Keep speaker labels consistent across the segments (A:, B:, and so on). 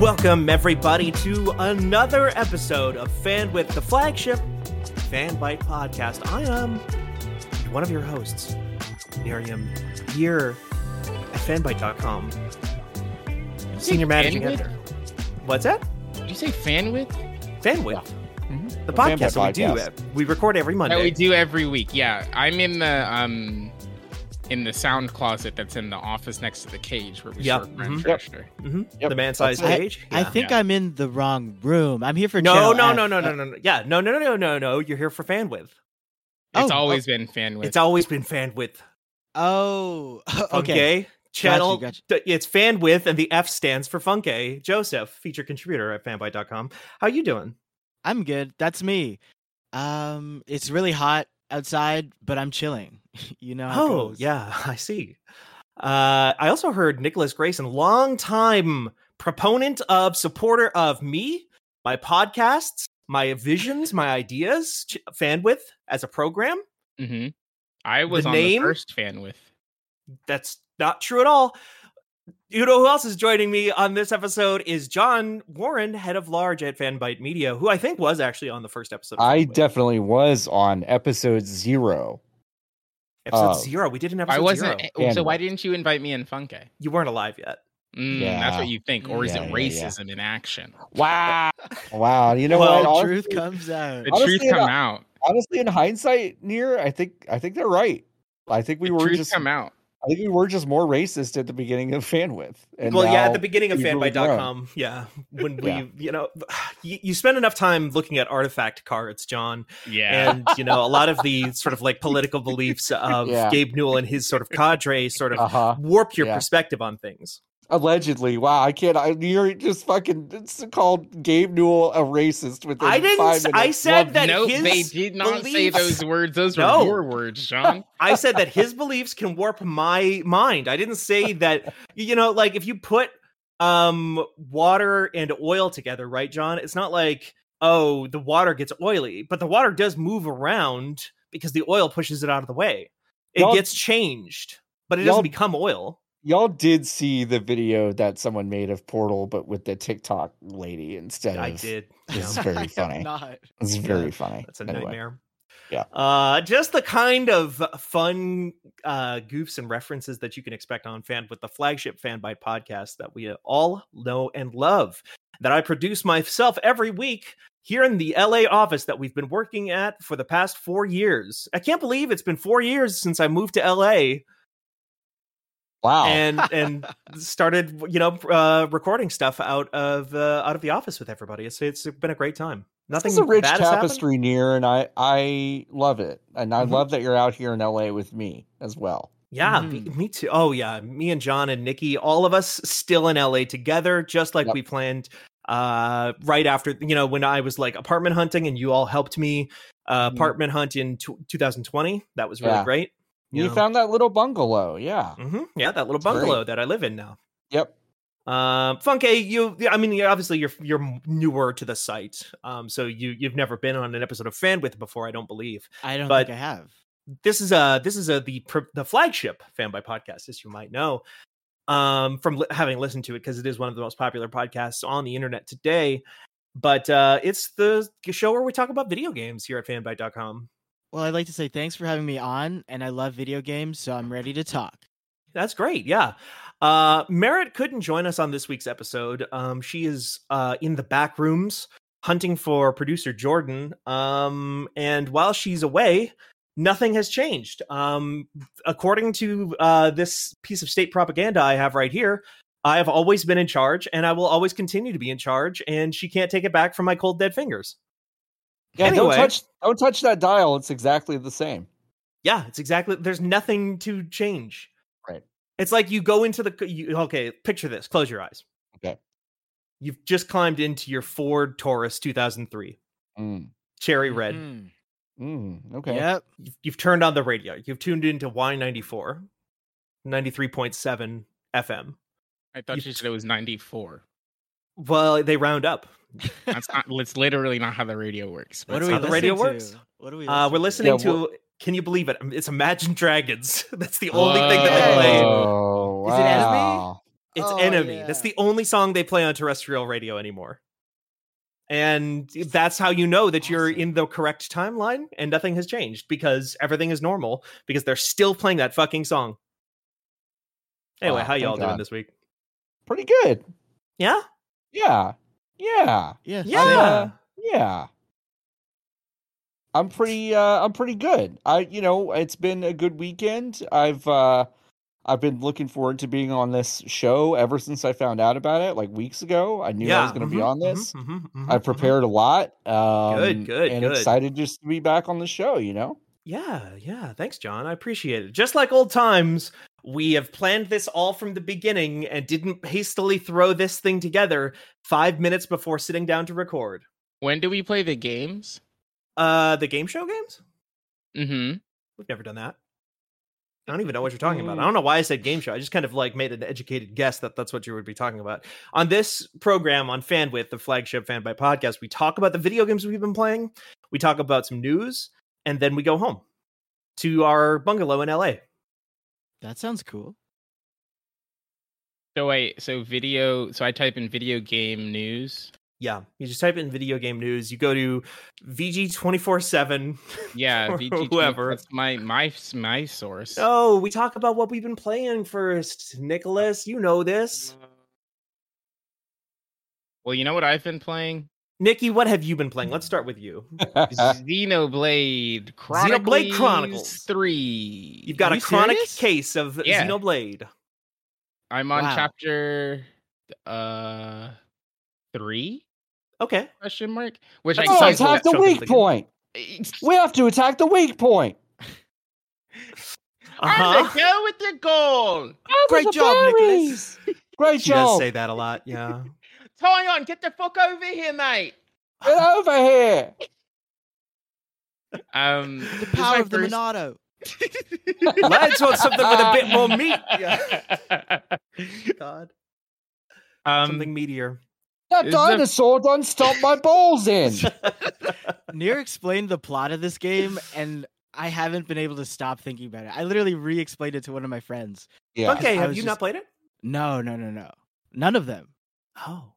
A: Welcome, everybody, to another episode of Fan with the flagship Fan Bite podcast. I am one of your hosts, Miriam, here at fanbite.com,
B: say
A: senior managing
B: Fanwith?
A: editor. What's that?
B: Did you say fan with?
A: Fan with The
C: Fan
A: podcast that we
C: Bite
A: do.
C: podcast.
A: uh, We record every Monday.
B: Mm-hmm. That we do every week. Yeah, I'm in the um in the sound closet that's in the office next to the cage where we
A: Yep.
B: store Grand
A: Mhm.
B: Treasure.
A: Mhm.
C: Yep.
A: The man sized
D: I-
A: cage.
D: I
A: Yeah.
D: think
B: Yeah.
D: I'm in the wrong room. I'm here for
A: No,
D: Channel
A: no,
D: F.
A: no, no,
D: Uh,
A: no, no, no. Yeah, no, no, no, no, no, no. You're here for fan with.
B: It's
D: Oh,
B: always been fan with.
A: It's always been fan with.
D: Oh,
A: Funke.
D: okay.
A: Channel.
D: gotcha.
A: d- It's fan with, and the F stands for Funke. Joseph, feature contributor at fanbite.com. How you doing?
D: I'm good. That's me. Um, it's really hot outside, but I'm chilling. you know. how it
A: Oh,
D: goes.
A: yeah, I see. Uh, I also heard Nicholas Grayson, longtime proponent of, supporter of me, my podcasts, my visions, my ideas, ch- fan with as a program.
B: hmm I was
A: The
B: on
A: name?
B: the first fan with.
A: That's not true at all. You know who else is joining me on this episode is John Warren, head of large at Fanbite Media, who I think was actually on the first episode. of
C: I
A: Fanbyte.
C: definitely was on episode zero.
A: episode
C: oh.
A: zero. We did an episode
B: I wasn't.
A: zero.
B: So
C: Fan
B: why
C: with.
B: didn't you invite me in Funke?
A: You weren't alive yet.
B: Mm, That's what
C: Yeah.
B: you think, or is
C: Yeah,
B: it
C: yeah, yeah.
B: racism in action?
C: Wow. wow. You know
A: Well,
C: what?
D: The
C: Honestly,
D: truth comes out.
B: The
C: Honestly,
B: truth come
C: I-
B: out.
C: honestly, in hindsight, near, I think I think they're right. I think we
B: the
C: were
B: truth
C: just
B: come out.
C: I think we were just more racist at the beginning of fanwith. And
A: well, yeah, at
C: now-
A: the beginning of
C: we've really
A: fanbite.com. yeah. When we,
C: Yeah.
A: you know, you, you spend enough time looking at artifact cards, John,
B: Yeah.
A: and, you know, a lot of the sort of like political beliefs of
C: Yeah.
A: Gabe Newell and his sort of cadre sort of
C: uh-huh.
A: warp your
C: Yeah.
A: perspective on things.
C: Allegedly, wow! I can't. I, you're just fucking. It's called Gabe Newell a racist within
A: I didn't
C: Five
A: s-
C: minutes.
A: I said that
B: no,
A: his
B: they did not say
A: beliefs-
B: those words. Those
A: No.
B: were your words, Sean.
A: I said that his beliefs can warp my mind. I didn't say that you know, like if you put um water and oil together, right, John? It's not like oh, the water gets oily, but the water does move around because the oil pushes it out of the way. It
C: Y'all-
A: gets changed, but it
C: y'all-
A: doesn't become oil.
C: Y'all did see the video that someone made of Portal, but with the TikTok lady instead.
A: I
C: of-
A: did. you know.
C: It's
D: I
C: very
D: am
C: funny.
D: Not.
C: It's very funny.
A: That's a
C: Anyway.
A: nightmare.
C: Yeah.
A: Uh, just the kind of fun uh, goofs and references that you can expect on Fan with the flagship Fan Bite podcast that we all know and love, that I produce myself every week here in the LA office that we've been working at for the past four years. I can't believe it's been four years since I moved to LA
C: Wow.
A: and and started you know uh, recording stuff out of uh, out of the office with everybody. It's it's been a great time. Nothing
C: It's a rich
A: bad has happened.
C: tapestry near, and I I love it, and I
A: Mhm.
C: love that you're out here in LA with me as well.
A: Yeah, me,
C: Mm.
A: me too. Oh yeah, me and John and Nikki, all of us still in LA together, just like
C: Yep.
A: we planned. Uh, right after you know when I was like apartment hunting, and you all helped me uh,
B: Mhm.
A: apartment hunt in tw 2020. That was really
C: Mm-hmm. Yeah.
A: great.
C: You found that little bungalow, yeah.
A: hmm yeah, that little
C: It's great.
A: bungalow that I live in now.
C: Yep.
A: Um, Funke, you, I mean, you're- obviously you're you're newer to the site, um, so you you've never been on an episode of Fan with before, I don't believe.
D: I don't
A: But-
D: think I have.
A: this is uh this is a the pr- the flagship fan by podcast as you might know um from li- having listened to it because it is one of the most popular podcasts on the internet today but uh it's the show where we talk about video games here at fanbite.com
D: Well, I'd like to say thanks for having me on, and I love video games, so I'm ready to talk.
A: that's great yeah Uh, Merritt couldn't join us on this week's episode. Um, she is uh, in the back rooms hunting for producer Jordan. Um, and while she's away, nothing has changed. Um, according to uh, this piece of state propaganda I have right here, I have always been in charge and I will always continue to be in charge. And she can't take it back from my cold, dead fingers.
C: Yeah,
A: Anyway.
C: don't touch don't touch that dial. It's exactly the same.
A: Yeah, it's exactly. There's nothing to change.
C: Right.
A: It's like you go into the. You, okay, picture this. Close your eyes.
C: Okay.
A: You've just climbed into your Ford Taurus 2003,
C: Mm.
A: cherry red.
C: Mm-hmm.
D: Mhm.
C: Mm. Okay.
D: Yep.
A: You've, you've turned on the radio. You've tuned into Y94, 93.7 FM.
B: I thought
A: You-
B: she said it was 94.
A: Well, they round up.
B: That's not. That's literally not how the radio works. but
D: What are
B: it's
D: we
A: how
B: not
D: listening
A: the
B: the
A: radio
D: to?
A: works.
D: What are we?
A: Uh, we're
D: listening
A: listening
C: Yeah,
A: to. Can you believe it? It's Imagine Dragons. That's the only thing that they
D: Whoa.
A: play.
C: Oh,
D: Is it anime?
C: wow.
A: It's
D: Oh,
A: Enemy. That's
D: yeah.
A: the only song they play on terrestrial radio anymore. And that's how you know that you're
D: Awesome.
A: in the correct timeline and nothing has changed because everything is normal because they're still playing that fucking song. Anyway,
C: Wow,
A: how y'all
C: thank
A: doing
C: God.
A: this week?
C: Pretty good.
A: Yeah?
C: Yeah. Yeah.
D: Yeah.
A: Yeah.
C: Yeah. I'm pretty uh I'm pretty good. I you know, it's been a good weekend. I've uh I've been looking forward to being on this show ever since I found out about it like weeks ago. I knew I was going to be
A: mhm,
C: on
A: mhm,
C: this.
A: mhm, mhm,
C: I've
A: mhm.
C: prepared a lot. Um
A: good,
C: and
A: good.
C: excited just to be back on the show, you know.
A: Yeah, yeah. Thanks, John. I appreciate it. Just like old times, we have planned this all from the beginning and didn't hastily throw this thing together five minutes before sitting down to record.
B: When do we play the games?
A: Uh, the game show games?
B: Mm-hmm.
A: We've never done that. I don't even know what you're talking about. I don't know why I said game show. I just kind of like made an educated guess that that's what you would be talking about. On this program on FanWith, the flagship FanBite podcast, we talk about the video games we've been playing, we talk about some news, and then we go home to our bungalow in LA.
D: That sounds cool.
B: So wait. So video. So I type in video game news.
A: Yeah, you just type in video game news. You go to VG twenty four seven.
B: Yeah,
A: Or
B: VGT,
A: whoever.
B: That's my my my source.
A: Oh, we talk about what we've been playing first, Nicholas. You know this,
B: Well, you know what I've been playing?
A: Nikki. What have you been playing? Let's start with you.
B: Xenoblade Chronicles.
A: Uh. Chronicles.
B: Three.
A: You've got
D: Are
A: a
D: you
A: chronic
D: serious?
A: case of
B: Yeah.
A: Xenoblade.
B: I'm on
D: Wow.
B: chapter uh three
A: Okay.
B: question mark. Which
A: That's
B: I
C: Oh,
A: all
B: can't.
A: Exactly.
C: attack the
A: Show
C: weak
A: completed.
C: point. We have to attack the weak point.
B: I'm
A: Uh-huh.
B: the girl with the goal.
C: Oh,
D: Great
C: there's a
D: job, Nicholas.
C: berries. Great
A: She does
C: job.
A: say that a lot. Yeah.
B: Tyon, get the fuck over here, mate.
C: Get over here.
B: Um,
D: The
B: this is
D: power
B: my
D: of the
B: first-
D: Monado.
A: Let's want something with a bit more meat. God.
B: um,
A: Something meteor.
C: That
B: Is the-
C: dinosaur done stomped my balls in.
D: Near explained the plot of this game, and I haven't been able to stop thinking about it. I literally re-explained it to one of my friends.
C: Yeah.
A: Okay.
D: I
A: Have
D: was
A: you
D: just-
A: not played it?
D: No, no, no, no. None of them.
A: Oh.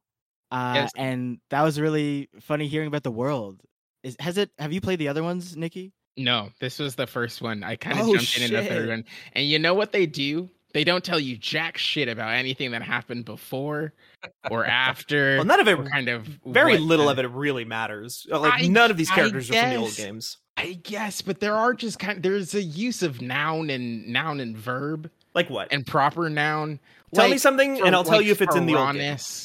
D: Uh,
B: Yes.
D: And that was really funny hearing about the world. Is, has it? Have you played the other ones, Nikki?
B: no, this was the first one. I kind of
D: Oh,
B: jumped in in the
D: shit.
B: third one, and you know what they do? They don't tell you jack shit about anything that happened before or after.
A: Well, none of it.
B: or kind of
A: Very
B: what
A: little
B: the-
A: of it really matters. Uh, Like
B: I-
A: none of these
B: I
A: characters are from the old
B: guess.
A: games.
B: I guess, but there are just kind. There's a use of noun and noun and verb
A: Like what?
B: and proper noun.
A: tell me
B: like
A: something,
B: for-
A: and I'll tell
B: like
A: you if it's in the old games.
B: Piranhas.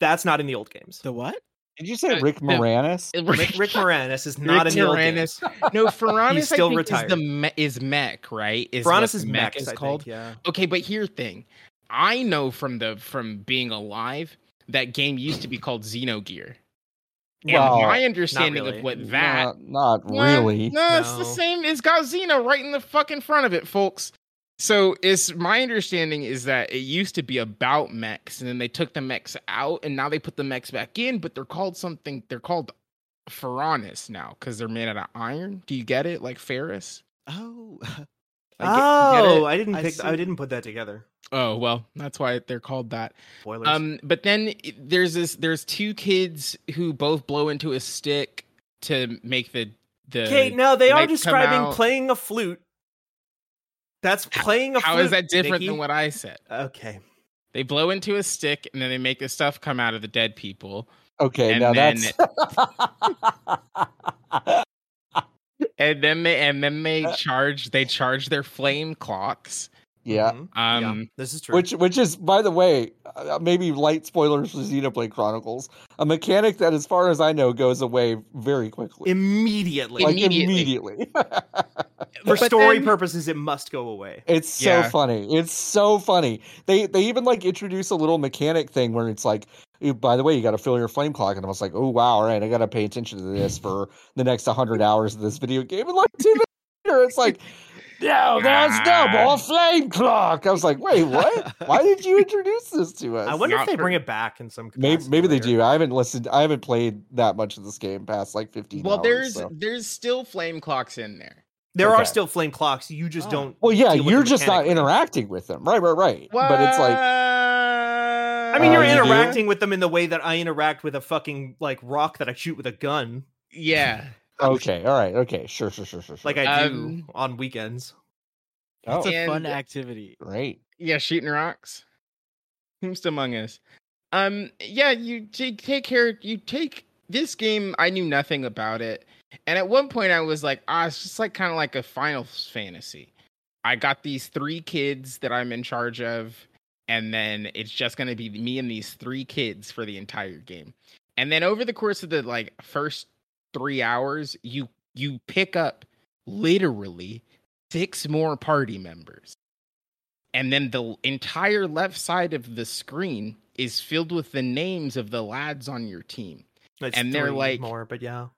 A: That's not in the old games.
D: The what?
C: Did you say
B: Uh,
C: Rick
B: the-
C: Moranis?
A: Rick, Rick Moranis is not in
B: Rick
A: the old games.
B: Moranis. No, Ferranis
A: still
B: I think
A: retired.
B: Is, the me- is mech, right? Is what
A: Piranhas is
B: mech
A: Max.
B: is
A: I
B: called.
A: think. Yeah.
B: Okay, but here thing, I know from the from being alive that game used to be called Xenogear. And
C: Well,
B: my understanding
A: really.
B: of what that
C: Not, not really.
B: No, it's
A: No.
B: the same. It's got Xena right in the fucking front of it, folks. So it's my understanding is that it used to be about mechs, and then they took the mechs out, and now they put the mechs back in, but they're called something. They're called Ferronis now because they're made out of iron. Do you get it? Like Ferris.
D: Oh,
B: Like, get- get it?
A: oh, I didn't
D: I
A: pick. I
D: see.
A: didn't put that together.
B: oh well, that's why they're called that.
A: Spoilers.
B: Um, but then i- there's this. There's two kids who both blow into a stick to make the the.
A: Okay, no, they
B: when
A: are
B: they come
A: describing
B: out-
A: playing a flute That's playing a
B: How is
A: flute,
B: that different
A: Nikki.
B: than what I said?
A: Okay.
B: They blow into a stick and then they make this stuff come out of the dead people.
C: Okay,
B: And
C: now
B: then
C: that's
B: And then they and then they
C: Uh,
B: charge they charge their flame clocks.
C: yeah.
A: Mhm.
B: Um
A: yeah. This is true.
C: Which, which is, by the way, uh, maybe light spoilers for Xenoblade Chronicles. A mechanic that, as far as I know, goes away very quickly,
A: immediately
C: like
B: immediately.
C: immediately.
A: for
B: But
A: story
B: then-
A: purposes, it must go away.
C: It's so
B: Yeah.
C: funny. It's so funny. They they even like introduce a little mechanic thing where it's like, "Oh, by the way, you got to fill your flame clock, and I was like, oh wow, all right, I got to pay attention to this for the next hundred hours of this video game. And like two minutes later, it's like, no, there's no
B: Nah.
C: more flame clock. I was like, wait, what? Why did you introduce this to us?
A: I wonder if
B: not
A: they
B: for-
A: bring it back in some.
C: Maybe,
A: capacity
C: maybe they
A: later.
C: do. I haven't listened. I haven't played that much of this game past like fifteen.
B: well
C: hours,
B: there's
C: so.
B: there's still flame clocks in there.
A: There
C: Okay.
A: are still flame clocks. You just
D: Oh.
A: don't.
C: well, yeah,
A: deal with
C: you're
A: the
C: just not
A: mechanic.
C: interacting with them, right? Right? Right? But it's like.
A: I mean,
C: Oh,
A: you're
C: you do?
A: interacting with them in the way that I interact with a fucking like rock that I shoot with a gun,
B: Yeah.
C: Okay, all right, okay, sure, sure, sure, sure. sure.
A: like I do
B: Um,
A: on weekends.
D: It's
C: oh,
D: a
B: And-
D: fun activity.
C: great.
B: Yeah, shooting rocks. Whomst among us? Um, yeah, you take take care. You take this game. I knew nothing about it, and at one point I was like, ah, it's just like kind of like a Final Fantasy. I got these three kids that I'm in charge of, and then it's just gonna be me and these three kids for the entire game. And then over the course of the like first three hours, you you pick up literally six more party members and then the entire left side of the screen is filled with the names of the lads on your team.
A: It's
B: and they're
A: three
B: like-
A: more, but yeah,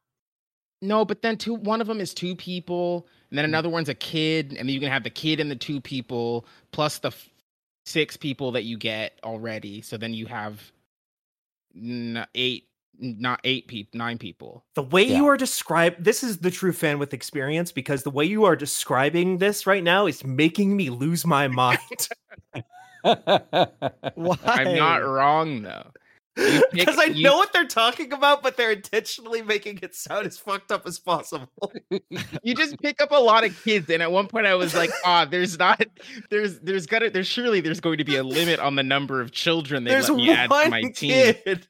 B: No, but then two one of them is two people, and then another one's a kid, and then you can have the kid and the two people plus the f- six people that you get already. So then you have n- eight, n- not eight people, nine people.
A: the way
C: Yeah.
A: you are described. This is the true fan with experience because the way you are describing this right now is making me lose my mind.
D: Why?
B: I'm not wrong though. You pick-
A: Because I
B: you-
A: know what they're talking about, but they're intentionally making it sound as fucked up as possible.
B: you just pick up a lot of kids and at one point i was like ah there's not there's there's gotta there's surely there's going to be a limit on the number of children they
A: There's
B: let me add to
A: one
B: my team
A: kid.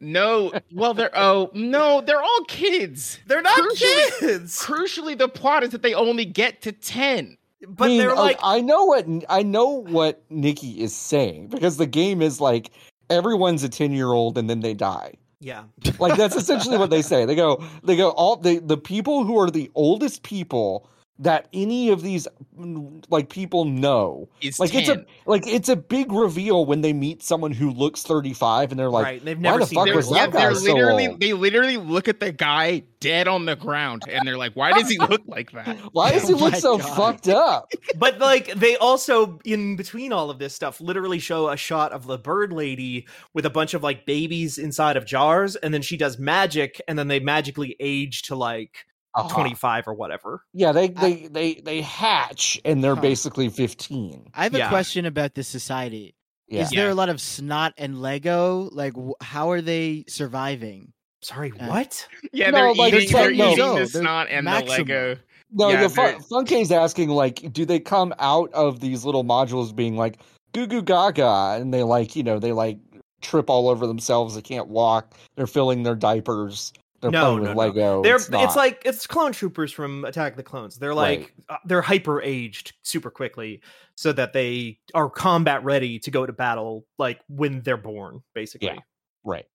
B: no well they're oh no they're all kids
A: They're not
B: Crucially-
A: kids,
B: crucially the plot is that they only get to 10
A: but
C: I mean,
A: they're
C: oh,
A: like
C: I know what I know what Nikki is saying because the game is like everyone's a ten year old and then they die.
A: yeah.
C: Like that's essentially what they say. They go, they go. All the the people who are the oldest people that any of these mm, like people know.
B: is
C: Like
B: 10
C: it's a like it's a big reveal when they meet someone who looks thirty five and they're like,
A: right. They've
C: why
A: never
C: the
A: seen
C: fuck
B: they're,
C: was that
B: yeah,
C: guy
B: they're
C: so
B: literally
C: old?
B: they literally look at the guy dead on the ground and they're like why does he look like that
C: why does
D: Oh
C: he look
D: my
C: so
D: God.
C: fucked up?
A: but like they also in between all of this stuff literally show a shot of the bird lady with a bunch of like babies inside of jars and then she does magic and then they magically age to like
C: Uh-huh.
A: 25 or whatever
C: Yeah, they
D: I-
C: they they they hatch and they're
A: Uh-huh.
D: Huh.
C: basically fifteen.
D: I have a
A: Yeah.
D: question about this society.
C: Yeah.
D: Is there
B: Yeah.
D: a lot of snot and Lego? Like, wh- how are they surviving?
A: sorry
D: Uh,
A: what
B: yeah
C: No,
B: they're
C: like,
B: eating,
C: it's like,
B: they're
C: no.
B: eating
D: No,
B: the
D: they're
B: snot and
D: maximum.
B: the lego
C: no,
B: yeah,
C: the fun,
B: they're-
C: Funke's asking like, do they come out of these little modules being like goo goo gaga, and they like you know they like trip all over themselves, they can't walk, they're filling their diapers, they're
A: No,
C: playing with
A: no, no.
C: Lego.
A: they're
C: it's,
A: it's,
C: not.
A: like it's clone troopers from attack of the clones they're like
C: Right.
A: uh, they're hyper aged super quickly so that they are combat ready to go to battle like when they're born basically
C: Yeah. right.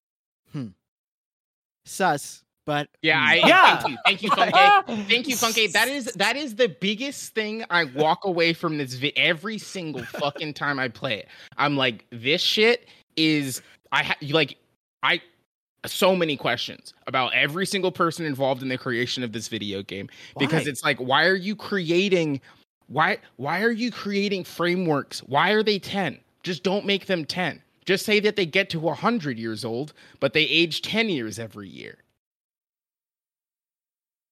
D: Sus, but
B: Yeah,
D: mm.
B: I,
A: Yeah.
B: Thank you, thank you, Funke. thank you, Funke. That is that is the biggest thing I walk away from this vi- every single fucking time I play it. I'm like, this shit is I ha- you like I so many questions about every single person involved in the creation of this video game because
A: Why?
B: it's like why are you creating why why are you creating frameworks why are they 10 just don't make them 10 just say that they get to 100 years old but they age 10 years every year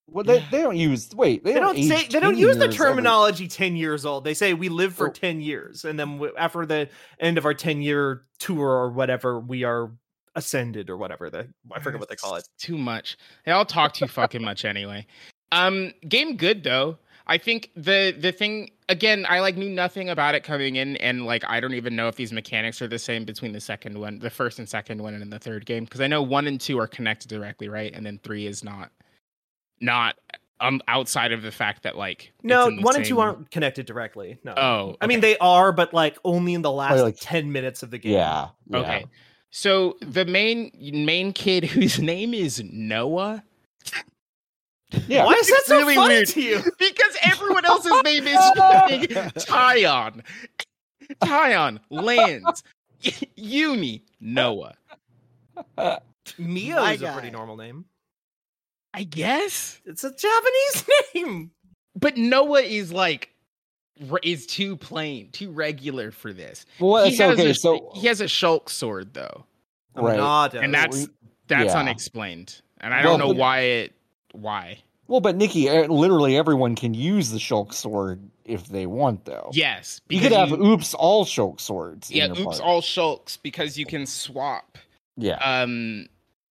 C: Well, they, they don't use wait. They,
A: they don't
C: age
A: say they don't
C: 10
A: use the
C: years every-
A: terminology 10 years old they say we live for
C: Oh.
A: 10 years and then w- after the end of our 10 year tour or whatever we are ascended or whatever the i forget what they call it
B: It's Too much. They all talk too fucking much anyway. Um, game good though. I think the the thing again, I like knew nothing about it coming in, and like I don't even know if these mechanics are the same between the second one, the first and second one, and then the third game because I know one and two are connected directly, right? And then three is not, not um outside of the fact that like it's
A: No,
B: in the
A: one and two
B: same-
A: aren't connected directly. No.
B: Oh,
A: I mean
B: okay. Oh,
A: they are, but like only in the last
C: like-
A: ten minutes of the game.
C: Yeah. yeah.
B: Okay. So the main main kid whose name is Noah.
C: Yeah.
A: Why is that so
B: Really
A: funny
B: weird.
A: to you?
B: because everyone else's name is fucking Tyon. Tyon, Lands, Uni, Noah.
A: Mio
D: My
A: is a pretty
D: guy.
A: normal name.
B: I guess.
A: It's a Japanese name.
B: But Noah is like re- is too plain, too regular for this.
C: Well,
B: He
C: that's
B: has
C: okay.
B: a-
C: so
B: he has a Shulk sword though.
C: Right.
A: Nada.
B: And that's
C: we-
B: that's
C: yeah.
B: unexplained. And I don't
C: Well,
B: know
C: but-
B: why it why.
C: well, but Nikki, uh, literally everyone can use the Shulk sword if they want, though.
B: Yes.
C: Oh. You could have
B: you-
C: oops all Shulk swords. in
B: yeah,
C: your
B: oops
C: party.
B: all shulks because you can swap
C: Yeah.
B: um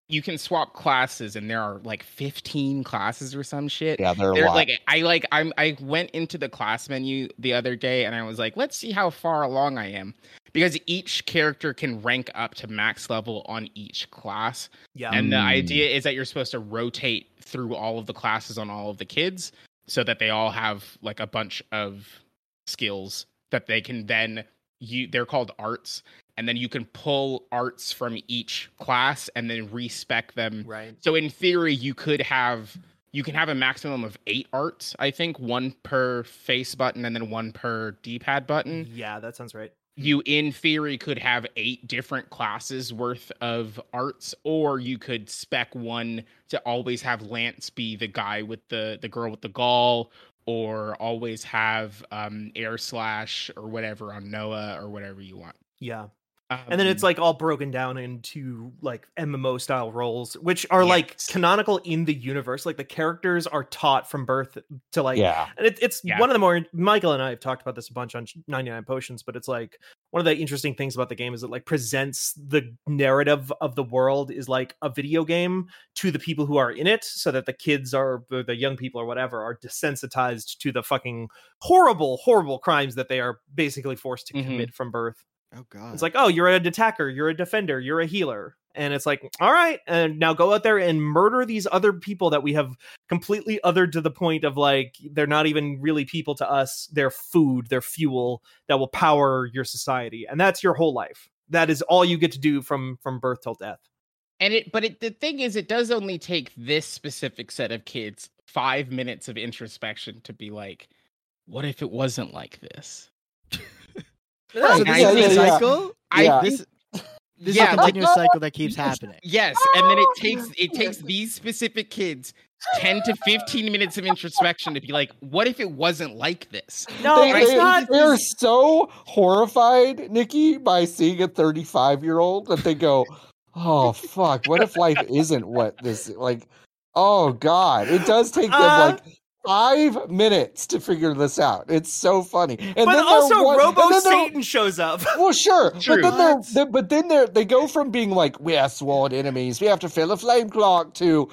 B: you can swap classes and there are like 15 classes or some shit
C: yeah, they're,
B: There-
C: a lot.
B: like i like i'm i went into the class menu the other day and i was like let's see how far along i am because each character can rank up to max level on each class
A: yeah.
B: and the
C: Mm.
B: idea is that you're supposed to rotate through all of the classes on all of the kids so that they all have like a bunch of skills that they can then you they're called arts and then you can pull arts from each class and then respec them
A: right.
B: so in theory you could have you can have a maximum of 8 arts I think one per face button and then one per d-pad button
A: Yeah, that sounds right.
B: you in theory could have eight different classes worth of arts or you could spec one to always have lance be the guy with the the girl with the gall or always have um air slash or whatever on noah or whatever you want
A: Yeah. And then it's
B: Um,
A: like all broken down into like MMO style roles, which are like
B: Yes.
A: canonical in the universe. Like the characters are taught from birth to like
C: yeah.
A: And it, it's
B: Yeah.
A: one of the more Michael and I have talked about this a bunch on 99 Potions, but it's like one of the interesting things about the game is it like presents the narrative of the world is like a video game to the people who are in it, so that the kids are or the young people or whatever are desensitized to the fucking horrible, horrible crimes that they are basically forced to
B: Mhm.
A: commit from birth.
D: Oh god.
A: It's like, oh, you're an attacker, you're a defender, you're a healer. And it's like, all right, and now go out there and murder these other people that we have completely othered to the point of like they're not even really people to us. They're food, they're fuel that will power your society. And that's your whole life. That is all you get to do from from birth till death.
B: and it but it the thing is it does only take this specific set of kids five minutes of introspection to be like what if it wasn't like this
C: Right,
D: so
B: I
D: this is
B: think-
D: a
C: yeah.
D: cycle.
C: Yeah.
B: i think
D: This this
B: Yeah,
D: is
B: like-
D: a continuous cycle that keeps happening.
B: Yes, and then it takes it takes these specific kids 10 to 15 minutes of introspection to be like, what if it wasn't like this?
A: No,
C: they,
A: it's
C: they,
A: not
C: They're so horrified, Nikki, by seeing a 35 year old that they go, "Oh fuck! What if life isn't what this like? Oh god! It does take them
A: Uh,
C: like." Five minutes to figure this out. It's so funny, and
A: but
C: then they're
A: also
C: one- and
A: Robo
C: then they're-
A: Satan shows up.
C: Well, sure,
B: True.
C: but then they're,
D: What?
C: they but then they're they go from being like we have sworn enemies, we have to fill a flame clock to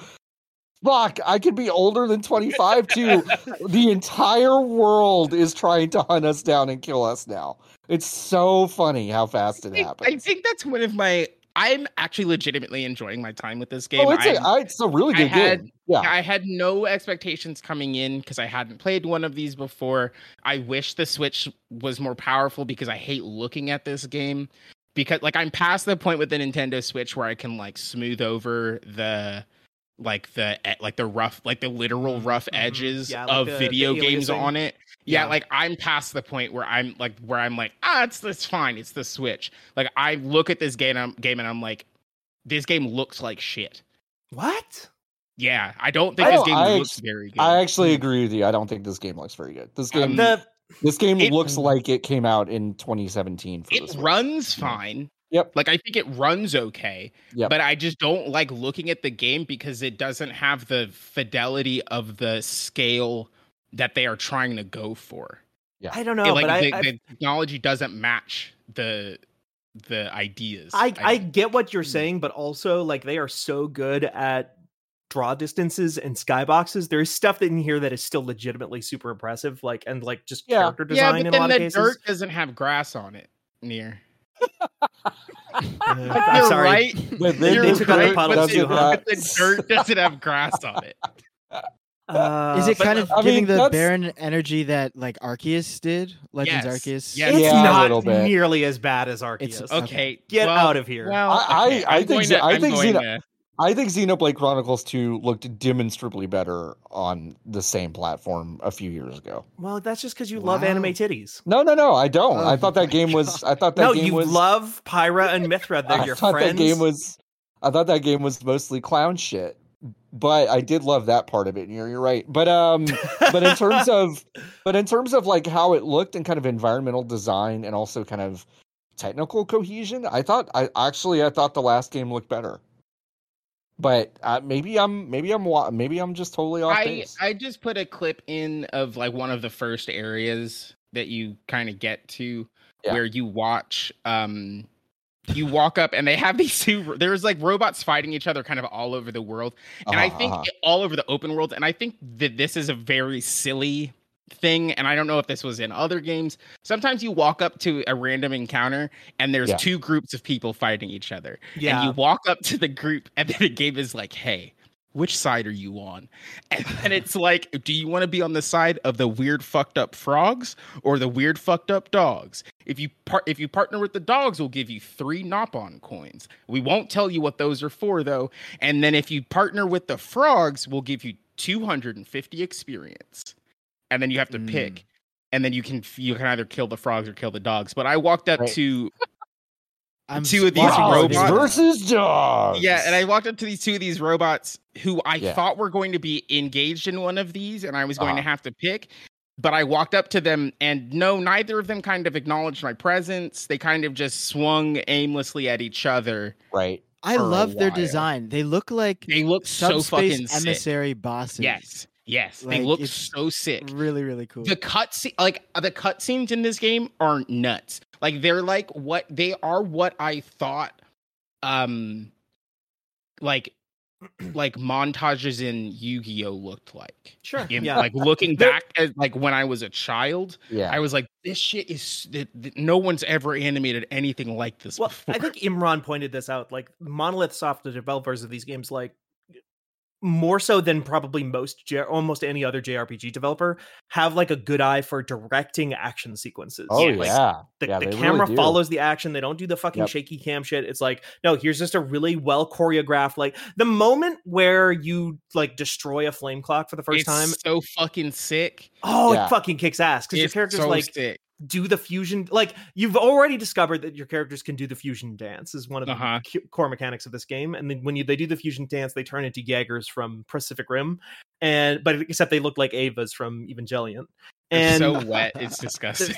C: fuck, I could be older than twenty five to the entire world is trying to hunt us down and kill us now. It's so funny how fast it
B: I think- I
C: happens.
B: think that's one of my I'm actually legitimately enjoying my time with this game.
C: Oh, it's a,
B: I'm-
C: I, it's a really
B: I
C: good
B: had-
C: game. Yeah,
B: I had no expectations coming in because I hadn't played one of these before. I wish the Switch was more powerful because I hate looking at this game. Because like I'm past the point with the Nintendo Switch where I can like smooth over the like the e- like the rough like the literal rough
A: mhm.
B: edges
A: Yeah, like
B: of
A: the- the
B: video games
A: aliasing.
B: on it. Yeah,
A: Yeah.
B: like I'm past the point where I'm like where I'm like ah it's it's fine it's the Switch. Like I look at this game and I'm, game and I'm like this game looks like shit.
A: What?
B: Yeah, I don't think
C: I
B: this
C: don't-
B: game
C: I
B: looks very good.
C: I actually agree with you. I don't think this game looks very good. This game,
B: Um,
A: The
C: this game
B: it-
C: looks like it came out in 2017 for
B: it
C: this.
B: runs
C: Yeah.
B: fine.
C: Yep.
B: Like I think it runs okay.
C: Yep.
B: But I just don't like looking at the game because it doesn't have the fidelity of the scale that they are trying to go for.
A: I don't
B: It,
A: know,
B: like
A: but I,
B: the,
A: I
B: the technology doesn't match the the ideas.
A: I, I
B: think.
A: get what you're
D: Hmm.
A: saying, but also like they are so good at draw distances and skyboxes, there is stuff in here that is still legitimately super impressive. Like and like just
C: Yeah.
A: character design
B: yeah, but
A: in a
B: then
A: lot
B: the
A: of cases.
B: dirt doesn't have grass on it. Near.
A: Uh,
B: You're
A: I'm sorry.
B: right.
C: But
A: They-
C: then
B: You're
A: they took out the
B: right,
A: puddle
B: but
A: too,
B: the-
A: huh?
B: but the dirt doesn't have grass on it.
A: Uh,
D: Is it
A: but-
D: kind of
C: I mean,
D: giving the
C: that's-
D: Baron energy that like Arceus did? Legends
B: Yes.
D: Arceus.
B: Yes.
A: It's
C: Yeah, a
A: not
C: little bit.
A: nearly as bad as Arceus.
D: It's-
A: okay.
B: Okay,
A: Get
B: well-
A: out of here.
B: Well,
C: I-
B: okay,
C: I- I
B: I'm
C: think
B: going
C: so-
B: to-
C: I
B: I'm
C: think
B: going
C: Xeno-
B: to-
C: I think Xenoblade Chronicles 2 looked demonstrably better on the same platform a few years ago.
A: Well, that's just because you love
D: Wow.
A: anime titties.
C: No, no, no, I don't.
D: Oh
C: I thought
D: my
C: that game was I thought that
A: No,
C: game
A: you
C: was
A: love Pyra and Mithra. They're
C: I
A: your
C: thought
A: friends.
C: that game was I thought that game was mostly clown shit. But I did love that part of it. You're, you're right. But um but in terms of but in terms of like how it looked and kind of environmental design and also kind of technical cohesion i thought i actually i thought the last game looked better but uh, maybe i'm maybe i'm wa- maybe i'm just totally off
B: I,
C: base
B: I just put a clip in of like one of the first areas that you kind of get to
C: Yeah.
B: where you watch um you walk up and they have these two there's like robots fighting each other kind of all over the world and i
C: Uh-huh,
B: think
C: uh-huh.
B: it- all over the open world and i think that this is a very silly thing and i don't know if this was in other games sometimes you walk up to a random encounter and there's
C: Yeah.
B: two groups of people fighting each other
A: yeah.
B: and you walk up to the group, and then the game is like, hey, which side are you on? And then it's like, do you want to be on the side of the weird fucked up frogs or the weird fucked up dogs? If you par- if you partner with the dogs, we'll give you three Nopon coins. We won't tell you what those are for though. And then if you partner with the frogs, we'll give you 250 experience. And then you have to
D: Mm.
B: pick. And then you can you can either kill the frogs or kill the dogs. But I walked up
C: Right.
B: to
D: I'm
B: Two of these
D: surprised.
C: Dogs
B: robots-
C: versus dogs
B: Yeah, and I walked up to these two of these robots who I
C: Oh, Yeah.
B: thought were going to be engaged in one of these, and I was going to
C: Uh-huh.
B: have to pick. But I walked up to them, and no, neither of them kind of acknowledged my presence. They kind of just swung aimlessly at each other.
C: right
D: I
B: for a
D: love their
B: while.
D: design. They look like
B: They look so fucking
D: subspace
B: sick.
D: emissary bosses.
B: Yes, yes, they
D: Like,
B: look
D: it's
B: so sick.
D: Really, really cool.
B: The cutscene, like the cutscenes in this game, are nuts. Like they're like what they are. What I thought, um, like like montages in Yu-Gi-Oh looked like.
A: sure.
B: In,
A: yeah.
B: Like looking
A: They're-
B: back at like when I was a child,
C: yeah
B: I was like, this shit is th- th- no one's ever animated anything like this
A: well,
B: before.
A: I think Imran pointed this out. Like Monolith Soft, the developers of these games, like more so than probably most J- almost any other JRPG developer, have like a good eye for directing action sequences.
C: oh
B: yeah, like,
C: yeah
A: The,
C: Yeah,
A: the
C: they really
A: camera
C: do.
A: follows the action. They don't do the fucking
C: Yep.
A: shaky cam shit. It's like, no, here's just a really well choreographed. Like the moment where you like destroy a flame clock for the first
B: it's
A: time.
B: so fucking sick.
A: Oh,
C: Yeah.
A: it fucking kicks ass because your
B: It's
A: character's
B: so
A: like
B: sick.
A: do the fusion like you've already discovered that your characters can do the fusion dance is one of
B: Uh-huh.
A: the cu- core mechanics of this game and then when you they do the fusion dance they turn into jaggers from pacific rim and but except they look like avas from evangelion
B: It's
A: and
B: so wet. It's disgusting.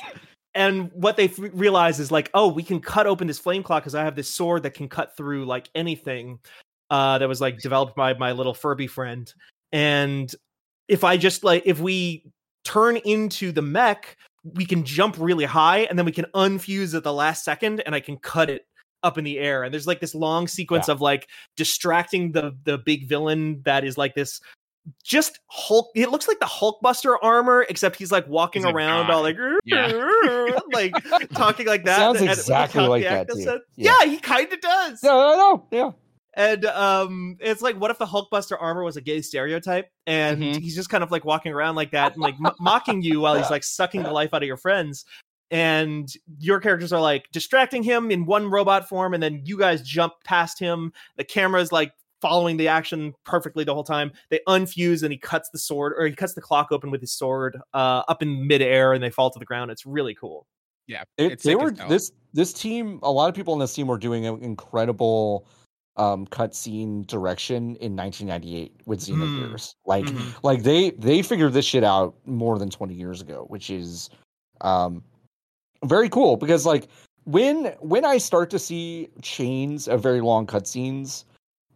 A: and what they f- realize is like oh we can cut open this flame clock because i have this sword that can cut through like anything uh that was like developed by my little furby friend and if i just like if we turn into the mech we can jump really high and then we can unfuse at the last second and i can cut it up in the air and there's like this long sequence of like distracting the the big villain that is like this just Hulk. It looks like the Hulkbuster armor, except he's like walking
B: He's a
A: around all
B: guy.
A: like,
B: Yeah.
A: "Rrrr," like talking like that.
C: Sounds
A: and with a
C: exactly like
A: Cockney
C: that, dude.
A: accent.
C: Yeah.
A: Yeah. he kind of does.
C: no no no yeah
A: And um, it's like, what if the Hulkbuster armor was a gay stereotype, and
B: Mhm.
A: he's just kind of like walking around like that and like m- mocking you while he's like sucking the life out of your friends. And your characters are like distracting him in one robot form, and then you guys jump past him. The camera's like following the action perfectly the whole time. They unfuse, and he cuts the sword or he cuts the clock open with his sword uh, up in midair, and they fall to the ground. It's really cool.
B: yeah,
C: They-
B: it's
C: they
B: sick
C: were
B: as hell.
C: this this team. A lot of people in this team were doing an incredible um, cutscene direction in 1998 with
B: Hmm.
C: Xenogears. Like
A: Mhm.
C: like they they figured this shit out more than 20 years ago, which is um, very cool because like when when I start to see chains of very long cutscenes.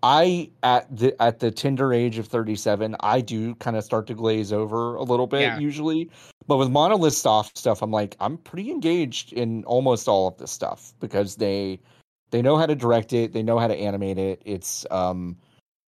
C: I at the at the tender age of 37, I do kind of start to glaze over a little bit
B: Yeah.
C: usually. But with monolith stuff, stuff, I'm like, I'm pretty engaged in almost all of this stuff because they they know how to direct it, they know how to animate it. It's um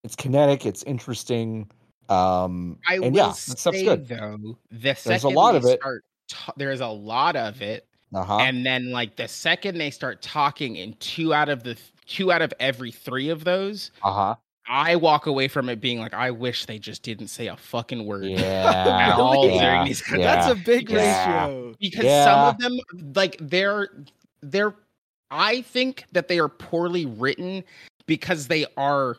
C: it's kinetic, it's interesting. Um,
B: I
C: and
B: will
C: yeah, that stuff's
B: say
C: good.
B: though, the second
C: a lot
B: they
C: of it.
B: start ta- there's a lot of it,
C: Uh huh.
B: and then like the second they start talking, in two out of the th- two out of every three of those,
C: Uh huh.
B: I walk away from it being like, I wish they just didn't say a fucking word.
C: Yeah.
B: At all
C: yeah,
B: during these-
C: yeah.
D: That's a big
C: Yeah.
D: ratio.
B: because
C: Yeah.
B: some of them like they're they're i think that they are poorly written because they are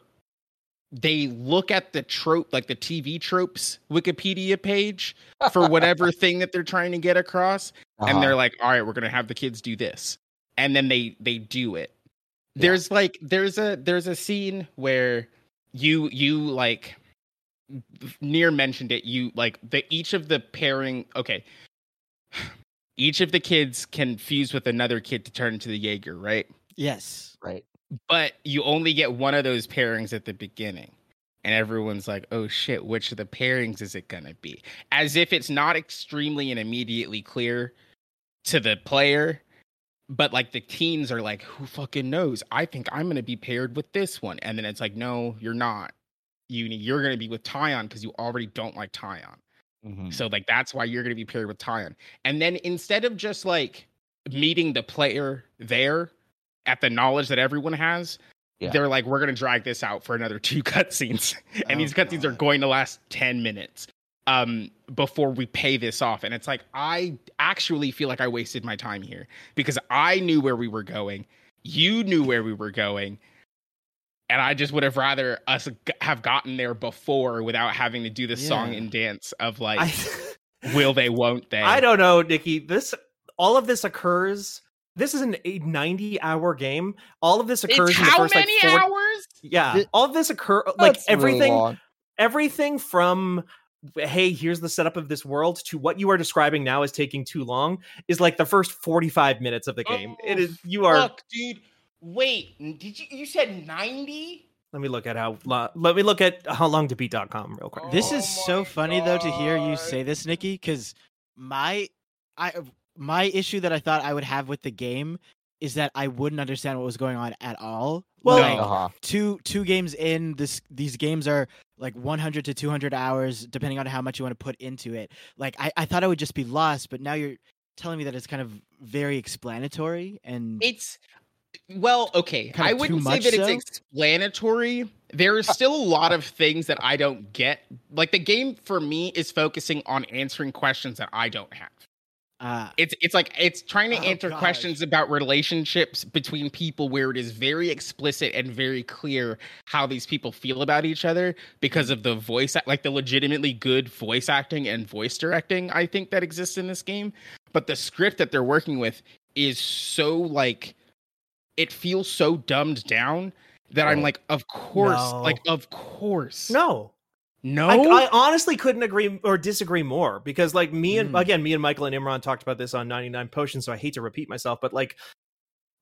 B: they look at the trope like the tv tropes wikipedia page for whatever thing that they're trying to get across
C: Uh-huh.
B: and they're like all right we're gonna have the kids do this and then they they do it
C: Yeah.
B: there's like there's a there's a scene where you you like near mentioned it you like the each of the pairing okay each of the kids can fuse with another kid to turn into the jaeger right
D: Yes.
C: right.
B: but you only get one of those pairings at the beginning and everyone's like oh shit which of the pairings is it going to be as if it's not extremely and immediately clear to the player but like the teens are like who fucking knows i think i'm going to be paired with this one and then it's like no you're not you you're going to be with tyon because you already don't like tyon
C: Mhm.
D: Mm.
B: so like that's why you're gonna be paired with Tyon. And then instead of just like meeting the player there at the knowledge that everyone has,
C: Yeah.
B: they're like, we're gonna drag this out for another two cutscenes. and
D: Oh,
B: these cutscenes are
D: God.
B: going to last 10 minutes um before we pay this off. And it's like I actually feel like I wasted my time here because I knew where we were going, you knew where we were going. And I just would have rather us g- have gotten there before without having to do the song
D: Yeah.
B: and dance of like
A: I,
B: will they won't they
A: I don't know, Nikki. This all of this occurs. This is an a 90 hour game. All of this occurs
B: it's
A: in the
B: how
A: first
B: many
A: like 40
B: hours
A: Yeah.
D: Th-
A: all of this occur like
C: That's really
A: everything
C: long.
A: everything from hey here's the setup of this world to what you are describing now as taking too long is like the first 45 minutes of the game it
B: Oh,
A: is you are
B: Fuck, dude wait did you you said 90
A: let me look at how lo- let me look at how long to beat.com real quick
D: This
B: Oh
D: is so
B: my
D: funny though to hear you
B: God.
D: say this, Nikki, because my I my issue that I thought I would have with the game is that I wouldn't understand what was going on at all.
A: Well,
D: Like,
C: Uh huh.
D: two two games in this these games are like 100 to 200 hours depending on how much you want to put into it like i, I thought i would just be lost but now you're telling me that it's kind of very explanatory and
B: it's well okay
D: Kinda
B: i
D: too
B: wouldn't say
D: much,
B: that
D: though?
B: it's explanatory there
A: Uh
B: is still a lot of things that i don't get like the game for me is focusing on answering questions that i don't have
D: uh,
B: it's it's like it's trying to
D: Oh,
B: answer
D: gosh.
B: questions about relationships between people where it is very explicit and very clear how these people feel about each other because of the voice act- like the legitimately good voice acting and voice directing I think that exists in this game but the script that they're working with is so like it feels so dumbed down that I'm
A: Oh.
C: Right.
B: like of course
A: No.
B: like of course
A: no
B: no
A: I, I honestly couldn't agree or disagree more because, like, me and
D: Mm.
A: again, me and Michael and Imran talked about this on 99 Potions, so I hate to repeat myself, but like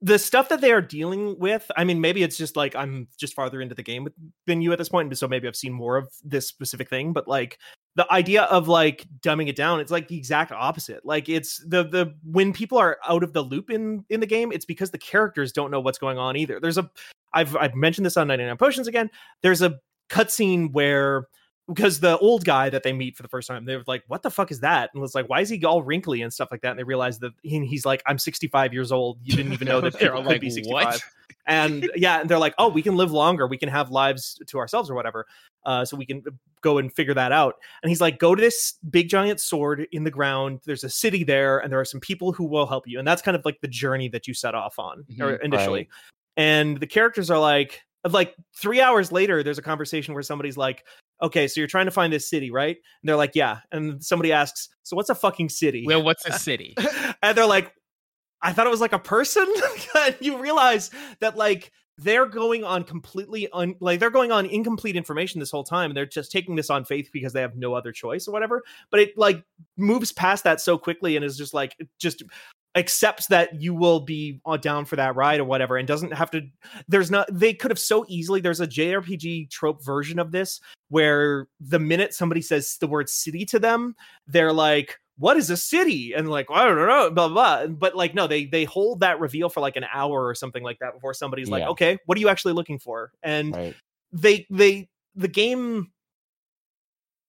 A: the stuff that they are dealing with, I mean, maybe it's just like I'm just farther into the game with- than you at this point, and so maybe I've seen more of this specific thing, but like the idea of like dumbing it down it's like the exact opposite like it's the the when people are out of the loop in in the game it's because the characters don't know what's going on either there's a i've i've mentioned this on 99 potions again there's a cutscene where because the old guy that they meet for the first time, they're like, "What the fuck is that?" And was like, "Why is he all wrinkly and stuff like that?" And they realize that he, he's like, "I'm 65 years old. You didn't even know that
B: They're
A: people could
B: like,
A: be
B: "What?"
A: 65." And yeah, and they're like, "Oh, we can live longer. We can have lives to ourselves or whatever." Uh, so we can go and figure that out. And he's like, "Go to this big giant sword in the ground. There's a city there, and there are some people who will help you." And that's kind of like the journey that you set off on or
B: Mhm.
A: initially.
C: Right.
A: And the characters are like, like three hours later, there's a conversation where somebody's like okay, so you're trying to find this city, right? And they're like, yeah. And somebody asks, so what's a fucking city?
B: well what's a city
A: and they're like, I thought it was like a person. and you realize that like they're going on completely un- like they're going on incomplete information this whole time and they're just taking this on faith because they have no other choice or whatever but it like moves past that so quickly and is just like just accepts that you will be on- down for that ride or whatever and doesn't have to there's not they could have so easily there's a JRPG trope version of this where the minute somebody says the word city to them they're like what is a city and like i don't know blah blah blah. but like no they they hold that reveal for like an hour or something like that before somebody's like
C: Yeah.
A: okay what are you actually looking for and
C: Right.
A: they they the game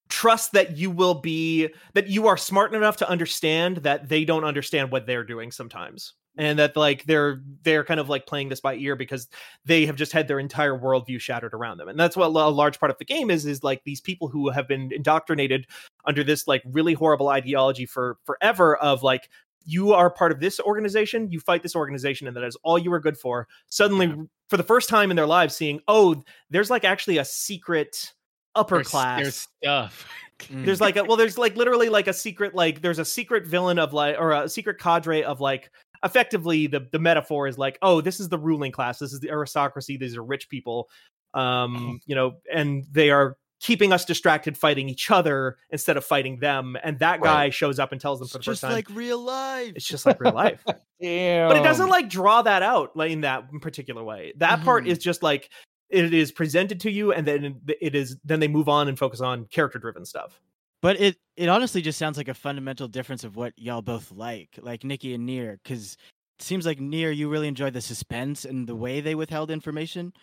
A: trust that you will be that you are smart enough to understand that they don't understand what they're doing sometimes and that like they're they're kind of like playing this by ear because they have just had their entire worldview shattered around them and that's what a large part of the game is is like these people who have been indoctrinated under this like really horrible ideology for forever of like you are part of this organization you fight this organization and that is all you are good for suddenly for the first time in their lives seeing oh there's like actually a secret upper
B: There's-
A: class
B: There's stuff. Mm,
C: Hmm.
A: there's like a well there's like literally like a secret like there's a secret villain of like or a secret cadre of like effectively the the metaphor is like oh this is the ruling class this is the aristocracy these are rich people
C: Oh.
A: um you know and they are keeping us distracted fighting each other instead of fighting them and that guy shows up and tells them
D: It's
A: for the
D: just
A: first time
D: like real life.
A: it's just like real life
C: Damn.
A: but it doesn't like draw that out like, in that particular way that part
C: Mm-hmm.
D: Mhm.
A: is just like it is presented to you and then it is then they move on and focus on character driven stuff
D: But it it honestly just sounds like a fundamental difference of what y'all both like, like Nikki and Near, because it seems like Near you really enjoy the suspense and the way they withheld information,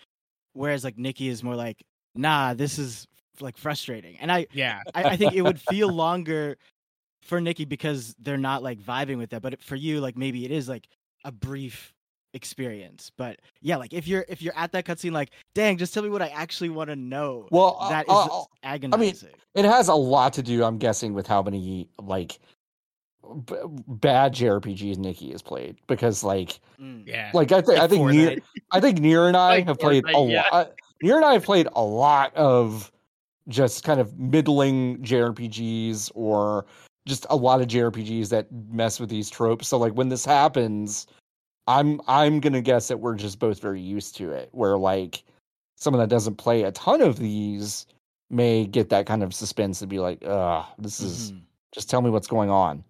D: whereas like Nikki is more like, nah, this is like frustrating, and I
B: Yeah.
D: I, I think it would feel longer for Nikki because they're not like vibing with that. But for you, like maybe it is like a brief experience. But yeah, like if you're if you're at that cutscene, like dang, just tell me what I actually want to know.
C: Well, uh, I-
D: that is
C: I'll- I'll-
D: agonizing.
C: It has a lot to do, I'm guessing, with how many like b- bad JRPGs Nikki has played because, like,
D: Mm.
B: Yeah.
C: like I think I
A: Like
C: think Nier,
A: Fortnite.
C: I think Nier and I
B: Like
C: have played a
B: Fortnite, yeah.
C: lot. Nier and I have played a lot of just kind of middling JRPGs or just a lot of JRPGs that mess with these tropes. So like when this happens, I'm I'm gonna guess that we're just both very used to it. Where like someone that doesn't play a ton of these may get that kind of suspense and be like, "Ugh, this
B: Mm-hmm.
C: is
D: Mhm.
C: just tell me what's going on."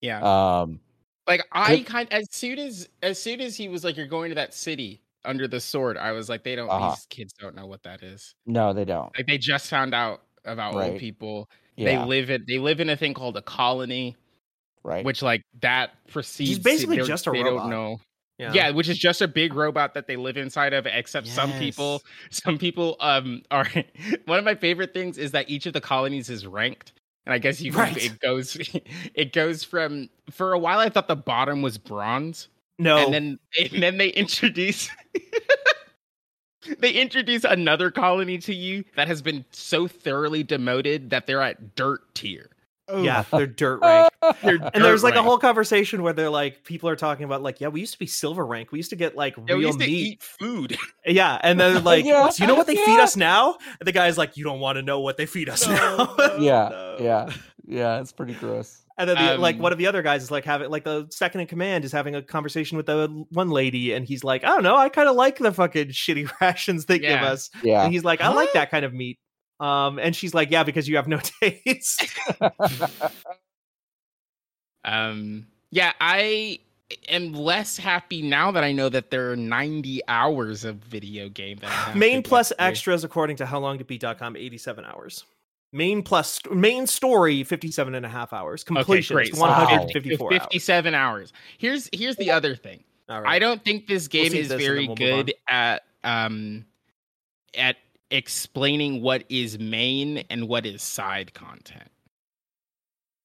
B: yeah.
C: Um,
B: Like I
C: It-
B: kind as soon as as soon as he was like, "You're going to that city under the sword," I was like, "They don't.
C: Uh-huh.
B: These kids don't know what that is.
C: no, they don't.
B: Like they just found out about
C: Right.
B: old people.
C: Yeah,
B: They live in they live in a thing called a colony,
C: right.
B: which like that precedes. it.
A: basically
B: They're-
A: just a
B: they
A: robot.
B: Don't know. Yeah. which is just a big robot that they live inside of. Except some people, some people um are. one of my favorite things is that each of the colonies is ranked. And I guess you
A: Right.
B: it goes it goes from for a while I thought the bottom was bronze
A: no
B: and then and then they introduce they introduce another colony to you that has been so thoroughly demoted that they're at dirt tier.
D: Mm-hmm.
A: Yeah, they're dirt rank.
C: They're
A: And there's
B: Dirt
A: like a
B: rank.
A: whole conversation where they're like, people are talking about like, yeah, we used to be silver rank. We used to get like
B: Yeah,
A: real
B: we used to
A: meat.
B: eat food.
A: Yeah, and then like,
C: Yeah.
A: "So you know what they feed
C: Yeah.
A: us now? And the guy's like, you don't want to know what they feed us now.
C: yeah,
A: No.
C: yeah, yeah. It's pretty gross.
A: And then the, like
B: Um,
A: one of the other guys is like having like the second in command is having a conversation with the one lady, and he's like, I don't know, I kind of like the fucking shitty rations they give
B: Yeah.
A: us.
C: Yeah,
A: And he's like, I like that kind of meat. Um, and she's like, yeah, because you have no taste.
B: Um yeah, I am less happy now that I know that there are 90 hours of video game that I have to
A: main
B: get
A: plus
B: through.
A: extras according to howlongtobeat.com 87 hours main plus main story 57 and a half hours completion
B: great. So I'll get to
A: 154 hours
B: 57 hours. Here's here's the other thing.
A: All
B: I
A: right.
B: don't think this game
A: see
B: is
A: this and then
B: very
A: we'll move on.
B: good at um at explaining what is main and what is side content.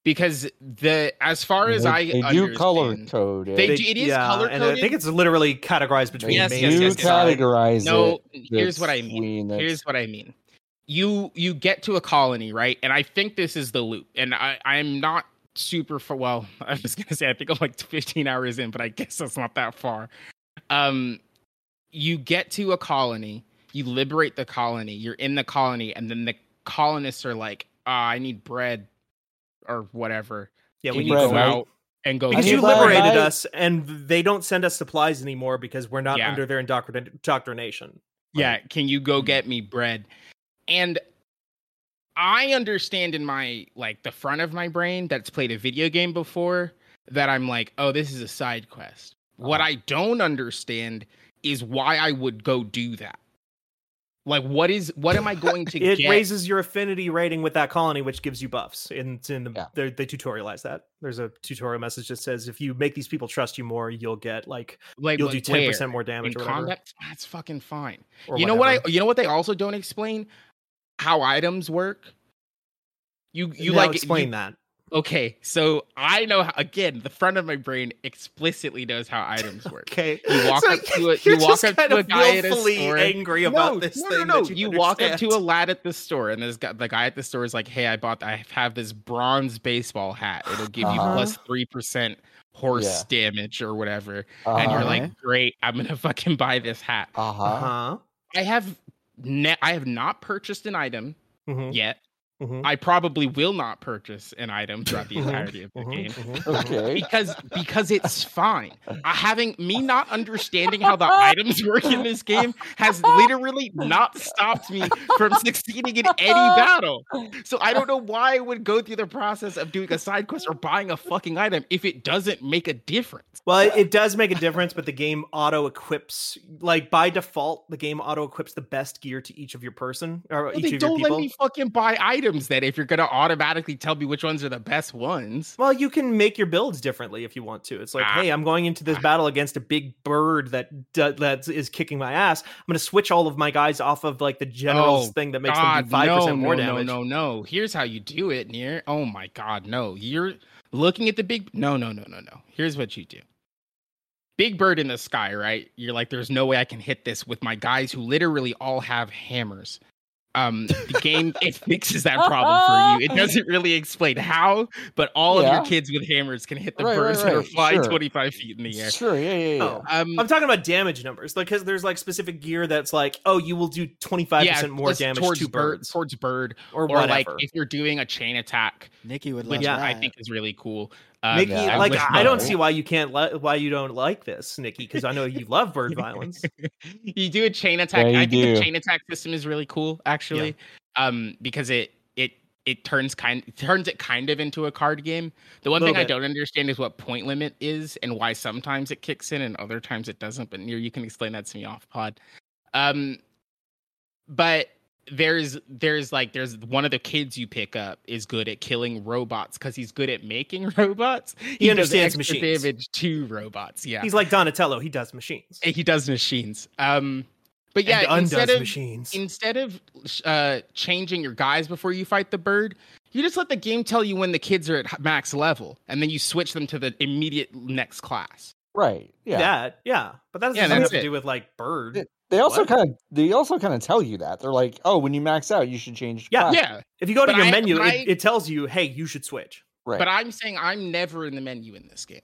B: Because the as far as I
C: they do
B: understand,
C: color code. it.
B: They do- it is
A: and i think
B: color-coded.
A: it's literally categorized between
B: Yes,
A: main
C: do
B: yes,
A: and
B: yes, yes.
A: side.
C: categorize
B: No,
C: it.
B: here's what I mean.
C: between the-
B: Here's what I mean. You you get to a colony, right? And I think this is the loop. And I I'm not super for well, I was gonna say I think I'm like 15 hours in, but I guess that's not that far. Um you get to a colony, you liberate the colony, you're in the colony, and then the colonists are like, ah, I need bread or whatever.
A: yeah we
B: Can
A: need
B: you go
C: bread,
A: to
C: right?
B: out and go
A: because
C: I
B: get
A: you
C: need
B: bread?
C: bread.
A: liberated
C: Right.
A: us and they don't send us supplies anymore because we're not
B: Yeah.
A: under their indoctrin- indoctrination
B: Yeah, can you go
D: Mm.
B: get me bread? And I understand in my like the front of my brain that's played a video game before that I'm like, "Oh, this is a side quest." What
A: Uh-huh.
B: I don't understand is why I would go do that. Like what is what am I going to
A: it
B: get?
A: raises your affinity rating with that colony which gives you buffs and it's in the
C: Yeah.
A: they they tutorialize that there's a tutorial message that says if you make these people trust you more you'll get like
B: like
A: you'll do
B: like,
A: 10%
B: where?
A: more
B: in
A: damage or whatever
B: combat. That's fucking fine.
A: or
B: you know what I
A: whatever.
B: you know what they also don't explain? how items work. You you
A: Now
B: like
A: explain
B: you-
A: that.
B: Okay, so I know how, again. The front of my brain explicitly knows how items work.
A: Okay.
B: You walk
A: So
B: up to a
A: you're
B: you walk
A: just
B: up
A: kind
B: to a
A: of
B: guy at a
A: willfully
B: store.
A: angry about
B: no,
A: this
B: no,
A: thing.
B: no, no.
A: that
B: You
A: you
B: walk up to a
A: understand.
B: lad at the store, and this guy, the guy at the store is like, "Hey, I bought. I have this bronze baseball hat. It'll give you
C: Uh-huh.
B: plus three percent horse damage or whatever." And you're
C: Uh-huh.
D: Okay.
B: like, "Great, I'm gonna fucking buy this hat."
C: uh-huh.
A: Uh-huh.
B: I have ne- I have not purchased an item
A: Mhm,
B: yet.
A: mhm,
B: I probably will not purchase an item throughout the
A: Mhm.
B: entirety of the
A: mhm,
B: game
A: mhm, mhm.
C: Okay.
B: because because it's fine. I, having me not understanding how the items work in this game has literally not stopped me from succeeding in any battle. So I don't know why I would go through the process of doing a side quest or buying a fucking item if it doesn't make a difference.
A: Well, it- it does make a difference, but the game auto equips, like by default, the game auto equips the best gear to each of your person or
B: Well,
A: each
B: they
A: of your
B: don't let
A: people.
B: me fucking buy items then if you're gonna automatically tell me which ones are the best ones.
A: Well, you can make your builds differently if you want to. It's like,
B: Ah.
A: hey, I'm going into this
B: Ah.
A: battle against a big bird that d- that is kicking my ass. I'm going to switch all of my guys off of like the general's
B: Oh,
A: thing that makes them
B: God,
A: do five
B: no,
A: percent more
B: no,
A: damage.
B: No, no, no. Here's how you do it, Near. Oh my God, no. You're looking at the big. No, no, no, no, no. Here's what you do. Big bird in the sky, right? You're like, there's no way I can hit this with my guys who literally all have hammers. Um, the game it fixes that problem for you. It doesn't really explain how, but all of
C: Yeah.
B: your kids with hammers can hit the
C: Right, right,
B: birds that are
C: right.
B: flying
C: Sure.
B: 25 feet in the air.
C: Sure. Yeah. Yeah. Yeah.
A: Oh.
B: Um,
A: I'm talking about damage numbers, like because there's like specific gear that's like, oh, you will do 25 percent more
B: plus
A: damage
B: towards
A: to
B: bird-
A: birds
B: towards bird,
A: or,
B: or like
A: whatever.
B: if you're doing a chain attack,
D: Nikki would love
B: which
A: Yeah.
D: that.
B: I think is really cool. Um,
A: Nikki,
C: yeah,
A: like
C: with
A: I don't
C: bird.
A: see why you can't li- why you don't like this, Nikki, because I know you love bird violence.
B: you do a chain attack.
C: you
B: I think
C: do.
B: the chain attack system is really cool, actually, um, because it it it turns kind turns it kind of into a card game. The one
A: Little
B: thing I
A: bit.
B: don't understand is what point limit is and why sometimes it kicks in and other times it doesn't. But near you can explain that to me off pod. Um, but there's there's like there's one of the kids you pick up is good at killing robots because he's good at making robots. He, does
A: understands
B: extra
A: machines.
B: Damage to robots. Yeah,
A: He's like Donatello; he does machines.
B: he does machines. Um, but Eh, yeah,
A: and
B: instead
A: undoes
B: of
A: machines.
B: instead of uh, changing your guys before you fight the bird, you just let the game tell you when the kids are at h- max level, and then you switch them to the immediate next class.
C: Right. Yeah.
A: That, yeah, but that doesn't
B: Yeah,
A: have
B: that's
A: to
B: it.
A: do with like bird.
C: Th- They also
A: What?
C: kind of they also kind of tell you that they're like, oh, when you max out, you should change.
A: Yeah.
C: class.
B: Yeah,
A: If you go to
B: But
A: your
B: I-
A: menu,
B: my-
A: it, it tells you, hey, you should switch.
C: Right.
B: but I'm saying I'm never in the menu in this game.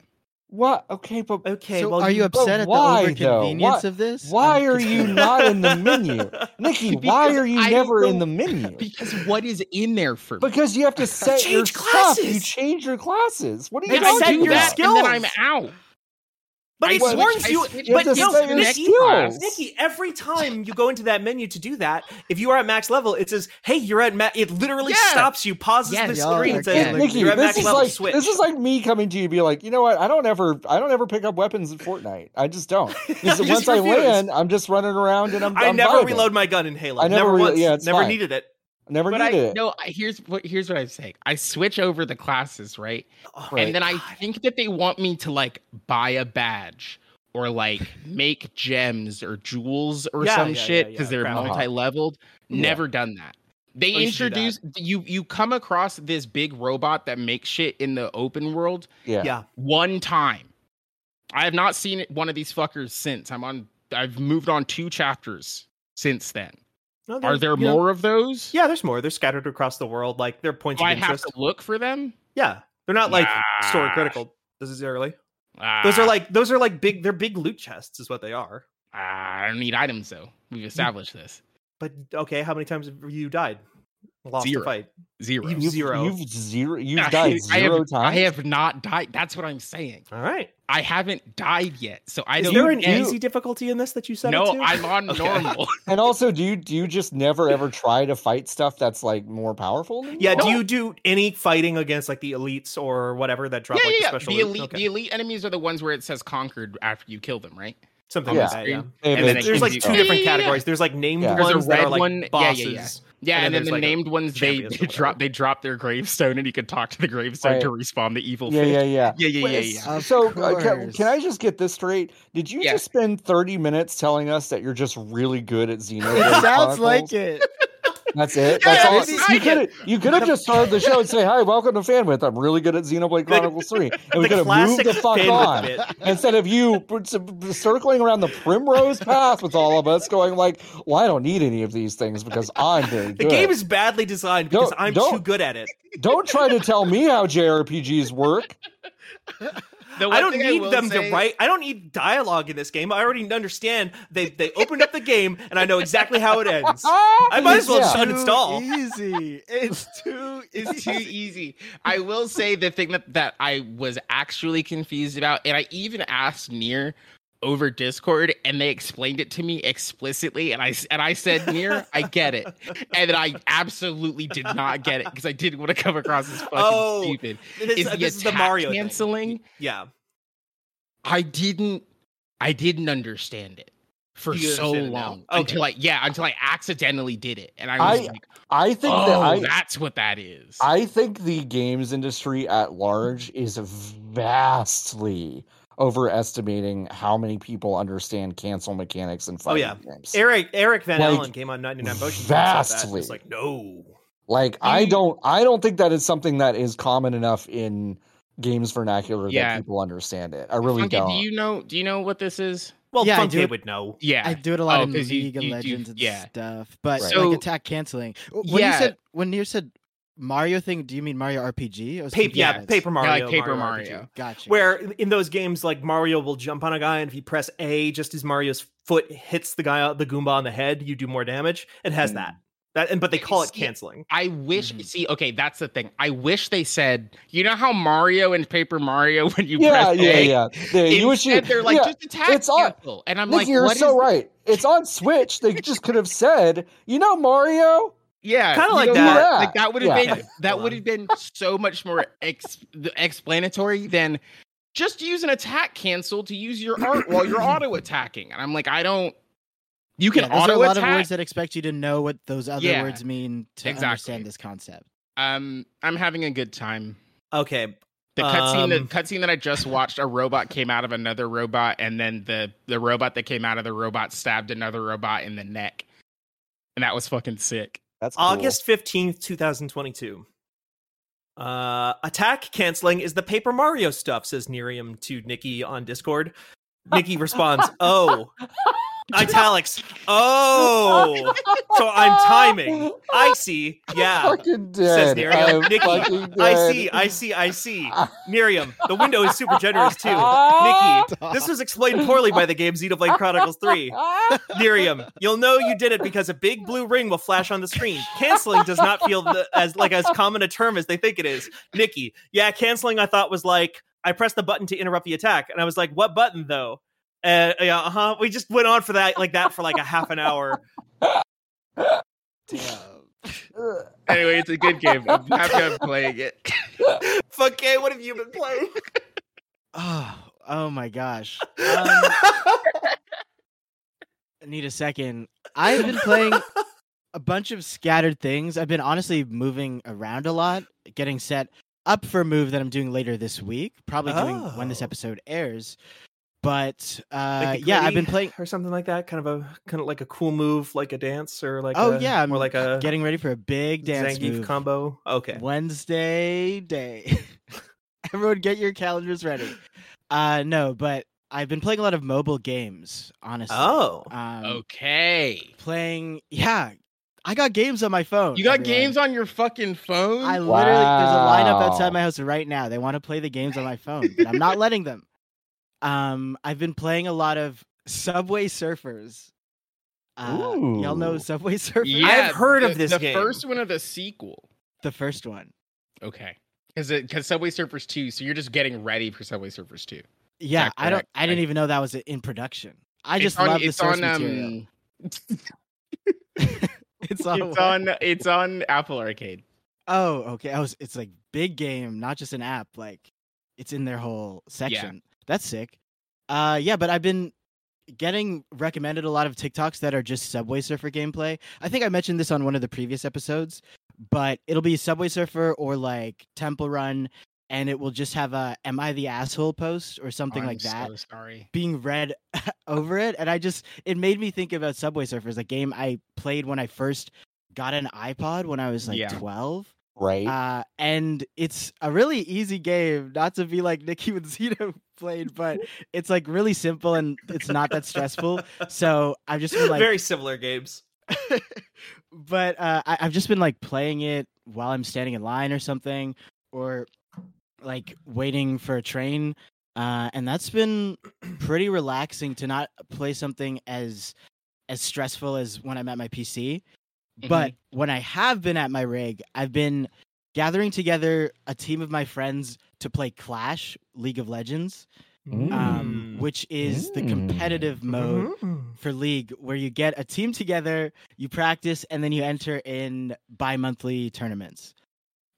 C: what? Okay, but
A: Okay,
D: so
A: well,
D: are you
C: but
D: upset at
C: why,
D: the
C: though?
D: overconvenience
C: Why-
D: of this?
C: why
D: I'm
C: are you
D: confused.
C: not in the menu? Nikki, why
B: Because
C: are you
B: I don't
C: never in
B: know-
C: the menu?
B: Because what is in there for me?
C: Because you have to set your
A: Change
C: stuff. You
A: classes.
C: change your classes. What are
B: Then
C: you
A: They
B: I
A: set
C: talking
B: do
A: your
C: about?
B: that, and then I'm
A: skills.
B: out.
A: but
B: I
A: it
B: switch-
A: warns
B: I
A: you.
B: switch
A: But
C: to
A: no,
C: set your
A: Nikki,
C: skills.
A: Nikki, every time you go into that menu to do that, if you are at max level, it says, "Hey, you're at max." It literally
B: Yeah.
A: stops you, pauses
D: Yeah,
A: the
D: y'all
A: screen,
D: are
A: and
D: getting
A: says,
D: like,
C: Nikki,
A: "You're at
C: this
A: max
C: is
A: level.
C: like
A: switch."
C: this is like me coming to you, be like, you know what? I don't ever, I don't ever pick up weapons in Fortnite. I just don't. Because
A: You
C: once
A: just
C: I
A: refuse.
C: land, I'm just running around and I'm.
A: I
C: I'm
A: never
C: vibing.
A: reload my gun in Halo.
C: I never
A: never
C: relo-
A: once.
C: yeah, it's
A: never
C: fine.
A: needed it.
C: Never
B: But I
C: needed it.
B: no. I- Here's what here's what I'm saying. I switch over the classes, right?
A: Oh,
C: Right.
B: and then I
A: God.
B: think that they want me to like buy a badge or like make gems or jewels or
A: Yeah,
B: some
A: yeah, yeah,
B: shit
A: yeah,
B: because they're
A: crap.
C: Uh-huh.
B: multi-leveled.
C: Yeah.
B: Never done that. They
A: Oh, you should do that.
B: introduce you you come across this big robot that makes shit in the open world
C: Yeah.
A: Yeah.
B: one time. I have not seen one of these fuckers since. I'm on I've moved on two chapters since then.
A: No,
B: Are
A: there's-
B: there
A: you know-
B: more of those?
A: Yeah, there's more. They're scattered across the world. Like they're points
B: Do
A: of
B: I have
A: interest.
B: to look for them?
A: Yeah, they're not like story
B: Nah.
A: critical necessarily. Those are
B: Ah.
A: like those are like big. They're big loot chests, is what they are.
B: Ah, I don't need items though. We've established this.
A: But okay, how many times have you died? Lost
B: Zero.
A: a fight.
B: 0
A: You-
C: You've,
A: Zero.
C: You've zero. You've
B: I-
C: died
B: I have,
C: zero
B: I
C: times.
B: have not died. That's what I'm saying.
A: All right.
B: I haven't died yet, so I
A: is
B: don't.
A: there an
B: get-
A: easy difficulty in this that you set? it
B: No,
A: to?
B: I'm on
A: Okay.
B: normal.
C: And also, do you do you just never ever try to fight stuff that's like more powerful? than
A: Yeah. Do
C: are?
A: you do any fighting against like the elites or whatever that drop
B: yeah,
A: like
B: yeah, yeah.
A: the special
B: The
A: loot?
B: elite,
A: Okay.
B: the elite enemies are the ones where it says conquered after you kill them, right?
A: Something
C: Yeah.
A: like that. Yeah.
C: They
B: and then
C: have a
B: it
A: There's
B: gives
A: like
B: you-
A: two
B: Yeah, yeah,
A: different
B: yeah, yeah.
A: categories. There's like named
C: There's
B: a
A: ones that
B: red
A: are like
B: one- yeah, yeah,
A: bosses.
B: yeah. Yeah, and,
A: And
B: then,
A: then
B: the
A: there's, like, a
B: named ones they,
A: champions or
B: they drop
A: whatever.
B: they drop their gravestone, and you can talk to the gravestone
C: Right.
B: to respawn the evil.
C: yeah,
B: fish.
C: yeah, yeah.
B: yeah, yeah, yeah,
C: Wait,
B: yeah.
D: Of
C: So uh, can,
D: course.
C: can I just get this straight? Did you
B: Yeah.
C: just spend 30 minutes telling us that you're just really good at Xenoblade?
D: It
C: Chronicles?
D: sounds like it.
C: That's it.
B: Yeah,
C: That's
B: yeah,
C: all.
B: maybe-
C: you could have you could have just started the show and say, "Hi, welcome to FanWith. I'm really good at Xenoblade Chronicles 3." And we could have moved the fuck
A: Finn
C: on
A: bit.
C: instead of you p- c- circling around the primrose path with all of us, going like, "Well, I don't need any of these things because I'm very
A: The
C: good."
A: game is badly designed because
C: Don't-
A: I'm too
C: don't-
A: good at it.
C: don't try to tell me how JRPGs work.
B: The one
A: I don't
B: thing
A: need
B: will
A: them
B: say-
A: to write. I don't need dialogue in this game. I already understand. They they opened up the game, and I know exactly how it ends. I might as well
C: Yeah.
A: shut
D: Too
A: install.
D: Easy. It's too
B: It's too easy. I will say the thing that, that I was actually confused about, and I even asked Near over Discord, and they explained it to me explicitly, and I s- and I said, Near, I get it, and then I absolutely did not get it because I didn't want to come across as fucking
A: Oh,
B: stupid.
A: This,
B: Is
A: uh,
B: the
A: this is the
B: attack
A: Mario thing.
B: canceling?
A: Yeah,
B: I didn't I didn't understand it for
A: You
B: so
A: understand it now?
B: long
A: Okay.
B: until I yeah until I accidentally did it, and I was
C: I
B: like,
C: I think that
B: oh,
C: I,
B: that's what that is.
C: I think the games industry at large is vastly overestimating how many people understand cancel mechanics
B: Oh,
C: in fighting
A: yeah.
C: games.
A: Eric Eric Van
C: Like,
A: Allen came on 99 Potions. and said that.
C: vastly.
A: It's like no.
C: like I
B: You-
C: don't I don't think that is something that is common enough in games vernacular
B: Yeah.
C: that people understand it. I really
B: Funky,
C: don't.
B: do you know? Do you know what this is?
A: Well,
D: Yeah, I
A: Funky
D: do-
A: would know.
B: Yeah,
D: I do it a lot
B: Oh,
D: in
B: 'cause you-
D: League of
B: you- you-
D: Legends and
B: yeah.
D: stuff, but
C: Right.
B: So-
D: like attack canceling. W- When
B: Yeah.
D: you said when you said Mario thing, do you mean Mario RPG? I was
A: Paper,
D: thinking
A: yeah,
D: that's-
A: Paper Mario.
B: like Paper
A: RPG.
B: Mario.
D: Gotcha.
A: Where in those games, like Mario will jump on a guy, and if you press A, just as Mario's foot hits the guy, the Goomba on the head, you do more damage. It has
C: Mm.
B: Hmm.
A: that. That, and but they call it
B: See,
A: canceling.
B: I wish.
C: Mm-hmm.
D: Mhm.
B: See, okay, that's the thing. I wish they said. You know how Mario and Paper Mario when you
C: yeah,
B: press
C: yeah,
B: A,
C: yeah, yeah. You wish you.
B: instead they're like
C: yeah.
B: just attack
C: it's on-
B: cancel, and I'm
C: Nikki,
B: like,
C: you're
B: what
C: so
B: is-
C: right. It's on Switch. They just could have said, you know, Mario.
B: Yeah,
A: Kinda
B: you
A: like
B: know,
A: that.
B: Mar-
C: Yeah,
B: Like that would have
C: yeah.
B: been that
A: Hold
B: would
A: on.
B: have been so much more ex- the explanatory than just use an attack cancel to use your art while you're auto attacking. And I'm like, I don't. You can
D: Yeah, those are a
B: auto
D: lot
B: attack.
D: of words that expect you to know what those other
B: Yeah,
D: words mean to
B: exactly.
D: understand this concept.
B: um, I'm having a good time.
A: Okay,
B: The cutscene, the
A: Um,
B: cutscene that I just watched, a robot came out of another robot, and then the the robot that came out of the robot stabbed another robot in the neck, and that was fucking sick.
C: That's
A: August 15th, 2022. Uh, attack canceling is the Paper Mario stuff, says Nerium to Nikki on Discord. Nikki responds, Oh, italics. Oh, so I'm timing. I see.
B: uh,
A: Yeah.
C: Fucking
A: Says
C: dead.
A: Nerium.
C: I'm
A: Nikki,
C: fucking
A: I
C: dead.
A: see. I see. I see. Nerium, the window is super generous too. Nikki, this was explained poorly by the game Xenoblade Chronicles 3.
C: Ah.
A: Nerium, you'll know you did it because a big blue ring will flash on the screen. Canceling does not feel the, as like as common a term as they think it is. Nikki, yeah, canceling I thought was like I pressed the button to interrupt the attack, and I was like, what button though? Uh, yeah, uh huh. We just went on for that like that for like a half an hour.
B: Anyway, it's a good game. I'm happy I'm playing it.
A: Fuck, Kay, what have you been playing?
D: Oh, oh my gosh.
A: Um,
D: I need a second. I've been playing a bunch of scattered things. I've been honestly moving around a lot, getting set up for a move that I'm doing later this week, probably doing when this
A: Oh.
D: episode airs. But uh,
A: Like a
D: yeah, I've
A: gritty
D: been playing.
A: or something like that. Kind of a kind of like a cool move, like a dance or like
D: oh
A: a,
D: yeah, I'm
A: more like a
D: getting ready for a big dance
A: Zangief
D: move.
A: combo. Okay,
D: Wednesday day. Everyone get your calendars ready. Uh no, but I've been playing a lot of mobile games, honestly.
A: Oh.
D: Um,
B: Okay.
D: playing yeah, I got games on my phone.
B: You got
D: everyone.
B: games on your fucking phone?
D: I literally there's a lineup
C: Wow.
D: outside my house right now. They want to play the games on my phone, but I'm not letting them. Um I've been playing a lot of Subway Surfers. Uh, y'all know
C: Ooh.
D: Subway Surfers?
A: I've heard of
B: the-
A: this
B: The
A: game.
B: first one of the sequel.
D: The first one.
B: Okay. Because because Subway Surfers 2, so you're just getting ready for Subway Surfers 2.
D: Yeah,
B: that
D: I don't
B: correct?
D: I didn't
B: I-
D: even know that was in production. I
B: It's
D: just
B: on-
D: love the
B: it's on,
D: source material.
B: um,
D: It's on.
B: it's
D: what?
B: on it's on Apple Arcade.
D: Oh, okay. I was. It's like big game, not just an app. Like it's in their whole section. That's sick. Uh, yeah, but I've been getting recommended a lot of TikToks that are just Subway Surfer gameplay. I think I mentioned this on one of the previous episodes, but it'll be Subway Surfer or like Temple Run, and it will just have a "Am I the asshole?" post or something
B: I'm
D: like that
B: So sorry.
D: being read over it and i just it made me think about subway surfers a game i played when i first got an iPod when I was like
B: Yeah.
D: 12.
C: right?
D: Uh, and it's a really easy game, not to be like Nicky Zito played, but it's like really simple and it's not that stressful. So I've just been like,
A: Very similar games.
D: but uh, I, I've just been like playing it while I'm standing in line or something, or like waiting for a train. Uh, and that's been pretty relaxing to not play something as as stressful as when I'm at my PC. But
B: Mm-hmm.
D: when I have been at my rig, I've been gathering together a team of my friends to play Clash League of Legends,
B: Hmm.
D: um, which is the
C: Mm.
D: competitive
B: Mm-hmm.
D: mode for league where you get a team together, you practice, and then you enter in bi-monthly tournaments.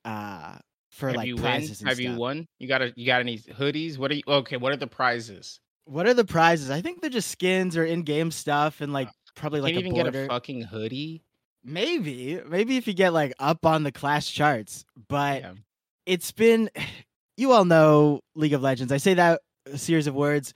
D: Uh for
B: have
D: like
B: you won?
D: prizes. and
B: Have you
D: stuff.
B: won? You got a, you got any hoodies? What are you? Okay, what are the prizes?
D: What are the prizes? I think they're just skins or in-game stuff, and like probably like
B: Uh, Can't
D: a
B: even
D: border.
B: get a fucking hoodie.
D: maybe, maybe if you get like up on the Clash charts, but
B: Yeah.
D: it's been. You all know League of Legends. I say that a series of words.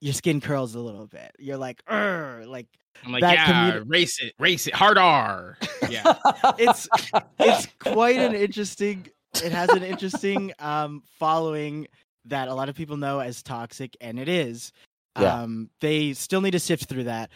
D: Your skin curls a little bit. You're like, "Urgh," like
B: I'm like,
D: that
B: yeah,
D: communi-
B: race it, race it, hard R. Yeah.
D: it's it's quite an interesting it has an interesting um following that a lot of people know as toxic and it is
C: Yeah.
D: um they still need to sift through that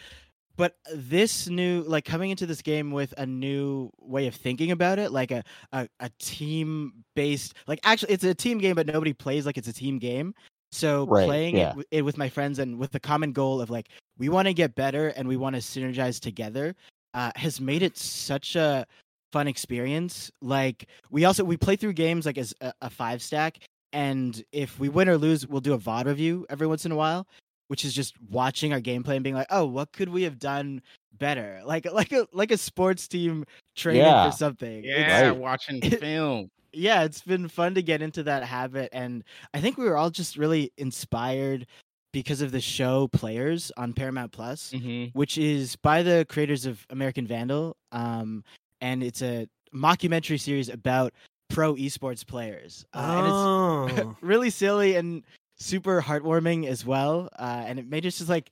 D: but this new like coming into this game with a new way of thinking about it like a a, a team based like actually it's a team game but nobody plays like it's a team game so
C: Right,
D: playing
C: yeah.
D: it, w- it with my friends and with the common goal of like we want to get better and we want to synergize together uh, has made it such a fun experience. Like we also we play through games like as a, a five stack, and if we win or lose, we'll do a VOD review every once in a while, which is just watching our gameplay and being like, oh, what could we have done better? Like like a like a sports team training
C: Yeah.
D: for something. It's-
B: Yeah,
C: Right.
B: watching film.
D: yeah, it's been fun to get into that habit. And I think we were all just really inspired because of the show Players on Paramount Plus
B: Mhm.
D: which is by the creators of American Vandal, um, and it's a mockumentary series about pro esports players, uh, and
A: oh.
D: it's really silly and super heartwarming as well. Uh, and it made us just like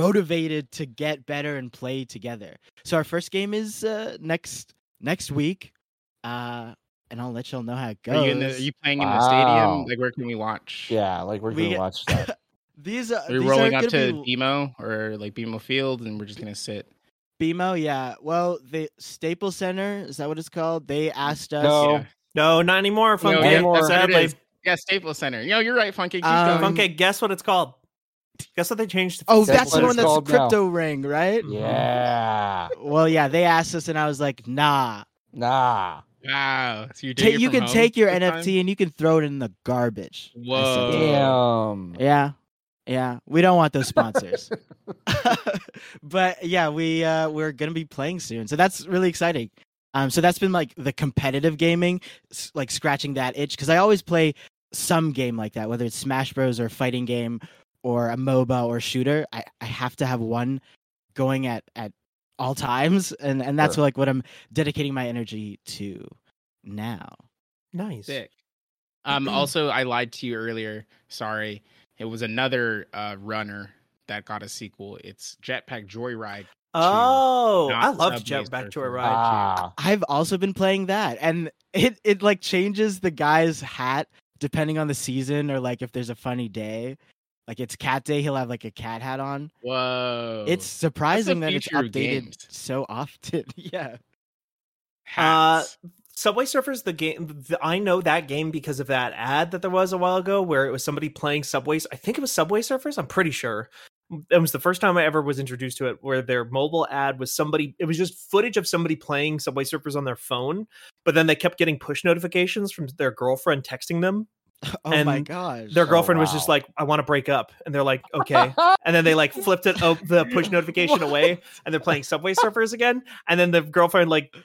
D: motivated to get better and play together. So our first game is uh, next next week, uh, and I'll let y'all know how it goes.
B: Are you in the? Are you playing in the
C: Wow.
B: stadium? Like, where can we watch?
C: yeah, like we're
D: we
C: gonna
D: get-
C: watch that.
D: These are
B: Are we
D: Uh, these
B: rolling
D: aren't
B: up
D: gonna
B: to
D: be-
B: BMO or like BMO Field, and we're just gonna sit.
D: BMO, yeah. Well, the Staples Center is that what it's called? They asked us.
C: No.
B: Yeah.
A: No, not anymore. Funky.
C: yeah,
A: That's
C: anymore.
A: what it
B: Sadly.
A: is.
B: Yeah, Staples Center. No, you're right, Funky. Keep
D: Um,
B: going.
A: Funky, guess what it's called? Guess what they changed?
D: Oh,
C: That's
D: that's
C: what
D: the one
C: it's
D: that's the
C: called now. Mm.
D: crypto ring, right?
A: Mhm.
C: yeah,
D: Well, yeah, they asked us, and I was like, "Nah,
C: nah,
B: Wow. So you
D: Ta- you can take your NFT and you can throw it in the garbage." I said,
B: Whoa.
C: damn.
D: Yeah, yeah, we don't want those sponsors. but yeah, we uh, we're gonna be playing soon, so that's really exciting. Um, so that's been like the competitive gaming, s- like scratching that itch, because I always play some game like that, whether it's Smash Bros or a fighting game or a MOBA or shooter. I, I have to have one going at at all times, and and that's
C: Sure.
D: like what I'm dedicating my energy to now.
A: nice.
B: Sick. Um, also, I lied to you earlier. Sorry. It was another uh, runner that got a sequel. It's Jetpack Joyride.
A: Oh,
B: not
A: I loved
B: Subway
A: Jetpack
B: Surfer.
A: Joyride.
C: Ah,
D: I've also been playing that, and it it like changes the guy's hat depending on the season or like if there's a funny day. Like it's cat day, he'll have like a cat hat on.
B: Whoa.
C: uh,
D: It's surprising that it's
B: future of
D: updated
B: games.
D: so often. yeah.
A: Uh,
B: Hats.
A: Subway Surfers, the game. The, I know that game because of that ad that there was a while ago where it was somebody playing Subways. I think it was Subway Surfers. I'm pretty sure. It was the first time I ever was introduced to it, where their mobile ad was somebody. It was just footage of somebody playing Subway Surfers on their phone, but then they kept getting push notifications from their girlfriend texting them.
D: Oh my
A: And
D: gosh.
A: Their
C: Oh,
A: girlfriend was just
C: wow.
A: like, "I want to break up," and they're like, "Okay." and then they like flipped it op- the push notification away and they're playing subway surfers again and then the girlfriend like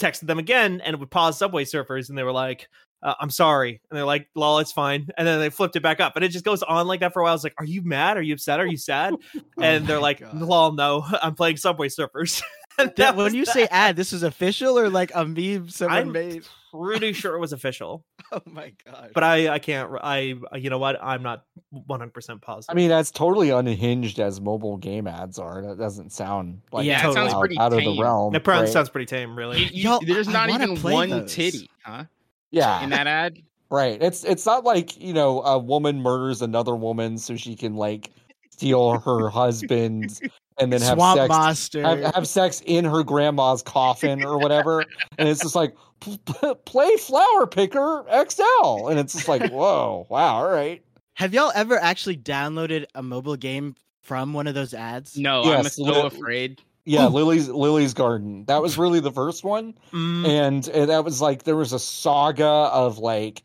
A: texted them again and would pause subway surfers and they were like uh, i'm sorry and they're like lol it's fine and then they flipped it back up and it just goes on like that for a while it's like are you mad are you upset are you sad
D: Oh
A: and they're
D: my
A: like
D: God.
A: lol no i'm playing subway surfers was
D: that, when you
A: that.
D: say ad, this is official or like a meme someone
A: I'm
D: made?
A: pretty sure it was official,
D: Oh my god!
A: but I I can't re- I you know what I'm not 100 percent positive.
C: I mean, that's totally unhinged as mobile game ads are. That doesn't sound like
D: Yeah, it
C: totally
A: sounds
C: out,
B: pretty
C: out of the
B: tame.
C: realm.
A: it probably
C: right?
A: sounds pretty tame,
B: You-
A: really.
B: you-
D: Y'all,
B: there's
D: I
B: not
D: wanna
B: even
D: play
B: one
D: those.
B: titty, huh?
C: yeah,
B: In that ad,
C: right. It's it's not like you know a woman murders another woman so she can like steal her husband and then have
D: Swamp
C: sex.
D: Monster.
C: Have, have sex in her grandma's coffin or whatever, and it's just like "P- p- play flower picker XL, and it's just like whoa, wow, all right.
D: Have y'all ever actually downloaded a mobile game from one of those ads?
B: no,
C: Yes,
B: I'm so
C: well-
B: afraid.
C: Yeah, Lily's Lily's Garden. That was really the first one,
A: Mm,
C: and, and that was like there was a saga of like,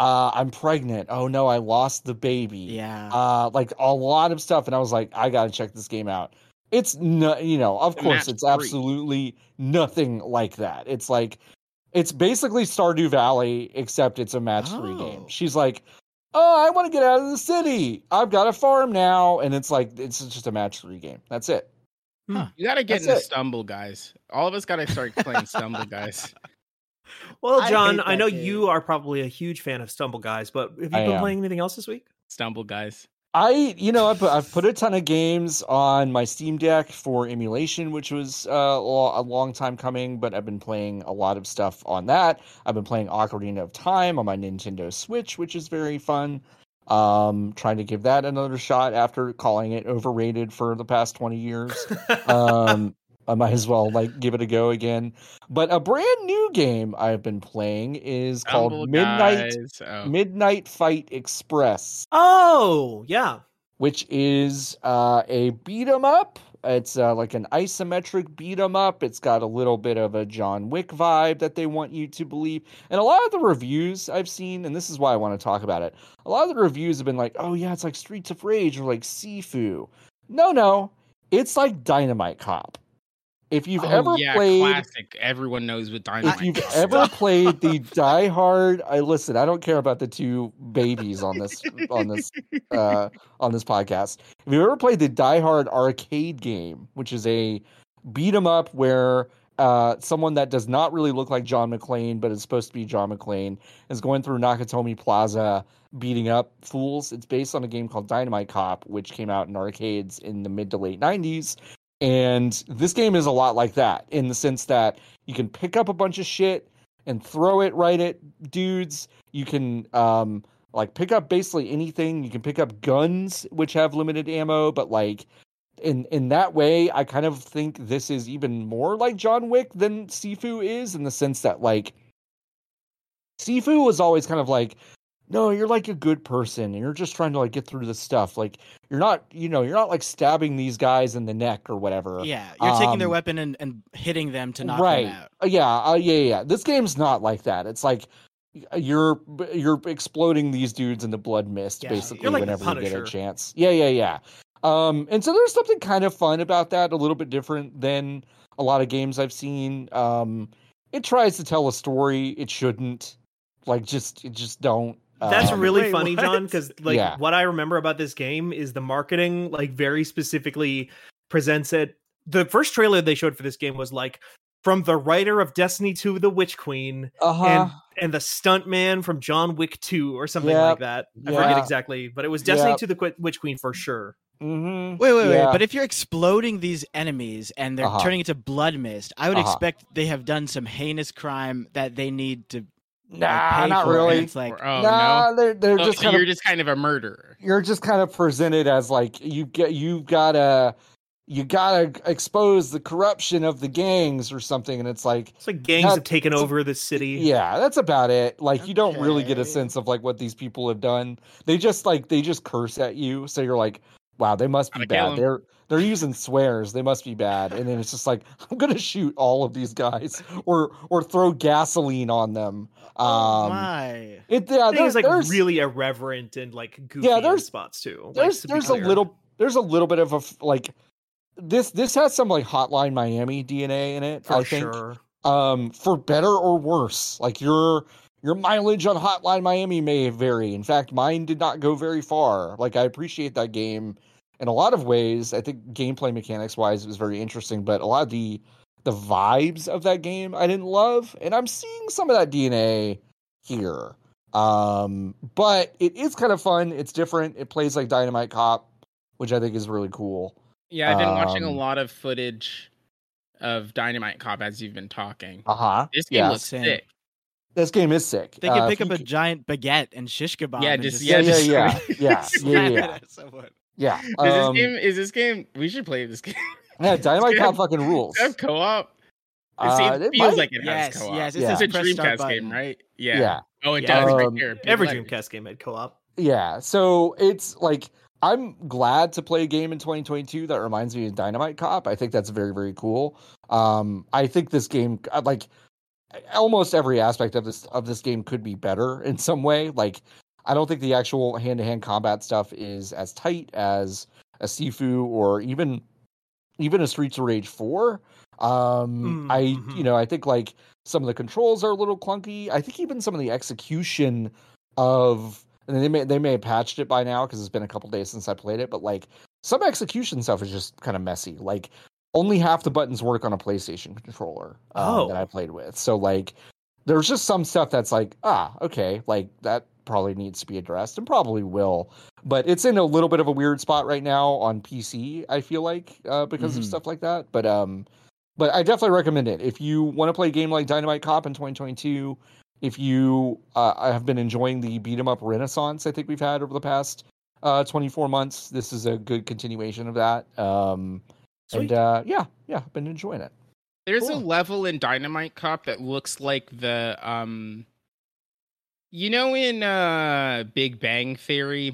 C: uh, I'm pregnant. Oh no, I lost the baby.
D: Yeah.
C: Uh, like a lot of stuff, and I was like, I gotta check this game out. It's no, you know, of
B: The
C: course,
B: map's
C: it's
B: free.
C: absolutely nothing like that. It's like, it's basically Stardew Valley, except it's a match three
D: Oh.
C: game. She's like, oh, I want to get out of the city. I've got a farm now, and it's like it's just a match three game. That's it.
B: You gotta get
C: That's
B: into
C: it.
B: Stumble Guys. All of us gotta start playing Stumble Guys.
A: well,
D: I
A: John,
D: hate
A: I,
D: that
A: know
D: game.
A: you are probably a huge fan of Stumble Guys, but have you
C: I
A: been
C: am.
A: playing anything else this week?
B: Stumble Guys.
C: I, you know, I put, I've put a ton of games on my Steam Deck for emulation, which was uh, lo- a long time coming, but I've been playing a lot of stuff on that. I've been playing Ocarina of Time on my Nintendo Switch, which is very fun. Um, trying to give that another shot after calling it overrated for the past 20 years. um, I might as well like give it a go again. But a brand new game I've been playing is called
B: Stumble
C: Midnight
B: Guys. Oh.
C: Midnight Fight Express
A: oh yeah,
C: which is uh, a beat 'em up. It's uh, like an isometric beat 'em up. It's got a little bit of a John Wick vibe that they want you to believe. And a lot of the reviews I've seen, and this is why I want to talk about it. A lot of the reviews have been like, "Oh yeah, it's like Streets of Rage or like Sifu." No, no, it's like Dynamite Cop. If you've
B: Oh,
C: ever
B: yeah,
C: played
B: classic. Everyone knows what dynamite.
C: if you've
B: Cop is.
C: ever played the Die Hard, I listen. I don't care about the two babies on this on this uh, on this podcast. If you've ever played the Die Hard arcade game, which is a beat 'em up where uh, someone that does not really look like John McClane but is supposed to be John McClane is going through Nakatomi Plaza beating up fools. It's based on a game called Dynamite Cop, which came out in arcades in the mid to late '90s. And this game is a lot like that in the sense that you can pick up a bunch of shit and throw it right at dudes. You can um like pick up basically anything. You can pick up guns which have limited ammo, but like in in that way, I kind of think this is even more like John Wick than Sifu is in the sense that like Sifu was always kind of like no, you're like a good person and you're just trying to like get through this stuff. Like you're not, you know, you're not like stabbing these guys in the neck or whatever.
D: yeah, you're taking their
C: Uh, um,
D: weapon and, and hitting them to knock
C: right.
D: them out.
C: Uh, Yeah, uh, yeah, yeah. This game's not like that. It's like y- uh, you're you're exploding these dudes in the blood mist
D: Yeah,
C: basically
A: you're like the
C: whenever you get a
A: Punisher.
C: chance. Yeah, yeah, yeah. Um, and so there's something kind of fun about that, a little bit different than a lot of games I've seen. Um, it tries to tell a story. It shouldn't. Like just it just don't.
A: That's
C: um,
A: really
D: Wait,
A: funny,
D: what?
A: John, because like
C: Yeah.
A: what I remember about this game is the marketing, like very specifically presents it. The first trailer they showed for this game was like from the writer of Destiny 2 The Witch Queen
C: uh-huh.
A: and and the stuntman from John Wick 2 or something like
C: Yep.
A: that. I forget
C: Yeah.
A: exactly, but it was Destiny
C: Yep.
A: 2 The Qu- Witch Queen for sure.
C: Mhm.
D: Wait, wait,
C: Yeah.
D: wait! But if you're exploding these enemies and they're
C: Uh-huh.
D: turning into blood mist, I would
C: Uh-huh.
D: expect they have done some heinous crime that they need to. like,
C: Nah,
D: pay
C: not
D: for it. And
C: really. Um,
D: It's like
B: Or- oh
C: nah,
B: no.
C: they're they're
B: Oh,
C: just
B: so
C: kind
B: you're
C: of
B: just kind of a murderer.
C: you're just kind of presented as like you get you gotta you gotta expose the corruption of the gangs or something and it's like
A: It's like gangs
C: Now-
A: have taken over the city.
C: yeah that's about it like you don't really get a
D: Okay.
C: sense of like what these people have done they just like they just curse at you so you're like wow they must be
B: Gotta kill 'em.
C: bad they're they're using swears they must be bad and then it's just like i'm gonna shoot all of these guys or or throw gasoline on them
D: oh
C: um
D: my!
C: it yeah,
A: I think
C: there-
A: it's like
C: there's-
A: really irreverent and like goofy in
C: there's-
A: spots too. Like,
C: there's
A: to be
C: there's a
A: clear.
C: little there's a little bit of a f- like this this has some like hotline miami dna in it
A: for
C: i think
A: sure.
C: um for better or worse like your your mileage on hotline miami may vary in fact mine did not go very far like i appreciate that game in a lot of ways i think gameplay mechanics wise it was very interesting but a lot of the the vibes of that game I didn't love, and I'm seeing some of that DNA here. Um, but it is kind of fun. It's different. It plays like Dynamite Cop, which I think is really cool.
B: Yeah, I've been watching a
C: Um,
B: lot of footage of Dynamite Cop as you've been talking.
C: Uh huh.
B: This game
C: Yeah,
B: looks
D: Same.
B: sick.
C: this game is sick.
D: They could
C: Uh,
D: pick
C: if
D: up
C: you
D: a
C: c-
D: giant baguette and shish kebab.
B: Yeah,
D: and
B: just-
C: yeah, yeah,
B: just-
C: yeah, yeah, yeah,
D: slap it
C: yeah,
D: at someone.
C: yeah.
B: Is
C: Um,
B: this game? Is this game? We should play this game.
C: yeah, Dynamite
B: this
C: Cop
B: game-
C: fucking rules.
B: Does it have co-op. It,
C: Uh,
B: seems-
C: it
B: feels
C: might-
B: like it
D: Yes,
B: has co-op.
D: yes,
C: it Yeah. says
B: It's a
D: press start
B: Dreamcast
D: button.
B: game, right? Yeah.
C: yeah.
B: Oh, it
D: Yeah.
B: does right
C: Um,
B: here. Big
A: Every
B: letters.
A: Dreamcast game had co-op.
C: Yeah. So it's like I'm glad to play a game in 2022 that reminds me of Dynamite Cop. I think that's very very cool. Um I think this game uh, like almost every aspect of this of this game could be better in some way. Like I don't think the actual hand-to-hand combat stuff is as tight as a Sifu or even even a Streets of Rage 4. Um I
A: Mhm.
C: you know, I think like some of the controls are a little clunky. I think even some of the execution of and they may they may have patched it by now because it's been a couple days since I played it, but like some execution stuff is just kind of messy. Like only half the buttons work on a PlayStation controller um,
A: Oh.
C: that I played with. So like there's just some stuff that's like ah okay like that probably needs to be addressed and probably will but it's in a little bit of a weird spot right now on pc i feel like uh, because of
B: Mm-hmm.
D: Mhm.
C: stuff like that but um but i definitely recommend it if you want to play a game like dynamite cop in 2022 if you uh, have been enjoying the beat 'em up renaissance i think we've had over the past uh, 24 months this is a good continuation of that um, and
A: Sweet.
C: uh, yeah yeah been enjoying it
B: There's a
C: Cool.
B: level in Dynamite Cop that looks like the um you know in uh Big Bang Theory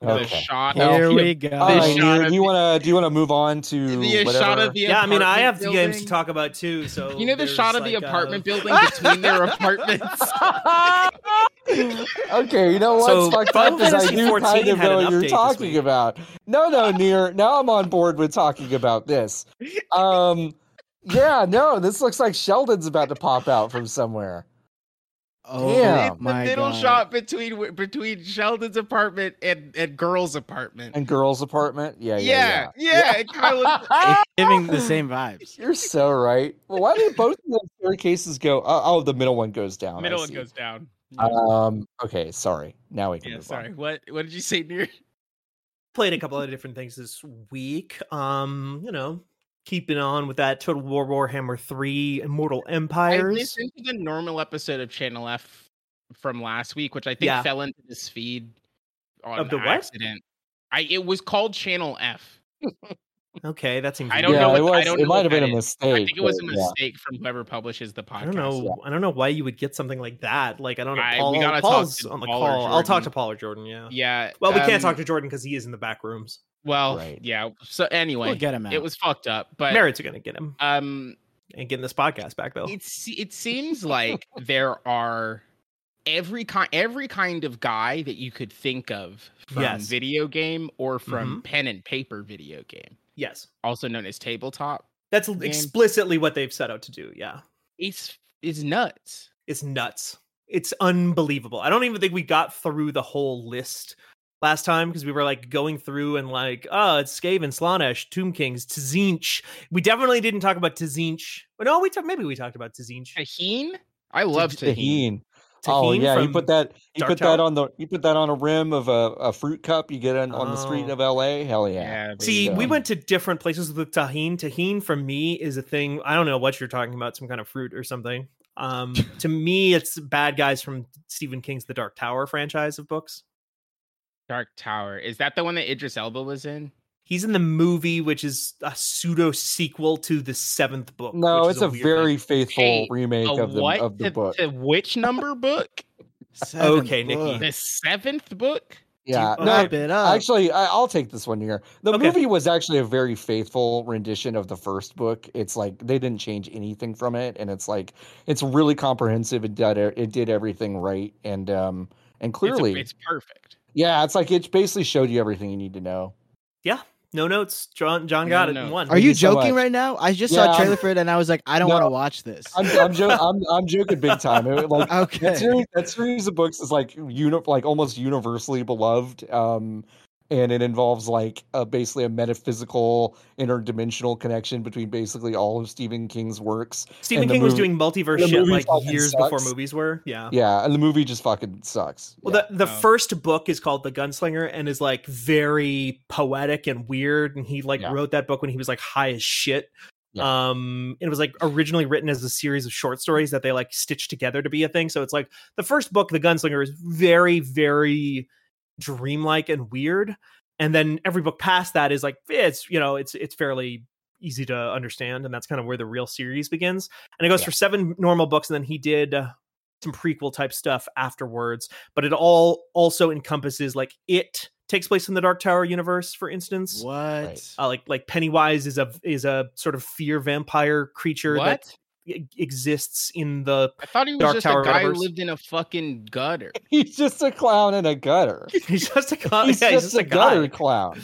B: the
C: Okay.
B: shot
C: No.
D: Here
B: of
D: we
C: All
D: go.
B: This shot
C: right, Neil,
B: of
C: do you
B: the-
C: want to do you want to move on to
B: the
C: whatever?
B: shot of the
A: Yeah, I mean, I
B: apartment
A: have games to
B: building.
A: talk about too. So
B: You know the
A: there's
B: shot of the
A: like, uh,
B: apartment building between their apartments.
C: okay, you know what's
A: So,
C: fucked
A: Final
C: up is I
A: Fantasy
C: do
A: 14
C: kind of
A: had an
C: know what
A: update
C: you're
A: this
C: talking
A: week.
C: about. No, no, near now I'm on board with talking about this. Um, yeah, no, this looks like Sheldon's about to pop out from somewhere.
D: Oh
C: Yeah.
B: the
D: my
B: middle
D: God.
B: shot between between Sheldon's apartment and and girl's apartment.
C: And girls' apartment, yeah, yeah,
B: yeah, yeah, it kinda looks-
D: It's giving the same vibes.
C: You're so right. Well, why did both of those staircases go? Oh, oh, the middle one goes down. I
B: middle one
C: see.
B: goes down. Yeah,
C: Um. Okay. Sorry. Now we can.
B: yeah
C: move
B: sorry.
C: On.
B: What what did you say near?
A: played a couple of different things this week. Um, you know, keeping on with that Total War Warhammer 3 Immortal
B: I
A: Empires.
B: listened to the normal episode of Channel F from last week, which I think
A: Yeah.
B: fell into this feed on
A: Of the what?
B: accident. I it was called Channel F.
A: Okay, that seems
B: I don't
C: yeah,
B: know
A: weird.
C: it
B: what- I
C: was.
B: don't
C: it
B: know what
C: might have been
B: that
C: a
B: is.
C: mistake.
B: I think it was a
C: but yeah.
B: mistake from whoever publishes the podcast.
A: I don't know. I don't know why you would get something like that. Like I don't know.
B: I- we
A: Paul,
B: gotta talk
A: Paul's
B: to
A: on the
B: Paul or
A: call. I'll talk
B: Jordan.
A: to Paul or Jordan. Yeah.
B: Yeah.
A: Well, we can't
B: um,
A: talk to Jordan because he is in the back rooms.
B: Well,
C: Right.
B: yeah. So anyway,
D: We'll get him out.
B: it was fucked up, but
A: Merritt's going to get him
B: um,
A: and getting this podcast back
C: Oh.
A: though.
B: It's it seems like there are every kind every kind of guy that you could think of from
A: Yes.
B: video game or from
C: Mm-hmm.
B: pen and paper video game,
A: Yes,
B: also known as tabletop.
A: that's explicitly what they've set out to do. Yeah,
B: It's is nuts.
A: it's nuts. It's unbelievable. I don't even think we got through the whole list last time because we were like going through and like, oh, it's Skaven, Slanesh, Tomb Kings, Tzinch. We definitely didn't talk about Tzinch. But no, we talk- maybe we talked about Tzinch.
B: Tahine? I love Tahine.
C: Tahine. Oh
A: Tahin
C: yeah, you
A: from-
C: put that. You
A: Dark
C: put
A: Tower?
C: that on the. You put that on a rim of a, a fruit cup. You get on, on the street
A: Oh.
C: of L.A. Hell yeah.
B: Yeah.
A: See,
C: Yeah.
A: we went to different places with tahine. Tahine for me is a thing. I don't know what you're talking about, some kind of fruit or something. Um, to me, it's bad guys from Stephen King's The Dark Tower franchise of books.
B: Dark Tower. Is that the one that Idris Elba was in?
A: He's in the movie, which is a pseudo sequel to the seventh book.
C: No,
A: which is
C: it's a,
A: weird
C: very
A: thing.
C: faithful
B: Hey,
C: remake
B: A
C: of the
B: what?
C: of the
B: The-
C: book.
B: the which number book?
D: Seven
A: Okay, Nikki.
D: books.
B: the seventh book?
C: yeah.
A: deep-
C: No,
D: Wrap it up.
C: actually, I, I'll take this one here. The
A: Okay.
C: movie was actually a very faithful rendition of the first book. It's like they didn't change anything from it, and it's like it's really comprehensive. It did it did everything right, and um and
B: It's a-
C: clearly,
B: it's perfect.
C: yeah, it's like it basically showed you everything you need to know.
A: No notes. John John
B: No
A: got it
B: notes.
A: in one.
D: Are you
C: so
D: joking
C: much.
D: right now? I just
C: Yeah,
D: saw a
C: I'm-
D: trailer for it and I was like, I don't
C: No.
D: want to watch this.
C: I'm I'm, jo- I'm I'm joking big time. It, like that
D: okay.
C: series, that series of books is like uni- like almost universally beloved. Um, and it involves like a, basically a metaphysical interdimensional connection between basically all of Stephen King's works.
A: Stephen
C: And the
A: King was
C: movie-
A: doing multiverse
C: the
A: shit
C: movie
A: like
C: fucking
A: years
C: sucks.
A: before movies were. Yeah.
C: Yeah, and the movie just fucking sucks.
A: Well,
C: Yeah. um,
A: the, the
B: Oh.
A: first book is called The Gunslinger and is like very poetic and weird. And he like
C: Yeah.
A: wrote that book when he was like high as shit. Um, it was like originally written as a series of short stories that they like stitched together to be a thing. So it's like the first book, The Gunslinger, is very, very dreamlike and weird. And then every book past that is like eh, it's you know it's it's fairly easy to understand, and that's kind of where the real series begins. And it goes
C: Yeah.
A: for seven normal books, and then he did uh, some prequel type stuff afterwards. But it all also encompasses like it takes place in the Dark Tower universe, for instance
D: What?
A: uh, like like Pennywise is a is a sort of fear vampire creature that
B: What?
A: e- exists in the
B: I thought he was
A: Dark
B: just
A: Tower
B: a guy who
A: Universe.
B: lived in a fucking gutter.
C: he's just a clown in a gutter.
A: he's just a guy.
C: he's,
A: Oh, yeah,
C: just a, gutter
A: guy.
C: clown.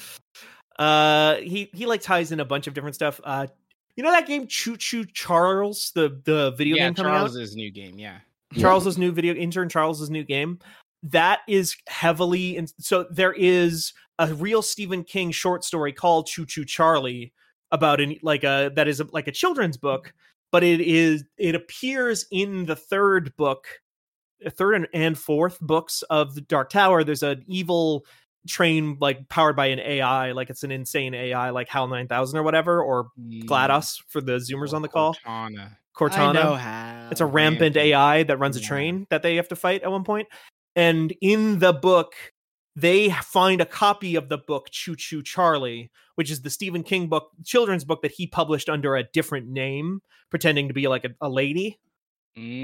A: Uh, he he like ties in a bunch of different stuff. Uh, you know that game Choo Choo Charles, the the video
B: yeah,
A: game coming out.
B: Charles's new game. Yeah.
A: Charles's new video intern Charles's new game that is heavily and so there is a real Stephen King short story called Choo Choo Charlie about an like a that is a, like a children's book but it is it appears in the third book uh, third and, and fourth books of the Dark Tower there's an evil train like powered by an AI like it's an insane AI like HAL 9000 or whatever or GLaDOS for the zoomers
B: Mm, Or
A: on the call
B: Cortana.
A: Cortana
D: I know how.
A: it's a rampant AI that runs a
B: Oh, Yeah.
A: train that they have to fight at one point. And in the book, they find a copy of the book Choo Choo Charlie, which is the Stephen King book, children's book that he published under a different name, pretending to be like a, a lady.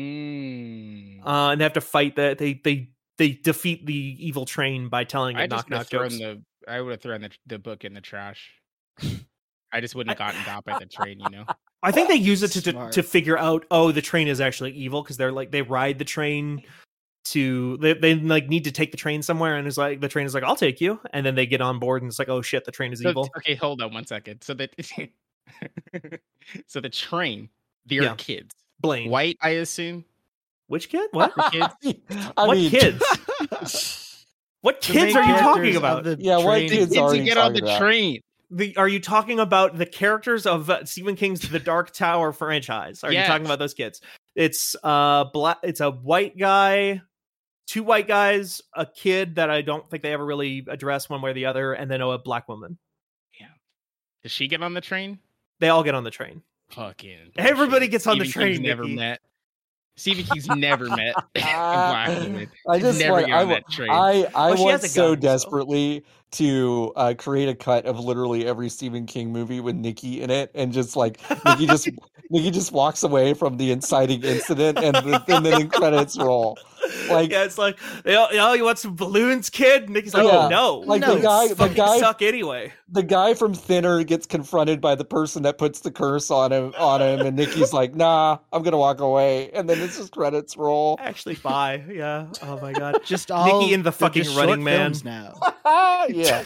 B: Mm.
A: Uh, and they have to fight the they they they defeat the evil train by telling
B: I
A: it
B: just
A: knock
B: knock
A: knock
B: thrown
A: jokes.
B: the. I would have thrown the, the book in the trash. I just wouldn't have gotten got by the train, you know.
A: I think they use it to, to
D: Smart.
A: to figure out oh the train is actually evil because they're like they ride the train to they, they like need to take the train somewhere and it's like the train is like I'll take you and then they get on board and it's like oh shit the train is
B: So-
A: evil
B: okay, hold on one second. So the so the train, they're
A: Yeah.
B: kids,
A: Blaine
B: white, I assume.
A: which kid what
B: For kids?
C: I
A: what
C: mean,
A: kids what
D: The
A: kids
D: main
A: are you talking
D: characters of
A: about
D: the
C: Yeah, what
D: train-
C: kids
B: Kids
C: are
B: who
C: you
B: get on the
C: talking about?
B: train.
A: the are you talking about the characters of uh, Stephen King's The Dark Tower franchise? Are you talking
B: Yes.
A: about those kids? It's uh black it's a white guy, two white guys, a kid that I don't think they ever really address one way or the other and then a black woman.
B: Does she get on the train?
A: They all get on the train.
B: Fucking
A: Everybody
B: bullshit.
A: gets on the
B: Stephen King's
A: train,
B: Never
A: Nikki.
B: met. Stephen King's never met a black woman.
C: I just
B: never
C: want,
B: get
C: I,
B: on
C: wa-
B: that train.
C: I, I
A: Well, she
C: want
A: has a
C: so
A: gun, so-
C: desperately to uh, create a cut of literally every Stephen King movie with Nikki in it, and just like Nikki just Nikki just walks away from the inciting incident, and, the, and then the credits roll. Like-
A: yeah, it's like oh, oh you want some balloons, kid? And Nikki's like,
C: Yeah.
A: oh no,
C: Like,
A: no,
C: the
A: balloons
C: guy- the
A: fucking
C: guy-
A: suck anyway.
C: The guy from Thinner gets confronted by the person that puts the curse on him on him, and Nikki's like, "Nah, I'm gonna walk away," and then it's just credits roll.
A: Actually, bye. Yeah. Oh my god.
D: Just all
A: and the
D: they're
A: fucking
D: just
A: Running
D: short
A: Man.
D: films now.
C: yeah,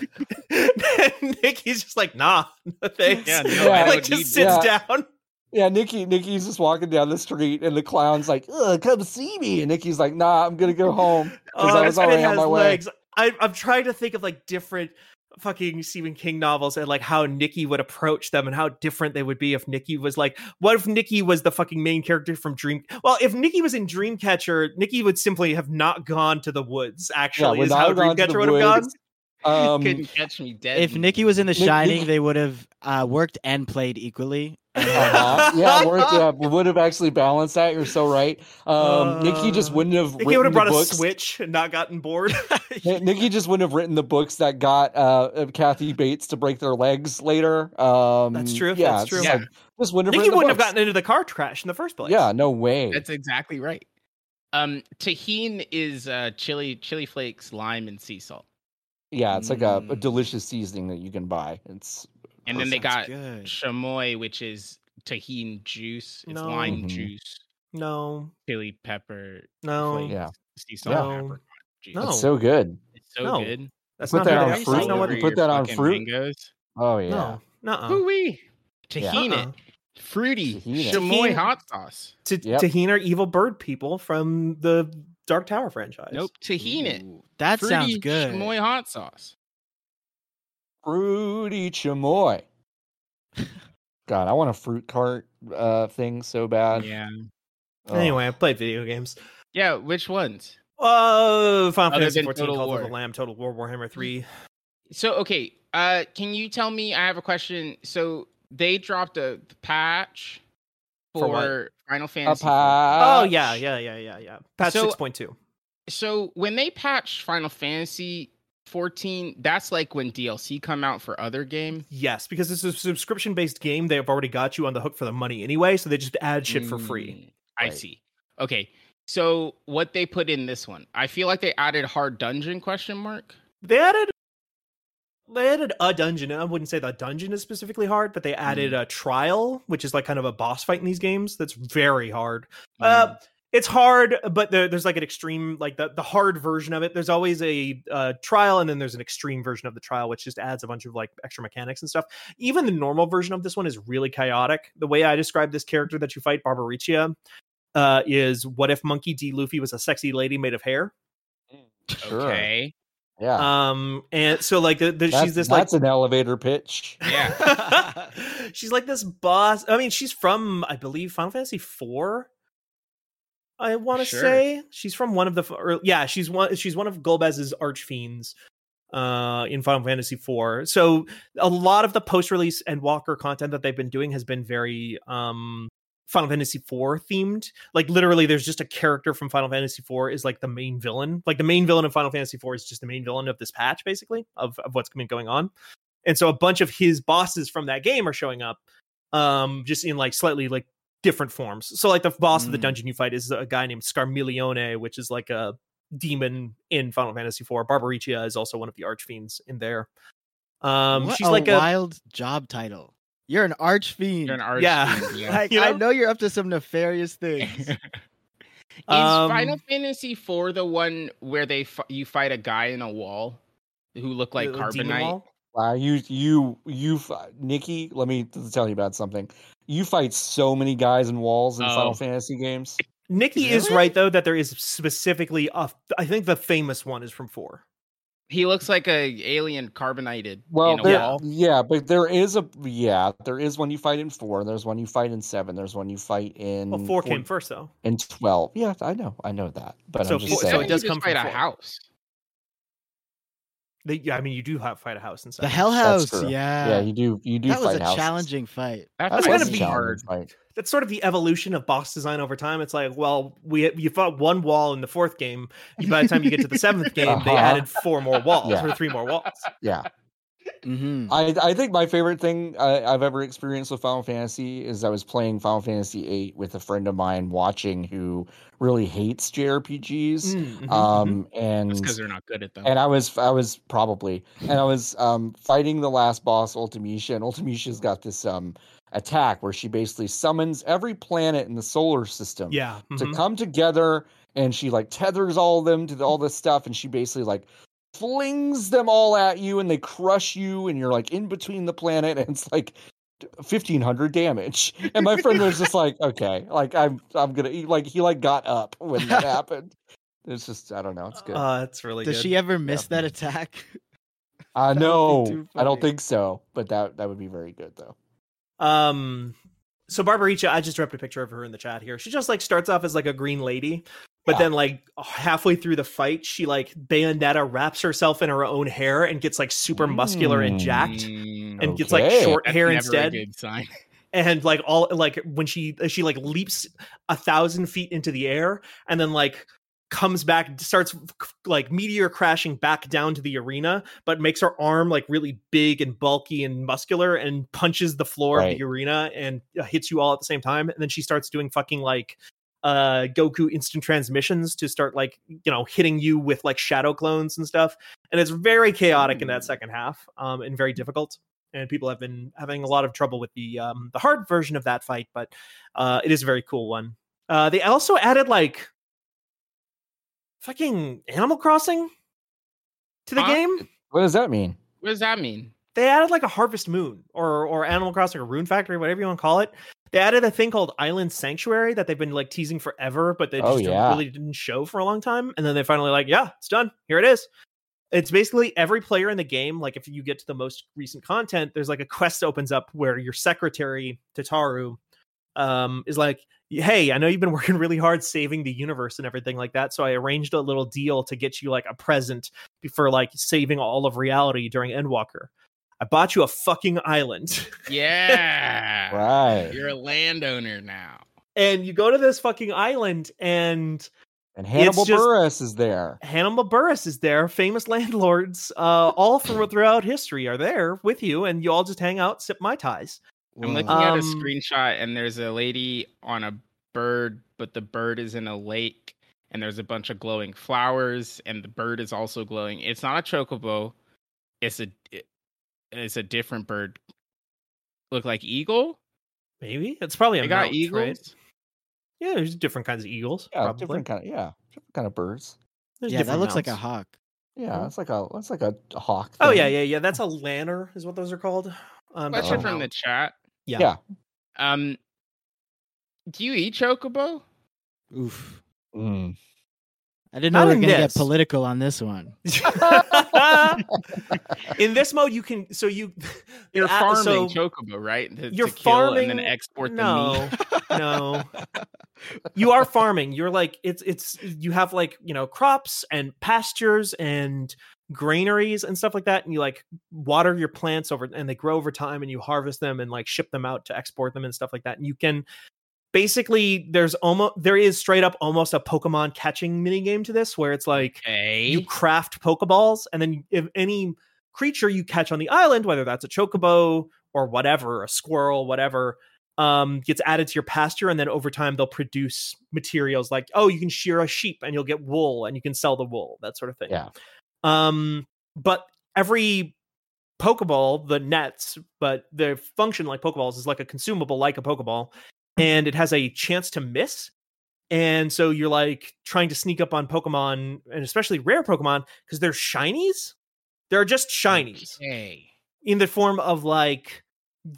A: Nikki's just like, nah, no thanks.
B: Yeah, no,
C: I
A: like
B: don't
A: just
B: need
A: sits
C: that.
A: down.
C: Yeah, Nikki. Nikki's just walking down the street, and the clown's like, Ugh, "Come see me," and Nikki's like, "Nah, I'm gonna go home." 'Cause I
A: that
C: was already
A: bit
C: on
A: Uh, has
C: my way.
A: legs. I, I'm trying to think of like different fucking Stephen King novels and like how Nikki would approach them and how different they would be if Nikki was like, what if Nikki was the fucking main character from Dream? Well, if Nikki was in Dreamcatcher, Nikki would simply have not gone to the woods. Actually,
C: would
A: is
C: not
A: how
C: have gone to the
A: Dreamcatcher would have gone.
C: woods. Um,
B: Couldn't catch me dead.
D: If Nikki was in The
C: Nick-
D: Shining, they would have uh, worked and played equally.
C: uh-huh. yeah, worth, yeah, would have actually balanced that. You're so right. Um, Nikki just
A: Uh,
C: wouldn't have.
A: Nikki
C: written
A: would have
C: the
A: brought a
C: books-
A: switch and not gotten bored.
C: Ni- Nikki just wouldn't have written the books that got uh, uh, Kathy Bates to break their legs later. Um,
A: That's true,
C: Yeah,
A: that's
C: it's
A: true.
C: just
B: Yeah.
C: like, just wouldn't have.
A: Nikki
C: written the
A: wouldn't have
C: books.
A: gotten into the car crash in the first place.
C: Yeah, no way.
B: That's exactly right. Um, tahine is uh, chili, chili flakes, lime, and sea salt.
C: yeah, it's like a, a
D: Mm.
C: delicious seasoning that you can buy. It's
B: And then they
D: Oh, Sounds
B: got
D: good.
B: chamoy, which is tahine juice. It's
A: No.
B: lime
D: Mm-hmm.
C: Mhm.
B: juice,
A: No,
B: chili pepper,
A: no,
B: flakes,
C: Yeah.
B: sea salt,
A: No.
B: peppercorn juice.
A: No.
C: it's so good.
B: It's so
A: No.
B: good.
A: that's
C: Put
A: not
C: that
A: what
C: on
A: it is.
C: fruit.
A: That's not what
C: You
A: it-
C: put that on fruit?
B: Mangoes.
C: Oh yeah.
A: No, uh-uh.
B: Hoo-wee.
C: Yeah.
B: Tahine, it.
A: Uh-uh.
B: fruity,
C: Tahine.
B: chamoy
A: Tahine.
B: hot sauce.
A: T-
C: Yep.
A: Tahine are evil bird people from the Dark Tower franchise.
B: Nope, tahine. it.
D: Ooh, That sounds
B: Fruity
D: good.
B: Chamoy hot sauce.
C: Fruity chamoy. God, I want a fruit cart uh thing so bad.
B: Yeah. Oh.
C: Ugh.
A: Anyway, I played video games.
B: Yeah. Which ones?
A: Oh, Final
B: Other
A: Fantasy
B: than
A: 14,
B: Total
A: Call of
B: War.
A: the Lamb, Total War, Warhammer 3.
B: So okay, uh, can you tell me? I have a question. So they dropped a patch
A: For what?
B: for Final
C: a
B: Fantasy. 14.
C: patch.
A: oh, yeah, yeah, yeah, yeah, yeah. Patch
B: Uh, So-
A: 6.2.
B: So when they patched Final Fantasy 14, that's like when DLC come out for other games.
A: Yes, because it's a subscription based game. They've already got you on the hook for the money anyway, so they just add shit for free.
B: Mm, I
C: Right.
B: see. Okay. So what they put in this one, I feel like they added hard dungeon question mark.
A: They added. They added a dungeon. and I wouldn't say the dungeon is specifically hard, but they added
B: Mm.
A: a trial, which is like kind of a boss fight in these games. That's very hard. Uh, it's hard, but there, there's like an extreme, like the, the hard version of it. There's always a uh, trial, and then there's an extreme version of the trial, which just adds a bunch of like extra mechanics and stuff. Even the normal version of this one is really chaotic. The way I describe this character that you fight, Barbariccia, uh, is what if Monkey D. Luffy was a sexy lady made of hair?
C: Sure.
B: Mm, Okay.
C: Yeah.
A: Um, and so like the, the,
C: Ah. that's,
A: she's this like
C: that's an elevator pitch.
B: Yeah.
A: she's like this boss. I mean, she's from I believe Final Fantasy IV. I want to
B: Sure.
A: say she's from one of the f- or, yeah she's one she's one of Golbez's archfiends uh in Final Fantasy IV. So a lot of the post-release and Walker content that they've been doing has been very um Final Fantasy IV themed. Like literally there's just a character from Final Fantasy IV is like the main villain. Like the main villain of Final Fantasy IV is just the main villain of this patch basically of of what's been going on. And so a bunch of his bosses from that game are showing up um just in like slightly like different forms. So like the boss of the
B: Mm.
A: dungeon you fight is a guy named Scarmilione, which is like a demon in Final Fantasy IV. Barbariccia is also one of the archfiends in there. Um,
D: What
A: she's
D: a
B: Oh,
A: like a
D: wild job title. You're an archfiend.
B: You're an artist.
A: Yeah.
D: like,
A: You
D: I
A: know?
D: know you're up to some nefarious things.
B: Is Final
A: Um,
B: Fantasy IV the one where they f- you fight a guy in a wall who looked like
A: a demon
B: carbonite?
A: wall.
C: Wow, you you you fi- Nikki, let me t- tell you about something. You fight so many guys and walls in
B: Oh.
C: Final Fantasy games.
A: Nikki is
B: Really?
A: right though that there is specifically a. I think the famous one is from four.
B: He looks like a alien carbonated
C: Well,
B: in a
C: there-
B: wall.
C: yeah, but there is a yeah, there is one you fight in 4, there's one you fight in 7, there's one you fight in
A: Well, four
C: Mm, four-
A: came first though.
C: in 12. Yeah, I know. I know that. But
A: So
C: I'm just
A: four- so
C: saying.
A: it does come
B: fight
A: from
B: a
A: four.
B: house.
A: They, yeah, I mean, you do have fight a house and
D: the
A: stuff.
D: Hell
C: That's
D: House.
C: true.
D: Yeah.
C: yeah, you do you do
D: that was
C: fight
D: a
C: houses.
D: challenging fight.
B: That
C: That
B: fight
C: was
A: gotta
C: a
B: would
A: be
B: be hard.
C: challenging fight.
A: That's sort of the evolution of boss design over time. It's like, well, we you fought one wall in the fourth game. By the time you get to the seventh game, they
C: Uh-huh.
A: added four more walls
C: Yeah.
A: or three more walls.
C: Yeah.
D: Mm-hmm.
C: I, I think my favorite thing I, I've ever experienced with Final Fantasy is I was playing Final Fantasy VIII with a friend of mine watching who really hates JRPGs.
A: Mm, mhm,
D: Mm-hmm.
A: mhm.
C: Um,
B: That's
C: and
B: because they're not good at them.
C: and I was I was probably and I was um fighting the last boss Ultimisha and Ultimisha's got this um attack where she basically summons every planet in the solar system
A: yeah,
C: to
D: Mm-hmm.
A: mhm.
C: come together and she like tethers all of them to the- all this stuff and she basically like flings them all at you and they crush you and you're like in between the planet and it's like 1500 damage and my friend was just like okay like i'm i'm gonna he, like he like got up when that happened it's just i don't know it's good
A: Uh, that's really
D: Does
A: good.
D: she ever miss that attack?
C: i
D: that would be
C: know
D: too
C: i don't
D: funny.
C: think so but that that would be very good though
A: Um, so Barbaricha, I just dropped a picture of her in the chat here. She just like starts off as like a green lady, but
C: Yeah.
A: then like halfway through the fight, she like Bayonetta wraps herself in her own hair and gets like super muscular and jacked.
B: Mm,
A: And gets like
C: Okay.
A: short
B: that's
A: hair
B: never
A: instead,
B: A good sign.
A: and like all like when she uh, she like leaps a thousand feet into the air, and then like comes back, starts like meteor crashing back down to the arena, but makes her arm like really big and bulky and muscular and punches the floor of
C: Right.
A: the arena and uh, hits you all at the same time. And then she starts doing fucking like uh Goku instant transmissions to start like, you know, hitting you with like shadow clones and stuff. And it's very chaotic in that second half um and very difficult. And people have been having a lot of trouble with the um the hard version of that fight, but uh it is a very cool one. Uh they also added like fucking Animal Crossing to the
B: Huh?
A: game.
C: what does that mean
B: What does that mean?
A: They added like a Harvest Moon or or Animal Crossing or Rune Factory, whatever you want to call it. They added a thing called Island Sanctuary that they've been like teasing forever, but they
C: Oh,
A: just
C: yeah.
A: really didn't show for a long time. And then they finally like, yeah, it's done. Here it is. It's basically every player in the game. Like if you get to the most recent content, there's like a quest opens up where your secretary Tataru um, is like, "Hey, I know you've been working really hard saving the universe and everything like that. So I arranged a little deal to get you like a present for like saving all of reality during Endwalker. I bought you a fucking island."
D: Ah,
B: Yeah.
C: Right.
B: You're a landowner now.
A: and you go to this fucking island and
C: And Hannibal
A: just-
C: Burris is there.
A: Hannibal Burris is there. Famous landlords, uh, all from throughout history, are there with you, and you all just hang out, sip mai tais.
B: I'm looking
A: Uh,
B: at a
A: Um,
B: screenshot and there's a lady on a bird, but the bird is in a lake and there's a bunch of glowing flowers and the bird is also glowing. It's not a chocobo. It's a it- it's a different bird. Look like eagle?
A: Maybe it's probably a
B: they got
A: mount,
B: eagles.
A: right? Yeah, there's different kinds of eagles.
C: Yeah,
A: probably.
C: different kind of yeah, different kind of birds.
A: There's
D: yeah, that
A: different
D: looks like a
A: mounts.
D: hawk.
C: Yeah, it's like a it's like a hawk.
A: Mm. Oh
C: thing.
A: yeah, yeah, yeah. That's a lanner, is what those are called. Um,
B: Question
A: that's a
B: from the
A: mount.
B: chat.
A: Yeah.
C: Yeah.
B: Um do you eat chocobo?
D: Oof.
C: Mm.
D: I didn't
A: Not
D: know we were
A: in
D: going to get
A: this.
D: political on this one.
C: Mm.
A: in this mode, you can so you
B: You're
A: uh, so-
B: farming chocobo, right? To-
A: you're
B: to kill and
A: farming-
B: then export the meat.
A: no, no. You are farming. You're like it's it's you have like you know crops and pastures and granaries and stuff like that, and you like water your plants over and they grow over time, and you harvest them and like ship them out to export them and stuff like that. And you can basically there's almost there is straight up almost a Pokemon catching mini game to this where it's like
B: Okay.
A: you craft pokeballs and then if any creature you catch on the island whether that's a chocobo or whatever a squirrel whatever um, gets added to your pasture and then over time they'll produce materials like oh you can shear a sheep and you'll get wool and you can sell the wool that sort of thing
C: Yeah.
A: um, but every Pokeball, the nets, but their function like Pokeballs is like a consumable, like a Pokeball, and it has a chance to miss. And so you're like trying to sneak up on Pokemon, and especially rare Pokemon, because they're shinies. They're just shinies
B: Okay.
A: in the form of like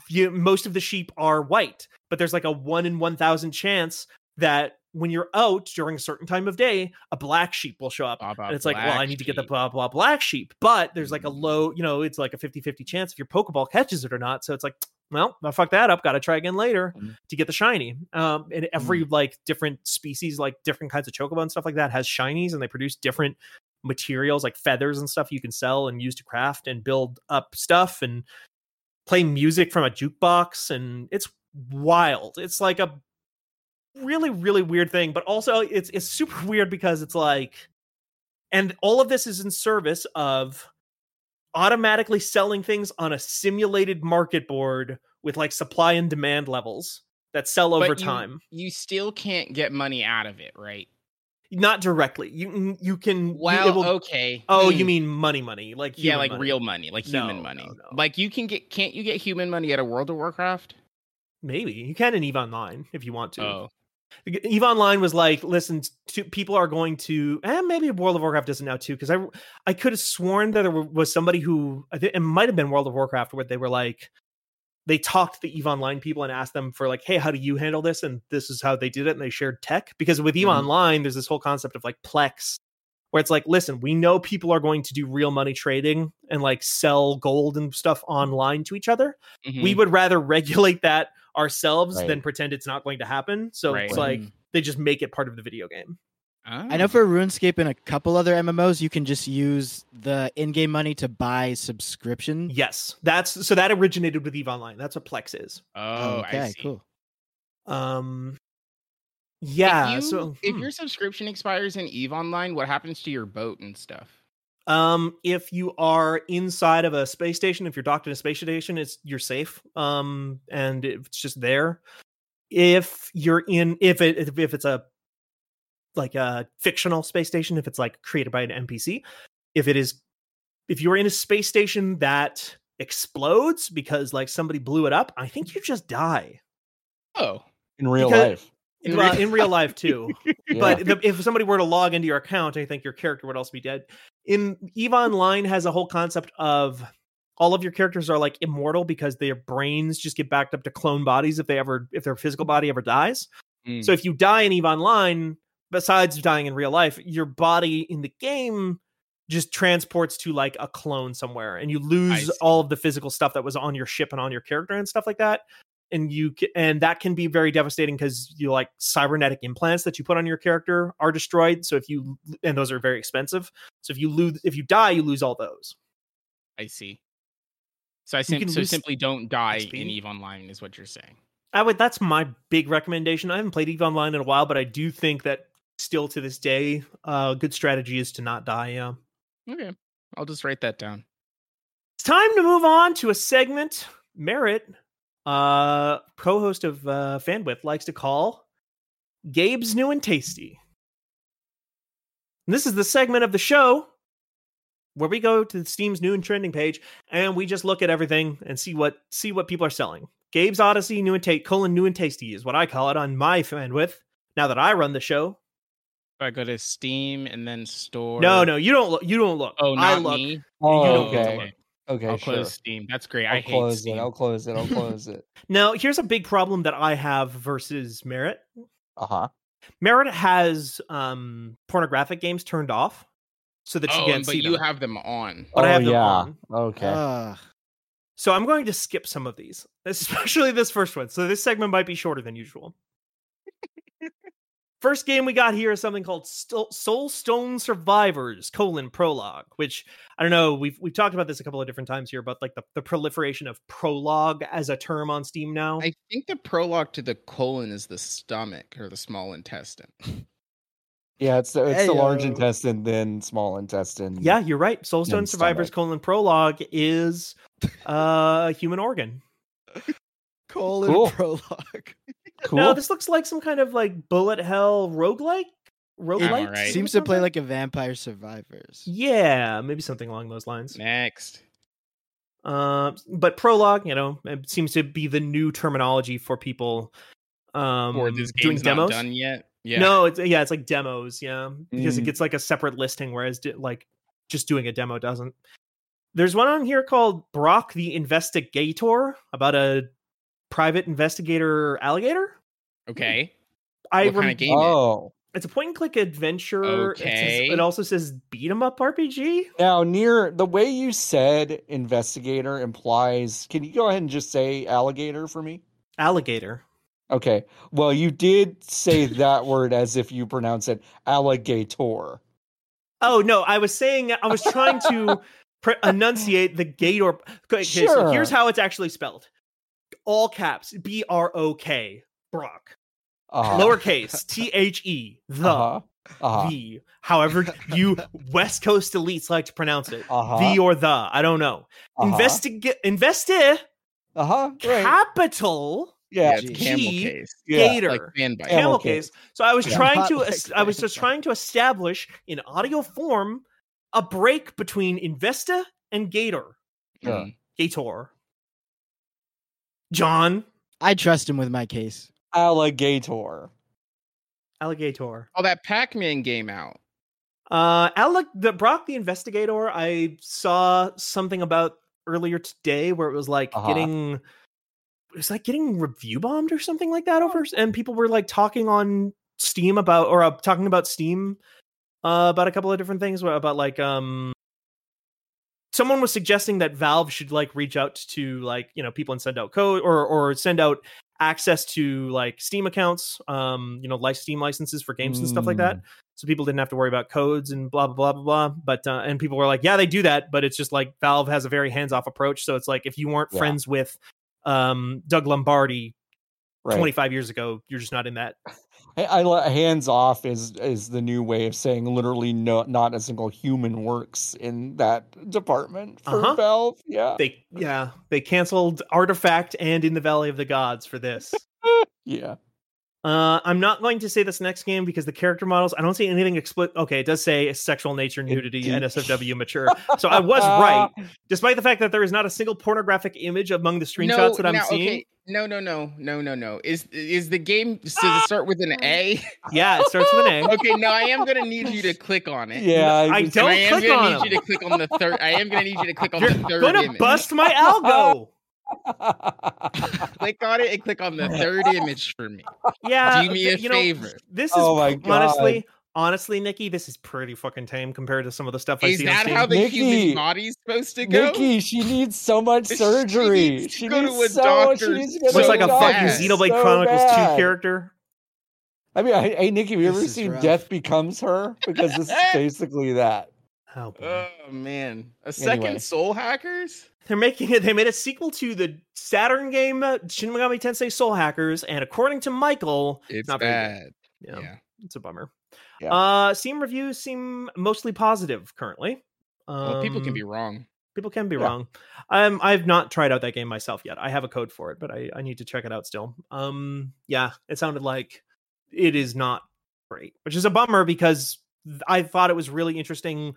A: you, most of the sheep are white, but there's like a one in 1,000 chance that when you're out during a certain time of day, a black sheep will show up
B: Blah, blah,
A: and it's like, well,
B: black
A: I need to get the
B: sheep. Mm-hmm.
A: blah blah black sheep. But there's like a low, you know, it's like a 50-50 chance if your Pokeball catches it or not. So it's like, well, I fuck that up. Got to try again later
B: Mm-hmm.
C: Mm.
A: to get the shiny. Um, and every like different species, like different kinds of Chocobo and stuff like that, has shinies, and they produce different materials like feathers and stuff you can sell and use to craft and build up stuff and play music from a jukebox. And it's wild. It's like a really really weird thing but also it's it's super weird because it's like and all of this is in service of automatically selling things on a simulated market board with like supply and demand levels that sell
B: But
A: over
B: you-
A: time
B: You still can't get money out of it, right?
A: not directly you you can you-
B: Well,
A: it will-
B: okay.
A: oh you
B: hmm.
A: mean money money like
B: yeah,
A: human
B: like
A: money.
B: real money, like human
A: No,
B: money.
A: no, no.
B: Like you can get can't you get human money at a World of Warcraft?
A: maybe you can in eve online if you want to
B: Oh.
A: Eve Online was like, listen, to, people are going to, and maybe World of Warcraft does it now too, because I, I could have sworn that there wa- was somebody who I think it might have been World of Warcraft where they were like, they talked to the Eve Online people and asked them for like, hey, how do you handle this? And this is how they did it, and they shared tech because with Eve
B: Mhm.
A: Online, there's this whole concept of like Plex, where it's like, listen, we know people are going to do real money trading and like sell gold and stuff online to each other we
B: Mhm.
A: would rather regulate that ourselves than
C: Right.
A: pretend it's not going to happen. So it's
B: Right.
A: like they just make it part of the video game.
D: I
B: Oh.
D: know for RuneScape and a couple other MMOs, you can just use the in-game money to buy subscription.
A: Yes, that's so that originated with Eve Online. That's what Plex is.
B: Oh,
D: okay,
B: I see.
D: cool.
A: Um,
B: If
A: yeah.
B: you-
A: so
B: if
A: hmm.
B: your subscription expires in Eve Online, what happens to your boat and stuff?
A: um, if you are inside of a space station, if you're docked in a space station, it's you're safe. Um, and it's just there. If you're in, if it if- if it's a like a fictional space station, if it's like created by an NPC, if it is if you're in a space station that explodes because like somebody blew it up, I think you just die.
B: Oh,
C: in real
A: Because-
C: life.
A: In,
B: In
A: well,
B: real-
A: in real life too.
C: Yeah.
A: But the, if somebody were to log into your account, I think your character would also be dead. In Eve Online has a whole concept of all of your characters are like immortal because their brains just get backed up to clone bodies if they ever if their physical body ever dies. So if you die in Eve Online, besides dying in real life, your body in the game just transports to like a clone somewhere and you lose
B: see.
A: all of the physical stuff that was on your ship and on your character and stuff like that and you ca- and that can be very devastating because you like cybernetic implants that you put on your character are destroyed so if you and those are very expensive so if you lose if you die you lose all those
B: I see. So I sim-
A: can
B: so
A: lose
B: simply don't die in
A: XP.
B: Eve Online is what you're saying.
A: I would. That's my big recommendation. I haven't played Eve Online in a while, but I do think that still to this day, uh, good strategy is to not die. Yeah.
B: Okay, I'll just write that down.
A: It's time to move on to a segment Merritt, uh, co-host of uh, Fanwith, likes to call Gabe's New and Tasty. And this is the segment of the show where we go to Steam's new and trending page and we just look at everything and see what see what people are selling. Gabe's Odyssey New and Tasty colon New and Tasty is what I call it on my Fanwith. Now that I run the show,
B: If I go to Steam and then store.
A: no, no, you don't look. You don't look.
B: Oh,
A: I
B: not
A: look.
B: me.
A: You
C: Oh,
A: don't get to
C: okay.
A: look.
C: Okay,
B: I'll
C: sure.
B: close Steam. That's great.
C: I'll
B: i hate
C: close
B: Steam.
C: it. I'll close it. I'll close it.
A: Now, here's a big problem that I have versus Merritt.
C: Uh huh.
A: Merritt has um pornographic games turned off so that
B: oh,
A: you can't
B: but
A: see
B: you
A: them. Uh-huh.
B: have them on.
A: but I have uh,
C: oh
A: them
C: yeah.
A: on.
C: Okay.
D: Ugh.
A: So I'm going to skip some of these, especially this first one. So this segment might be shorter than usual. first game we got here is something called Sto- Soulstone Survivors: colon prologue, which I don't know. We've we've talked about this a couple of different times here, but like the, the proliferation of prologue as a term on Steam now.
B: I think the prologue to the colon is the stomach or the small intestine.
C: yeah, it's the, it's the large
D: Ayo.
C: intestine, then small intestine.
A: Yeah, you're right. Soulstone
C: And
A: Survivors:
C: stomach.
A: colon prologue is uh, a human organ.
D: Colon
C: Cool.
D: prologue.
C: Cool.
A: No, this looks like some kind of like bullet hell roguelike. Roguelike?
B: alright. Right.
D: Seems to play like a Vampire Survivors.
A: Yeah, maybe something along those lines.
B: Next.
A: Um, but prologue, you know, it seems to be the new terminology for people um
B: or this
A: doing
B: game's not
A: demos.
B: done yet. Yeah.
A: No, it's yeah, it's like demos, yeah, because it
C: Mm.
A: gets like a separate listing whereas di- like just doing a demo doesn't. There's one on here called Brock the Investigator about a private investigator alligator.
B: Okay.
A: I
B: what
A: rem-
B: kind of game? is
C: Oh,
A: It's a point and click adventure. It, says,
B: Okay.
A: it also says beat 'em up RPG.
C: now near the way you said investigator implies. Can you go ahead and just say alligator for me?
A: Alligator.
C: Okay. Well, you did say that word as if you pronounce it alligator.
A: Oh no, I was saying I was trying to pr- enunciate the gator. Okay, so
C: Sure.
A: here's how it's actually spelled. All caps B R O K Brock.
C: Uh-huh.
A: Lowercase T H E the
C: Uh-huh. Uh-huh.
A: the. However, you West Coast elites like to pronounce it.
C: Uh-huh.
A: The or the. I don't know.
C: Uh-huh.
A: Investigate investi
C: Uh-huh. Right.
A: capital
C: Yeah.
B: Yeah, it's camel
A: G-
B: case.
C: Yeah.
A: gator.
B: Like fan bite.
C: Camel
A: camel
C: case.
A: case. So I was
C: Yeah.
A: trying
D: Not
A: to,
D: like
A: es- I was
D: that.
A: just trying to establish in audio form a break between Investa and Gator.
C: Sure.
B: Mm.
A: Gator. John
D: I trust him with my case.
C: Alligator.
A: Alligator.
B: Oh, that Pac-Man game out.
A: Uh, Alec, the Brock the Investigator. I saw something about earlier today where it was like
C: Uh-huh.
A: getting. It was like getting review bombed or something like that over, and people were like talking on Steam about or uh, talking about Steam uh, about a couple of different things where- about like um someone was suggesting that Valve should like reach out to like you know people and send out code or or send out access to like Steam accounts, um you know like Steam licenses for games and stuff like
C: Mm.
A: that, so people didn't have to worry about codes and blah blah blah blah blah. But uh, and people were like, yeah, they do that, but it's just like Valve has a very hands off approach, so it's like if you weren't
C: Yeah.
A: friends with um Doug Lombardi
C: Right. Uh,
A: 25 years ago, you're just not in that
C: I, I li- hands off is is the new way of saying literally no, not a single human works in that department for
A: Uh-huh.
C: Valve. Yeah,
A: they yeah they canceled artifact and in the valley of the gods for this
C: yeah.
A: uh i'm not going to say this next game because the character models i don't see anything explicit okay it does say sexual nature nudity
C: did.
A: nsfw mature so i was right despite the fact that there is not a single pornographic image among the screenshots
B: no,
A: that i'm
B: no,
A: seeing
B: Okay. No, no, no, no, no, no. Is is the game does
A: Ah!
B: it start with an A?
A: yeah it starts with an a
B: okay, no, I am gonna need you to click on it.
C: Yeah,
A: i
C: just-
B: And I
A: don't
B: am
A: click
B: gonna
A: on
B: need
A: them
B: you to click on the third. I am gonna need you to click on
A: you're
B: the 3rd
A: gonna
B: image.
A: bust my algo
B: Click on it and click on the third image for me.
A: yeah
B: Do me
A: th-
B: a
A: Uh, you know
B: favor.
A: this is
C: oh my god!
A: honestly honestly, Nikki, this is pretty fucking tame compared to some of the stuff I
B: Is
A: see.
B: that
A: on Steam.
B: how the
C: Nikki.
B: human body's supposed to go?
C: Nikki, she needs so much
B: She
C: surgery.
B: needs to
C: she
B: go to
C: needs
B: a
C: so,
B: doctor
C: She needs to go
B: so
A: looks
C: to
A: like a
B: bad.
A: fucking
C: doctor
A: Xenoblade
C: so
A: Chronicles
C: bad.
A: two character?
C: I mean, I, hey Nikki, have you
D: This
C: ever
D: is
C: seen
D: rough.
C: Death Becomes Her? Because this is basically that.
A: Oh, boy.
B: Oh man, a second
C: Anyway.
B: Soul Hackers.
A: They're making it. They made a sequel to the Saturn game uh, Shin Megami Tensei Soul Hackers, and according to Michael,
B: It's
A: not very good.
B: bad.
A: Yeah,
B: yeah.
A: it's a bummer.
C: Yeah.
A: Uh, Steam reviews seem mostly positive currently. Um,
B: Well, people can be wrong.
A: people can be
C: Yeah.
A: wrong. Um, I've not tried out that game myself yet. I have a code for it, but I, I need to check it out still. Um, yeah, it sounded like it is not great, which is a bummer because th- I thought it was really interesting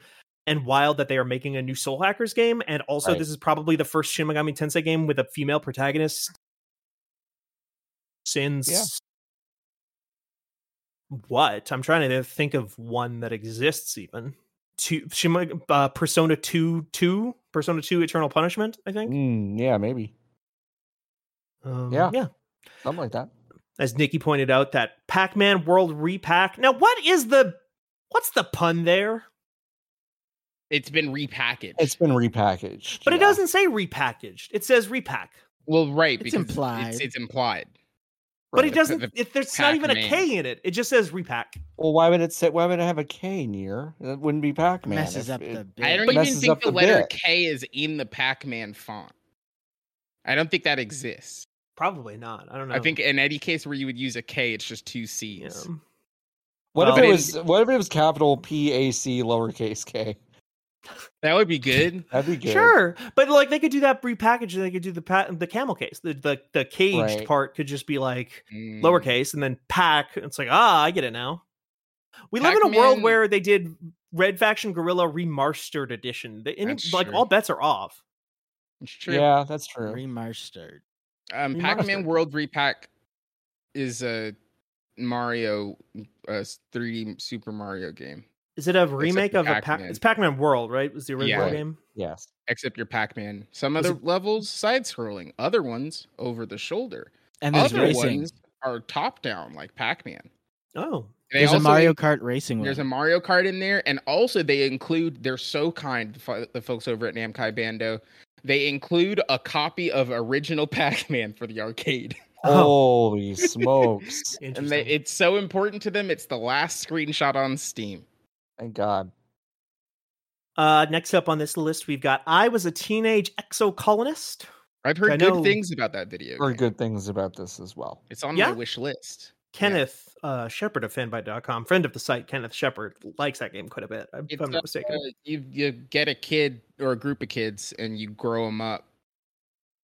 A: and wild that they are making a new Soul Hackers game, and also
C: Right.
A: this is probably the first Shin Megami Tensei game with a female protagonist since. What I'm trying to think of one that exists even two she might uh, persona 2 2 persona 2 eternal punishment i think
C: Mm, yeah, maybe
A: um,
C: yeah.
A: yeah
C: something like that.
A: as nikki pointed out that pac-man world repack now what is the what's the pun there
B: It's been repackaged.
C: It's been repackaged,
A: but it
C: yeah.
A: doesn't say repackaged it says repack
B: well, right.
D: It's
B: because It's,
D: implied.
B: it's implied.
A: but
C: Right.
A: it doesn't
B: the
A: it, there's not even a k
B: Pac-Man.
A: in it it just says repack
C: Well, why would it say? Why would it have a K near? That wouldn't be Pac-Man.
D: messes
C: if
D: up
C: it-
D: the. Bit.
B: I don't
C: But
B: even
C: messes
B: think
C: up
B: the
C: the
B: letter
C: bit.
B: K is in the Pac-Man font. I don't think that exists.
A: probably not i don't know
B: I think in any case where you would use a K, it's just two C's.
A: yeah.
C: What
A: Well,
C: if
A: I
C: it was? What if it was capital P A C lowercase K?
B: That would be good.
C: That'd be good.
A: Sure, but like they could do that repackaged. They could do the pa- the camel case. The the, the caged
C: Right.
A: part could just be like
B: Mm.
A: lowercase and then pack. It's like, ah, I get it now. We live in a world
B: Pac-Man-
A: where they did Red Faction Gorilla Remastered Edition. The, any,
B: That's
A: like
B: true.
A: all bets are off.
B: It's true.
C: Yeah, that's true.
D: Remastered.
B: Um,
A: Remastered.
B: Pac-Man World Repack is a Mario uh, s- 3D Super Mario game.
A: Is it a remake
B: for
A: of a pac
B: Pac-Man.
A: It's Pac-Man World, right? Was the original
C: Yeah.
A: game?
C: Yes.
B: Except your Pac-Man. Some
A: Was
B: other
A: it-
B: levels side-scrolling. Other ones over the shoulder.
D: And there's
B: Other
D: racing.
B: ones are top-down, like Pac-Man.
A: Oh,
B: They
D: there's a
B: also
D: Mario
B: in-
D: Kart racing one.
B: There's a Mario Kart in there, and also they include. They're so kind. the fo- The folks over at Namkai Bando, they include a copy of original Pac-Man for the arcade.
A: Oh.
C: Holy smokes!
A: interesting.
B: Oh, and they, it's so important to them. It's the last screenshot on Steam.
C: Thank God.
A: uh, next up on this list, we've got I was a teenage exocolonist.
B: I've
A: I
B: heard good
A: know-
B: things about that video.
C: Heard
B: game.
C: good things about this as well.
B: It's on
A: Yeah?
B: my wish list.
A: Kenneth uh, Shepard of fanbite.com, friend of the site, Kenneth Shepard likes that game quite a bit, if
B: It's,
A: I'm not
B: uh,
A: mistaken.
B: You you get a kid or a group of kids and you grow them up,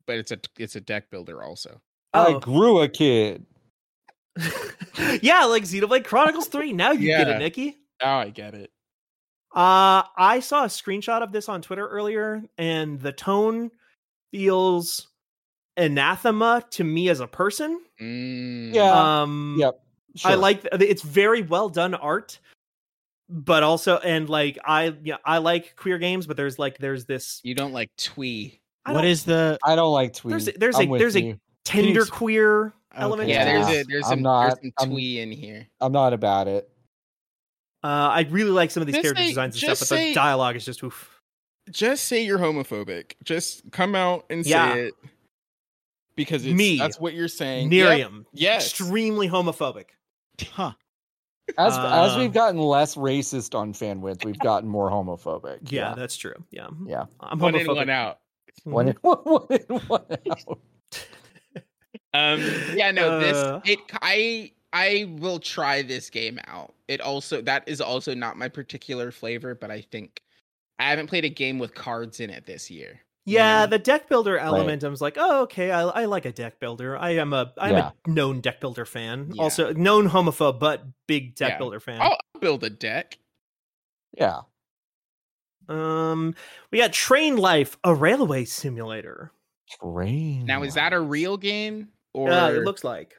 B: but it's a it's a deck builder also.
C: I
A: Oh.
C: grew a kid.
A: yeah, like Xenoblade Chronicles 3. Now you get
B: Yeah.
A: it, Nikki.
B: Oh, I get it.
A: Uh, I saw a screenshot of this on Twitter earlier, and the tone feels anathema to me as a person.
B: Mm.
C: Yeah.
A: um,
C: yep,
A: I
C: Sure.
A: like it's very well done art, but also and like I yeah I like queer games, but there's like there's this
B: You don't like twee.
A: I
D: What
A: don't-
D: is the?
C: I don't like tweet.
A: there's a- there's a-
C: I'm with
A: there's a-
C: you.
D: you
A: tender
D: ex-
A: queer element.
D: Okay.
B: Yeah,
A: to
B: there's
A: this.
B: a there's
C: I'm
B: some
C: not-
B: there's
C: I'm-
B: some twee in here.
C: I'm not about it.
A: Uh, I really like some of these
B: Just
A: character
B: say-
A: designs and stuff,
B: just
A: but the
B: say-
A: dialogue is just oof.
B: Just say you're homophobic. Just come out and
A: say Yeah.
B: it. Because
A: it's- Me. that's
B: what you're saying.
A: Nerium,
B: Yes.
A: extremely homophobic.
D: Huh.
C: As
A: Uh,
C: as we've gotten less racist on fanwidth, we've gotten more homophobic.
A: Yeah, that's mm-hmm. true. Yeah,
C: Yeah.
A: I'm
B: one in
A: homophobic.
B: one out.
C: One in- one in, one out.
B: Um, yeah, no,
A: Uh.
B: this it I I will try this game out. It also that is also not my particular flavor, but I think I haven't played a game with cards in it this year.
A: Yeah,
B: Yeah.
A: the deck builder element. I was like, oh, okay, I, I like a deck builder. I am a I'm
C: Yeah.
A: a known deck builder fan.
B: Yeah.
A: Also known homophobe, but big deck
B: Yeah.
A: builder fan.
B: I'll I'll build a deck.
C: Yeah.
A: Um, we got Train Life, a railway simulator.
C: Train.
B: Now is that a
C: lines.
B: real game or
A: Yeah, Uh, it looks like.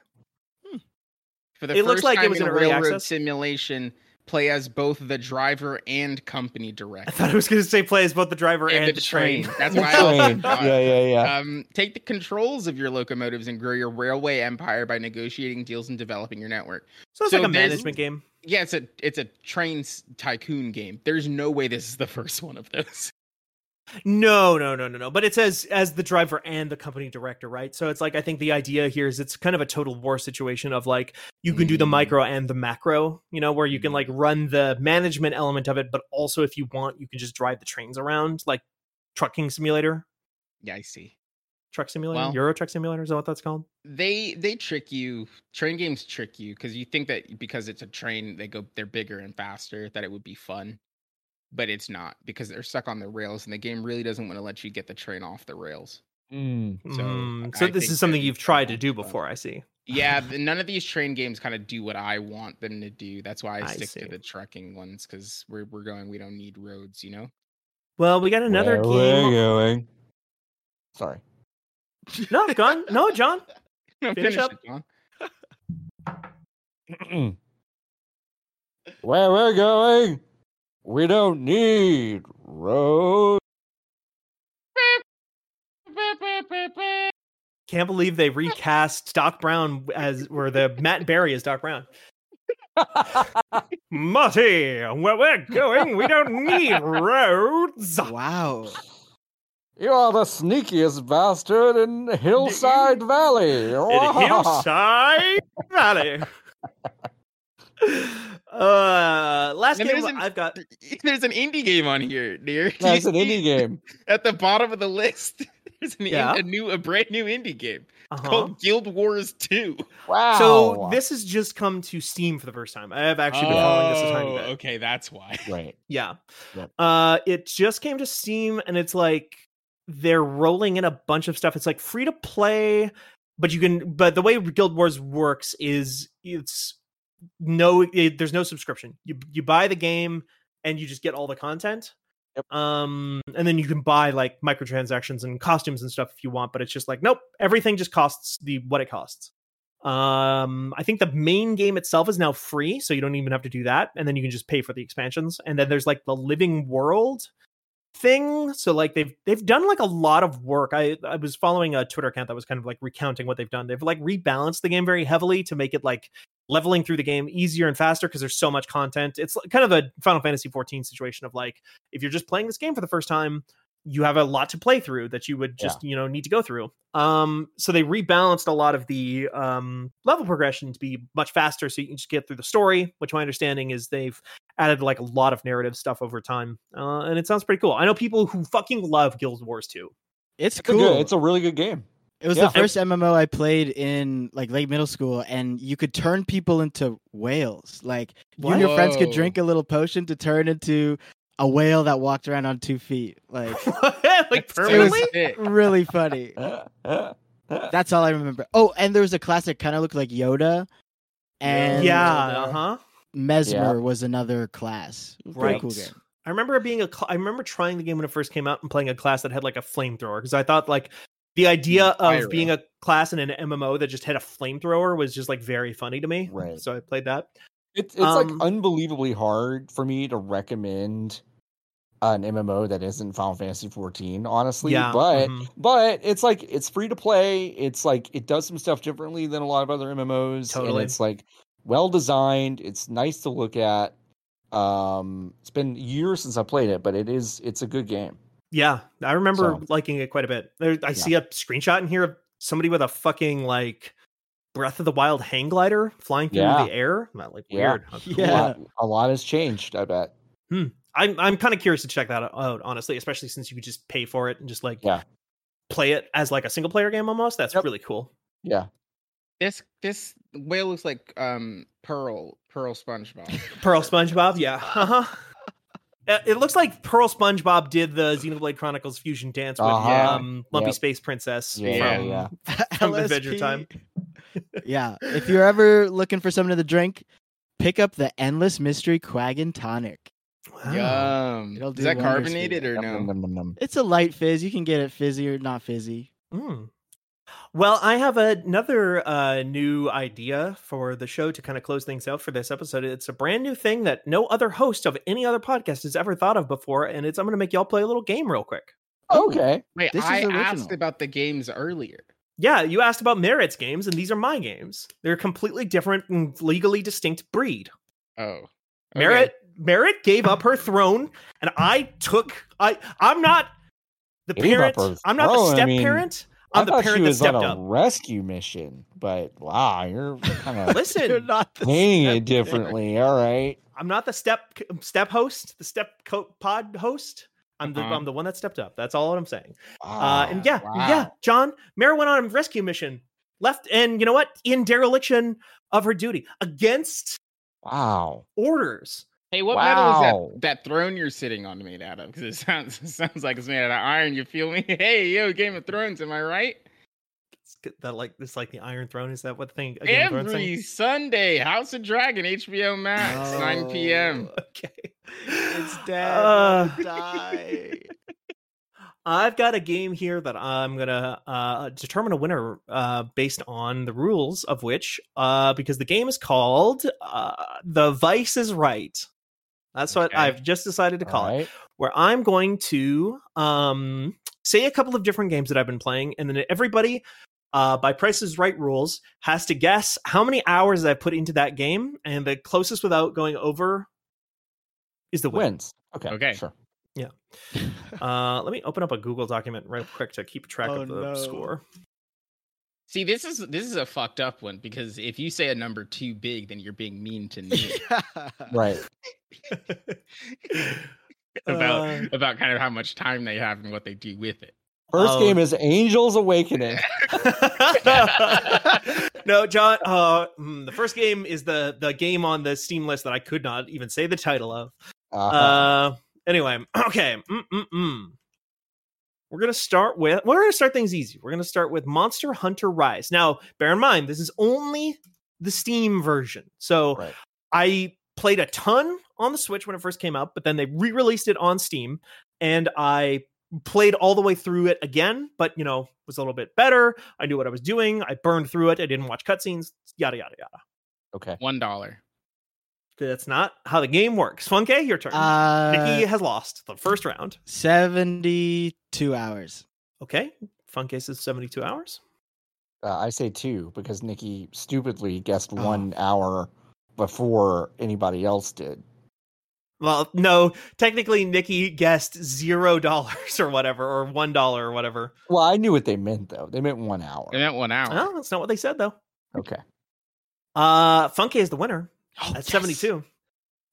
B: for the
A: it
B: first
A: looks like it
B: time
A: was
B: in
A: in
B: a
A: early
B: railroad
A: access.
B: simulation? Play as both the driver and company
A: I
B: director.
A: thought it was going to say play as both the driver and, the train.
B: That's
C: The
B: why I was
C: train.
B: like,
C: Yeah, yeah, yeah.
B: Um, take the controls of your locomotives and grow your railway empire by negotiating deals and developing your network.
A: So it's
B: So
A: like a
B: there's-
A: management game.
B: yeah, it's a it's a train s- tycoon game. There's no way this is the first one of those.
A: No, no, no, no, no. But it says as the driver and the company director, right? So it's like I think the idea here is it's kind of a total war situation of like you can do the
B: Mm.
A: micro and the macro, you know, where you can like run the management element of it, but also if you want, you can just drive the trains around, like trucking simulator,
B: Yeah, I see.
A: truck simulator,
B: Well-
A: Euro truck simulator is that what that's called?
B: They they trick you. Train games trick you because you think that because it's a train, they go they're bigger and faster that it would be fun, but it's not because they're stuck on the rails and the game really doesn't want to let you get the train off the rails. So,
A: Mm, so
B: I
A: this
B: think
A: is something
B: that-
A: you've tried to do
B: uh,
A: before, I see.
B: Yeah, th- none of these train games kind of do what I want them to do. That's why I,
A: I
B: stick
A: see.
B: to the trucking ones because we're we're going. We don't need roads, you know.
A: Well, we got another
C: Where we're
A: game.
C: going. Sorry.
A: No, John. No, John.
B: No,
A: Finish up.
B: it, John.
C: Where we're going, we don't need roads.
A: Can't believe they recast Doc Brown as or the Matt Berry as Doc Brown. Marty, where we're going, we don't need roads.
D: Wow.
C: you are the sneakiest bastard in Hillside Valley.
A: In Hillside Valley. Uh, last
B: And
A: game
B: there's an-
A: I've got.
B: There's an indie game on here, dear. Do
C: That's
B: you
C: an indie
B: see
C: game.
B: At the bottom of the list, there's an in-
A: Yeah.
B: a new, a brand new indie game
A: Uh-huh.
B: called Guild Wars Two.
C: Wow.
A: So this has just come to Steam for the first time. I have actually been following this a tiny
B: Oh,
A: bit.
B: okay, that's why.
C: Right.
A: Yeah.
C: Yep.
A: Uh, it just came to Steam, and it's like they're rolling in a bunch of stuff. It's like free to play, but you can. But the way Guild Wars works is it's no, it, there's no subscription. You you buy the game and you just get all the content.
C: Yep.
A: Um, and then you can buy like microtransactions and costumes and stuff if you want. But it's just like nope, everything just costs the what it costs. Um, I think the main game itself is now free, so you don't even have to do that, and then you can just pay for the expansions. And then there's like the living world thing. So like they've they've done like a lot of work. I I was following a Twitter account that was kind of like recounting what they've done. They've like rebalanced the game very heavily to make it like leveling through the game easier and faster because there's so much content. It's like- kind of a Final Fantasy 14 situation of like if you're just playing this game for the first time, you have a lot to play through that you would just you know need to go through um so they rebalanced a lot of the um level progression to be much faster so you can just get through the story which my understanding is they've added like a lot of narrative stuff over time uh and it sounds pretty cool i know people who fucking love guild wars 2
D: It's
C: It's a good-
D: cool.
C: it's a really good game.
D: it was
C: yeah.
D: the first MMO I played in like late middle school, and you could turn people into whales. Like you and your friends could
B: Whoa.
D: drink a little potion to turn into a whale that walked around on two feet. Like
A: like
B: That's so
A: permanently
B: sick.
D: really funny.
C: Uh,
D: That's all I remember. Oh, and there was a classic kind of looked like Yoda, and
A: yeah
B: Yeah.
A: uh-huh
D: Mesmer was another class. Pretty
A: right
D: cool game.
A: I remember it being a. Cl- I remember trying the game when it first came out and playing a class that had like a flamethrower because I thought like the idea of
B: Pyro.
A: being a class in an MMO that just had a flamethrower was just like very funny to me.
C: Right.
A: So I played that.
C: It's it's
A: Um,
C: like unbelievably hard for me to recommend an MMO that isn't Final Fantasy 14, honestly.
A: yeah.
C: but
A: mhm.
C: but it's like it's free to play. It's like it does some stuff differently than a lot of other MMOs,
A: Totally.
C: and it's like well designed. It's nice to look at. Um, it's been years since I played it, but it is it's a good game.
A: Yeah, I remember
C: So-
A: liking it quite a bit. There, I see a screenshot in here of somebody with a fucking like Breath of the Wild hang glider flying through
C: Yeah.
A: the air. Not like
C: Yeah.
A: weird. How cool.
C: A
D: Yeah.
C: lot, a lot has changed. I bet.
A: I'm I'm kind of curious to check that out, honestly, especially since you could just pay for it and just like
C: Yeah.
A: play it as like a single player game almost. That's
C: Yep.
A: really cool.
C: Yeah,
B: This this whale looks like um Pearl Pearl SpongeBob.
A: Pearl SpongeBob, yeah. Uh-huh. Uh, It looks like Pearl SpongeBob did the Xenoblade Chronicles fusion dance with
C: Uh-huh.
A: um, Lumpy
C: Yep.
A: Space Princess.
C: yeah,
A: from-
C: yeah.
A: From Adventure Time.
D: yeah. If you're ever looking for something to drink, pick up the Endless Mystery Quaggin Tonic.
A: Wow.
B: Yum.
D: Oh, It'll do
B: Is that
D: wonders for
B: carbonated
D: you.
B: or
C: Nom,
B: no?
C: nom, nom, nom.
D: It's a light fizz. You can get it fizzy or not fizzy.
A: Mm. Well, I have another uh, new idea for the show to kind of close things out for this episode. It's a brand new thing that no other host of any other podcast has ever thought of before, and it's I'm going to make y'all play a little game real quick. Oh,
C: Okay.
B: Wait,
D: This is
B: I asked
D: original.
B: about the games earlier.
A: Yeah, you asked about Merritt's games, and these are my games. They're a completely different and legally distinct breed.
B: Oh.
A: Merritt Merritt gave up her throne, and I took I I'm not the
C: Gave
A: parent.
C: up her
A: I'm not
C: throne,
A: the
C: I
A: step
C: mean,
A: parent.
C: I
A: I'm the
C: thought she
A: parent that
C: was on
A: stepped
C: a
A: up.
C: rescue mission, but wow, you're kind of
D: You're
A: Listen,
D: not the
C: painting
D: step
C: it differently. All right.
A: I'm not the step step host, the step co- pod host. I'm the
B: Uh-huh.
A: I'm the one that stepped up. That's all I'm saying. Uh,
C: Ah,
A: and yeah, yeah,
C: wow.
A: John, Mara went on a rescue mission, left, and you know what? In dereliction of her duty against
C: Wow.
A: orders.
B: Hey, what metal
C: Wow.
B: is that, that throne you're sitting on made out of? Because it sounds it sounds like it's made out of iron. You feel me? Hey, yo, Game of Thrones, am I right?
A: It's good That like this, like the Iron Throne. Is that what the thing? a Game of Thrones
B: Every
A: thing?
B: Sunday, House of Dragon, HBO Max, 9 p.m.
A: Okay,
D: It's dead.
A: Uh,
D: let it die.
A: I've got a game here that I'm gonna uh, determine a winner uh, based on the rules of which, uh, because the game is called uh, "The Vice Is Right." That's what
B: Okay.
A: I've just decided to
C: All
A: call it.
C: right.
A: where I'm going to um, say a couple of different games that I've been playing, and then everybody, uh, by Price's Right rules, has to guess how many hours I put into that game, and the closest without going over is the win.
C: Wins. Okay.
B: Okay.
C: Sure.
A: Uh, let me open up a Google document real quick to keep track
D: Oh,
A: of the
D: no.
A: score.
B: See, this is this is a fucked up one because if you say a number too big, then you're being mean to me
C: Right.
B: about
A: Uh,
B: about kind of how much time they have and what they do with it.
C: First
A: Oh.
C: game is Angels Awakening.
D: Uh,
A: no, John. Uh, mm, the first game is the the game on the Steam list that I could not even say the title of.
C: Uh,
A: Uh, anyway, okay. Mm-mm-mm. We're gonna start with we're gonna start things easy. We're gonna start with Monster Hunter Rise. Now, bear in mind, this is only the Steam version.
D: Oh.
A: So
C: Right.
A: I played a ton on the Switch when it first came out, but then they re-released it on Steam, and I played all the way through it again, but you know, was a little bit better. I knew what I was doing. I burned through it. I didn't watch cutscenes. Yada yada yada.
C: okay.
B: One dollar.
A: That's not how the game works. Funke, your turn. Nikki
D: Uh,
A: has lost the first round.
D: seventy-two hours.
A: Okay. Fun case is 72 hours.
C: Uh, I say two because Nikki stupidly guessed
D: Oh.
C: one hour before anybody else did.
A: Well, no, technically Nikki guessed zero dollars or whatever, or one dollar or whatever.
C: Well, I knew what they meant though. They meant one hour.
B: And that one hour.
A: Oh, that's not what they said though.
C: Okay.
A: Uh Funke is the winner
B: Oh,
A: at
B: yes!
A: 72.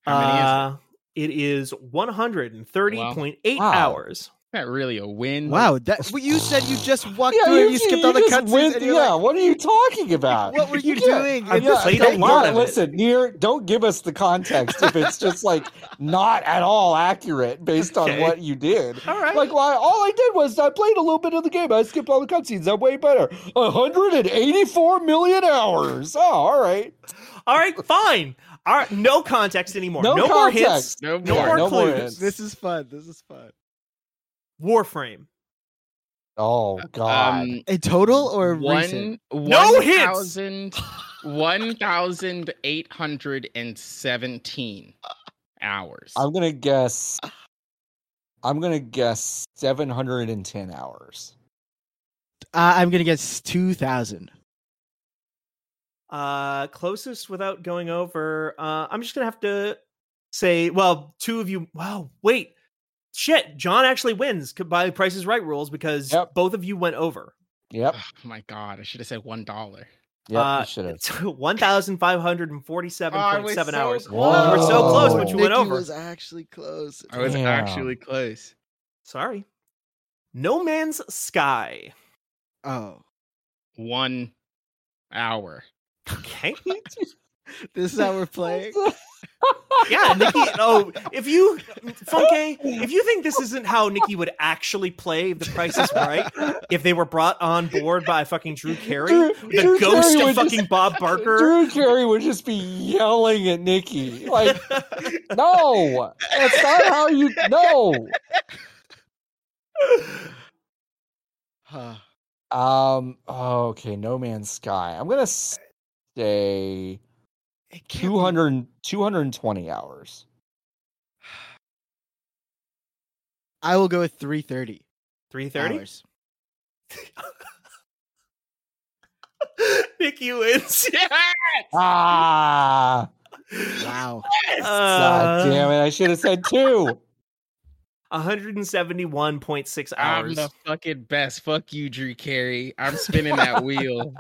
B: How many is it?
A: uh, it is 130.8
C: Wow.
A: hours.
B: Isn't that really a win?
D: Wow, that well, you said you just walked
C: Yeah,
D: through
C: you,
D: and you skipped all the
C: just
D: cutscenes.
C: went-
D: and you're
C: yeah,
D: like,
C: what are you talking about?
D: what were you,
C: can't-
D: doing?
A: I
D: in
A: just
D: this
A: played a
D: second
C: don't-
A: lot of
D: game?"
A: it.
C: listen, near don't give us the context if it's just like not at all accurate based on
A: Okay.
C: what you did.
A: All right.
C: Like why all I did was I played a little bit of the game. I skipped all the cutscenes. I'm way better. 184 million hours. Oh, all right.
A: All right, fine. All right, no context anymore. No,
C: No
A: more hits.
C: context.
B: No
A: No
B: more.
A: more
C: no more
A: clues.
C: hits.
D: This is fun. This is fun.
A: Warframe.
C: Oh god.
B: Um,
D: A total or recent?
B: one,
A: No
B: one
A: hits!
B: thousand- 1,817 hours.
C: I'm going to guess I'm going to guess 710 hours.
D: Uh, I'm gonna guess two thousand.
A: Uh, closest without going over. Uh, I'm just gonna have to say, well, two of you. Wow, wait, shit. John actually wins c- by Price is Right rules because
C: Yep.
A: both of you went over.
C: Yep.
B: Oh my God, I should have said one dollar.
C: Yep.
A: Uh,
C: you should have.
A: One thousand five hundred and forty-seven point seven hours.
C: close. You
A: were so close, but
C: Whoa.
A: you went
D: Nikki
A: over.
D: was actually close.
B: I was
C: Damn.
B: actually close.
A: Sorry. No Man's Sky.
D: Oh,
B: One hour.
A: Okay.
D: this is how we're playing.
A: Yeah, Nikki. Oh, if you, Funke, if you think this isn't how Nikki would actually play The Price is Right, if they were brought on board by fucking Drew Carey,
C: Drew-
A: the
C: Drew
A: ghost
C: Carey
A: of
C: would just-
A: fucking Bob Barker.
C: Drew Carey would just be yelling at Nikki. Like, no, that's not how you. No.
D: Huh.
C: Um. Okay. No Man's Sky. I'm gonna say
D: It can't be-
C: 200, 220 hours.
D: I will go with three thirty.
A: 330? Nikki wins.
C: Ah.
D: Wow.
C: God
A: Uh,
C: damn it! I should have said two.
A: 171.6
B: I'm
A: hours.
B: the fucking best. Fuck you, Drew Carey. I'm spinning that wheel.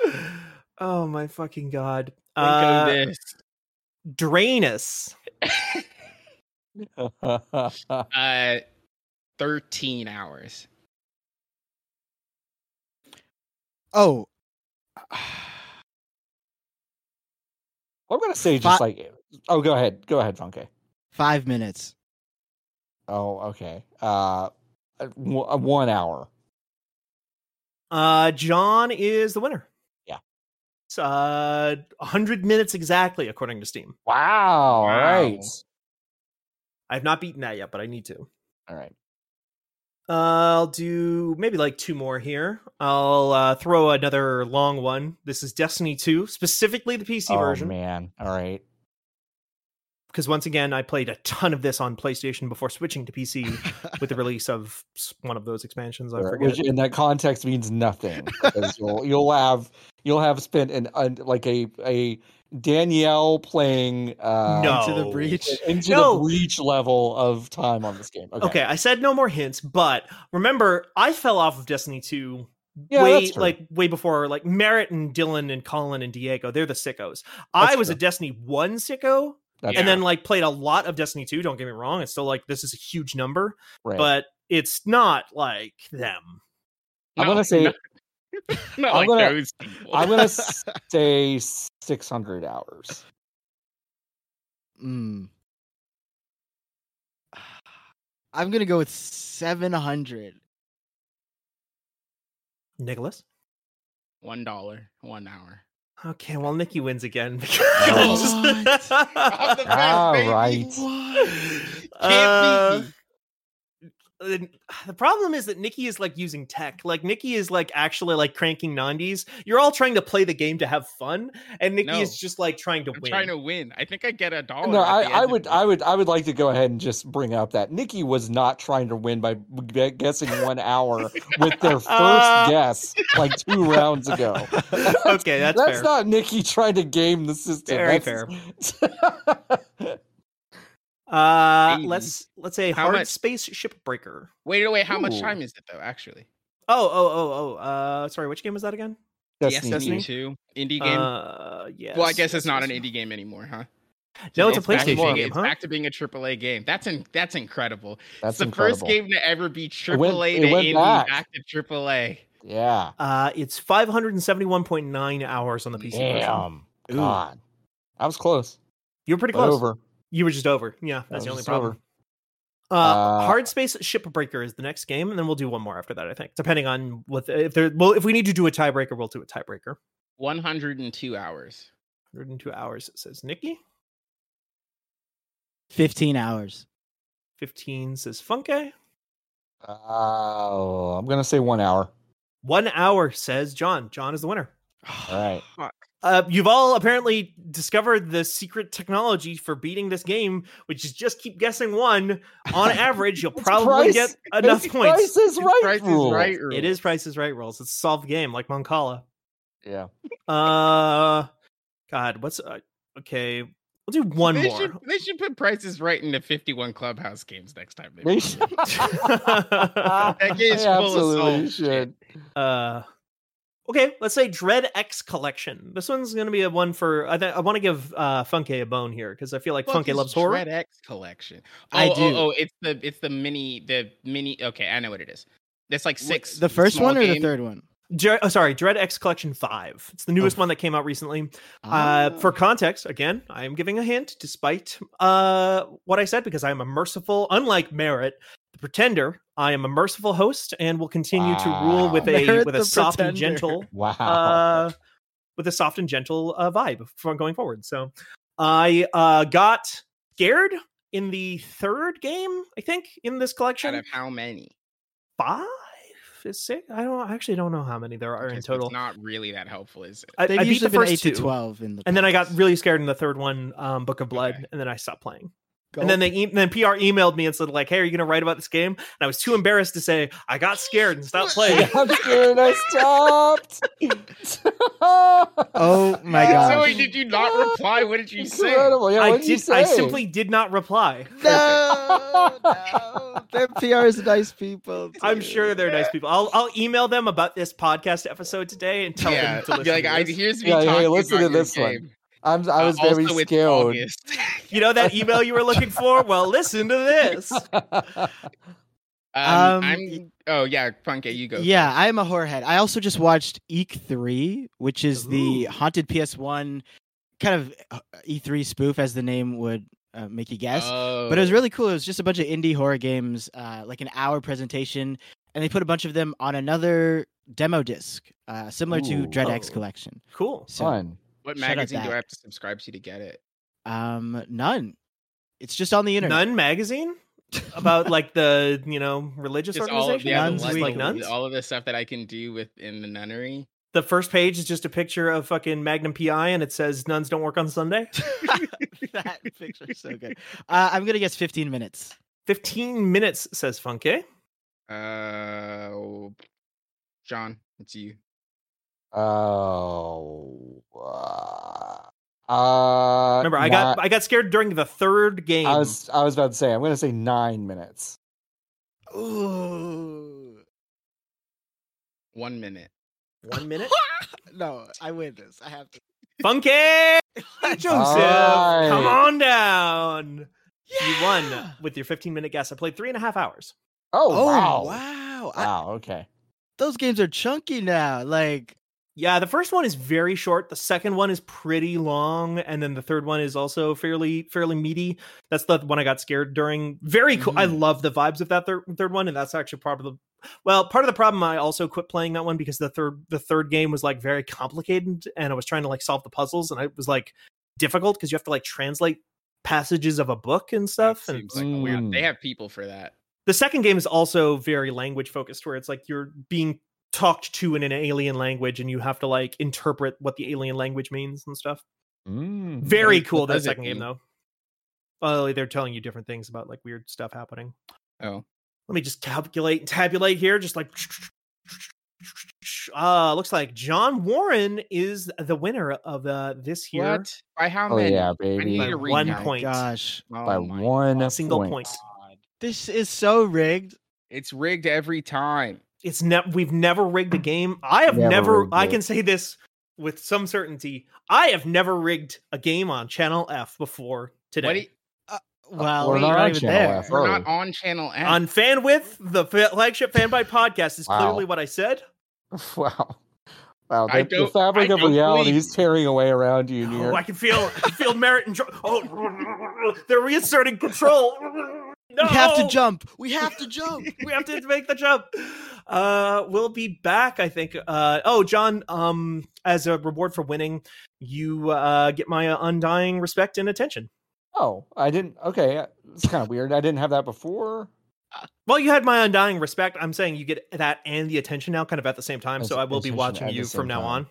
A: oh my fucking god.
B: Think of
A: Uh,
B: this.
A: Drainus.
B: Uh, 13 hours.
D: Oh,
C: I'm gonna say just
D: Fi-
C: like. Oh, go ahead. Go ahead, Funke.
D: five minutes.
C: Oh, okay. Uh, uh, w- uh, one hour.
A: Uh, John is the winner.
C: Yeah.
A: It's uh, 100 minutes exactly, according to Steam.
C: Wow. All right.
A: I've not beaten that yet, but I need to.
C: All right.
A: Uh, I'll do maybe like two more here. I'll uh, throw another long one. This is Destiny 2, specifically the PC
C: oh
A: version.
C: man. All right.
A: Because once again, I played a ton of this on PlayStation before switching to PC with the release of s- one of those expansions. I
C: All right,
A: forget.
C: Which in that context means nothing because you'll you'll have you'll have spent an, an like a a Danielle playing uh
A: No.
D: Into the
A: Oh.
D: breach.
C: into
A: No.
C: the breach level of time on this game. Okay.
A: Okay, I said no more hints, but remember, I fell off of Destiny 2
C: Yeah,
A: way
C: that's true.
A: like way before like Merritt and Dylan and Colin and Diego. They're the sickos. I
C: That's
A: was a
C: true.
A: Destiny 1 sicko
C: That's
A: and then like played a lot of Destiny 2. Don't get me wrong, it's still like this is a huge number,
C: right.
A: but it's not like them.
C: I'm gonna
B: No,
C: say
B: Not, not
C: I'm
B: like
C: gonna-
B: those people.
C: I'm gonna say six hundred hours.
D: Mm. I'm gonna go with seven hundred.
A: Nicholas?
B: One dollar, one hour.
A: Okay, well Nikki wins again. because-
B: What?
C: All
B: baby.
C: right.
A: Uh,
B: beat me.
A: the the problem is that Nikki is like using tech. Like Nikki is like actually like cranking 90s. You're all trying to play the game to have fun, and Nikki
B: No.
A: is just like trying to
B: I'm
A: win.
B: trying to win. I think I get a dollar.
C: No,
B: Oh, at
C: I,
B: the
C: I
B: end of
C: would,
B: it.
C: I would, I would like to go ahead and just bring up that Nikki was not trying to win by b- guessing one hour with their first
A: Uh.
C: guess like two rounds ago.
A: okay, that's,
C: That's
A: fair.
C: not Nikki trying to game the system.
A: Very
C: That's-
A: uh,
B: Maybe.
A: let's let's say
B: How
A: hard
B: much-
A: spaceship breaker.
B: Wait, wait, wait. How much
C: Ooh.
B: time is it though? Actually,
A: Oh oh oh oh. Uh, sorry, which game was that again?
C: Destiny.
A: Destiny.
B: two indie game.
A: Uh, yes.
B: well, I guess it's not an
A: yes, yes.
B: indie game anymore, huh?
A: No, it's a
B: back to
A: PlayStation
B: being-
A: game,
B: It's
A: huh?
B: back to being a AAA game. That's in, that's incredible.
C: That's
B: it's the
C: incredible.
B: first game to ever be AAA
C: went-
B: to
C: it went
B: indie
C: back.
B: back. to AAA.
C: Yeah.
A: Uh, it's 571.9 hours on the PC version.
C: Damn.
D: Ooh.
C: God. I was close.
A: You were pretty
C: but
A: close.
C: Over.
A: You were just over. Yeah, that's
C: was
A: the only
C: just over.
A: problem. Uh,
C: Uh,
A: Hard Space Shipbreaker is the next game, and then we'll do one more after that. I think, depending on what if there. Well, if we need to do a tiebreaker, we'll do a tiebreaker.
B: 102 hours.
A: 102 hours says Nikki.
D: Fifteen hours.
A: 15 says Funke.
C: Oh, I'm gonna say one hour.
A: One hour says John. John is the winner.
C: All right.
A: Uh, you've all apparently discovered the secret technology for beating this game, which is just keep guessing one. On average, you'll
C: It's
A: probably
C: price-
A: get enough
C: It's
A: points.
C: Price is
B: It's
C: right.
B: Price is
C: rule.
B: Right
A: It
B: rule.
A: is Price is Right rules. It's a solved game, like Moncala.
C: Yeah.
A: Uh, God, what's uh, okay? We'll do one
B: they
A: more.
B: Should, they should put prices right into 51 clubhouse games next time. They
C: They
B: do
C: should.
B: it. that game's
C: They
B: full of
C: absolutely
B: soul.
C: should.
A: uh, okay, let's say Dread X Collection. This one's gonna be a one for. I th- I want to give uh Funke a bone here because I feel like
B: Fuck
A: Funke
B: is
A: loves horror.
B: Dread X collection. Oh,
D: I
B: Oh,
D: do.
B: oh, it's the it's the mini the mini. Okay, I know what it is. That's like
D: Wh-
B: six.
D: The first
B: small
D: one or the
B: games.
D: third one?
A: Dre- oh, sorry, Dread X Collection Five. It's the
D: Oh.
A: newest one that came out recently.
D: Ah.
A: Uh, for context, again, I am giving a hint despite uh, what I said because I am a merciful, unlike Merritt, the pretender, I am a merciful host and will continue to rule with
D: Wow.
A: a
D: Merritt
A: with a
D: the
A: soft and
D: pretender.
A: gentle
C: Wow.
A: uh, with a soft and gentle uh, vibe from going forward. So I uh, got scared in the third game, I think, in this
B: Out
A: collection.
B: of how many?
A: Five is six. I don't I actually don't know how many there are in
B: Because
A: total.
B: It's not really that helpful, is it?
A: I,
D: They've
A: I beat
D: usually
A: the
D: been
A: first
D: eight
A: two.
D: to twelve in the.
A: And then I got
D: past.
A: really scared in the third one, um, Book of Blood,
B: Okay.
A: and then I stopped playing. And then they e- then PR emailed me and said like, "Hey, are you going to write about this game?" And I was too embarrassed to say I got scared and stopped playing.
C: I'm scared I stopped.
D: Oh my
C: Yeah,
D: god.
C: so
B: Zoe, did you not reply? What did you say?
C: Incredible. Yeah,
A: I
C: what did you
A: did. I
C: say?
A: simply did not reply.
E: No, no. Their PRs are nice people.
A: I'm
E: dude.
A: sure they're nice people. I'll I'll email them about this podcast episode today and tell
B: Yeah,
A: them to listen.
B: be like,
A: to
B: I,
A: this.
B: here's me
C: Yeah, hey,
B: talking
C: listen
B: about
C: to
B: your
C: this one.
B: game.
C: I'm, I
B: Uh,
C: was very
B: also, it's
C: scared.
B: August.
A: You know that email you were looking for? Well, listen to this.
B: Um,
D: Um,
B: I'm. Oh yeah, Funke, you go.
D: Yeah, I'm a whorehead. I also just watched Eek 3, which is the haunted PS1 kind of uh, E3 spoof, as the name would uh, make you guess. But it was
B: Oh.
D: really cool. It was just a bunch of indie horror games, uh, like an hour presentation, and they put a bunch of them on another demo disc, uh, similar
C: Ooh.
D: to Dread X
A: Oh.
D: Collection.
A: Cool.
D: So,
C: Fun.
B: What
D: Shout out
B: magazine do I
D: that.
B: have to subscribe to to get it?
D: um, none. It's just on the internet.
A: Nun magazine about like the you know religious
B: Just all of
A: organization.
B: the other
D: Nuns
B: ones,
D: we-
A: like nuns.
B: all of the stuff that I can do within the nunnery.
A: The first page is just a picture of fucking Magnum PI, and it says nuns don't work on Sunday.
D: that picture is so good. Uh, I'm gonna guess 15 minutes.
A: Fifteen minutes says Funke.
B: Uh, John, it's you.
C: Oh. Uh,
A: Remember, I got I got scared during the third game.
C: I was I was about to say I'm going to say nine minutes.
D: Ooh.
B: One minute.
A: One minute.
D: no, I win this. I have to.
A: Funke Joseph,
C: Uh, Alright.
A: come on down. You won
D: Yeah!
A: with your 15 minute guess. I played three and a half hours.
C: Oh,
D: Oh
C: wow.
D: wow!
C: Wow.
D: I-
C: okay.
D: those games are chunky now. Like
A: Yeah, the first one is very short. The second one is pretty long, and then the third one is also fairly fairly meaty. That's the one I got scared during. Very cool. I love the vibes of that third third one, and that's actually probably well part of the problem. I also quit playing that one because the third the third game was like very complicated, and I was trying to like solve the puzzles, and it was like difficult because you have to like translate passages of a book and
B: That
A: stuff. And
B: seems like a weird- They
C: Mm.
B: have people for that.
A: the second game is also very language focused where it's like you're being talked to in an alien language and you have to like interpret what the alien language means and stuff
C: Mm.
A: very
B: what
A: cool that
B: does it
A: second game
B: mean?
A: though well they're telling you different things about like weird stuff happening
B: Oh,
A: let me just calculate and tabulate here just like uh looks like john warren is the winner of uh this here
B: what? By how
C: Oh
B: many?
C: yeah,
B: need
C: baby.
A: by
B: to read
A: one
B: now.
A: point
D: gosh,
B: Oh
C: By
B: my
C: one
A: uh, single point.
B: God.
D: this is so rigged.
B: It's rigged every time.
A: it's never we've never rigged a game. I have
C: Never
A: never,
C: rigged
A: I
C: it.
A: can say this with some certainty. I have never rigged a game on Channel F before today.
B: What do you-
D: Well,
C: we're
D: we're
C: not
D: not,
C: on
D: even
C: Channel
D: there.
C: F.
B: we're
C: Oh.
B: not on channel F.
A: on FanWith, the fa- flagship fanbite podcast is
C: Wow.
A: clearly what I said.
C: Wow. Wow,
B: I
C: the, the
B: don't-
C: fabric
B: I
C: of
B: don't
C: reality
B: believe
C: is tearing away around you,
A: Oh,
C: dear.
A: I can feel I can feel merit and dr- oh they're reinserting control. No!
D: We have to jump. We have to jump.
A: we have to make the jump. Uh, we'll be back, I think. Uh, oh, John, um, as a reward for winning, you uh, get my undying respect and attention.
C: Oh, I didn't. Okay, it's kind of weird. I didn't have that before.
A: Well, you had my undying respect. I'm saying you get that and the attention now, kind of at the same time. So
C: Attention-
A: I will be
C: attention
A: watching
C: at the
A: you
C: same
A: from now
C: time.
A: on.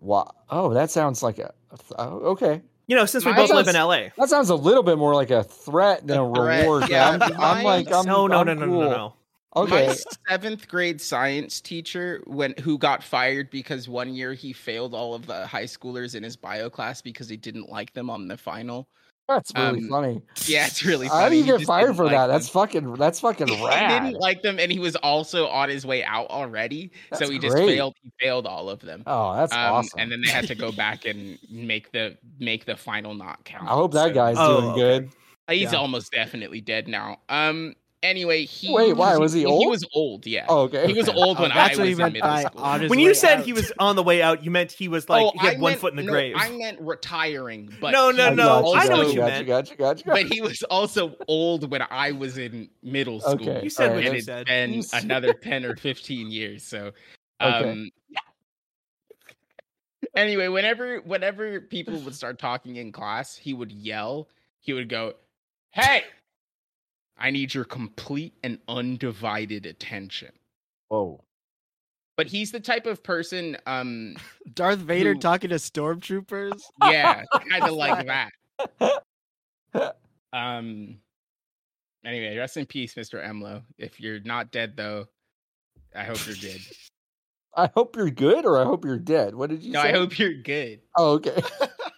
C: Wow. Oh, that sounds like a. a th- oh, okay,
A: You know, since we
B: My-
A: both live in
C: Yes.
A: LA.
C: that sounds a little bit more like a threat than a,
B: A threat,
C: reward.
B: yeah.
C: I'm, I'm like, I'm,
A: no, no,
C: I'm
A: no, no,
C: cool.
A: no, no.
C: Okay,
B: My seventh grade science teacher, when who got fired because one year he failed all of the high schoolers in his bio class because he didn't like them on the final.
C: that's really
B: um,
C: funny.
B: Yeah, it's really. Funny.
C: How do you
B: He
C: get
B: just
C: fired
B: didn't
C: for
B: like
C: that?
B: them.
C: That's fucking. That's fucking
B: he
C: rad.
B: didn't like them, and he was also on his way out already.
C: That's
B: so he just
C: great.
B: failed. He failed all of them.
C: oh, that's
B: Um,
C: awesome.
B: And then they had to go back and make the make the final not count.
C: I hope that
B: So,
C: guy's
A: Oh,
C: doing
A: okay.
C: good.
B: Uh, He's
A: yeah.
B: almost definitely dead now. Um. Anyway, he
C: Wait, why? Was he
B: He
C: old?
B: was old. Yeah.
C: Oh, okay.
B: He was
C: okay.
B: old
D: Oh,
B: when I
D: that's
B: was
D: what he
B: in
D: meant
B: middle
D: by
B: school.
D: on his
A: When you
D: way
A: said
D: out.
A: he was on the way out, you meant he was like
B: Oh,
A: he had
B: I
A: one
B: meant-
A: foot in the
B: no,
A: grave.
B: I meant retiring, but
A: No, no,
B: he
C: I got
A: no,
C: you,
A: I know
C: got
A: what you
C: got
A: meant.
C: Got you, got you, got
B: But he was also old when I was in middle school.
C: Okay,
A: You said
C: alright,
A: what you
B: and it's
A: said.
B: been
C: You said-
B: another 10 or 15 years so um
C: Okay.
B: anyway whenever whenever people would start talking in class he would yell he would go hey i need your complete and undivided attention
C: Whoa.
B: but he's the type of person um
D: Darth Vader
B: Who-
D: talking to stormtroopers.
B: yeah kind of like that Um. Anyway, rest in peace, Mr. Emlo. If you're not dead though, I hope you're good.
C: I hope you're good, or I hope you're dead. What did you
B: no,
C: say?
B: I hope you're good.
C: Oh, okay.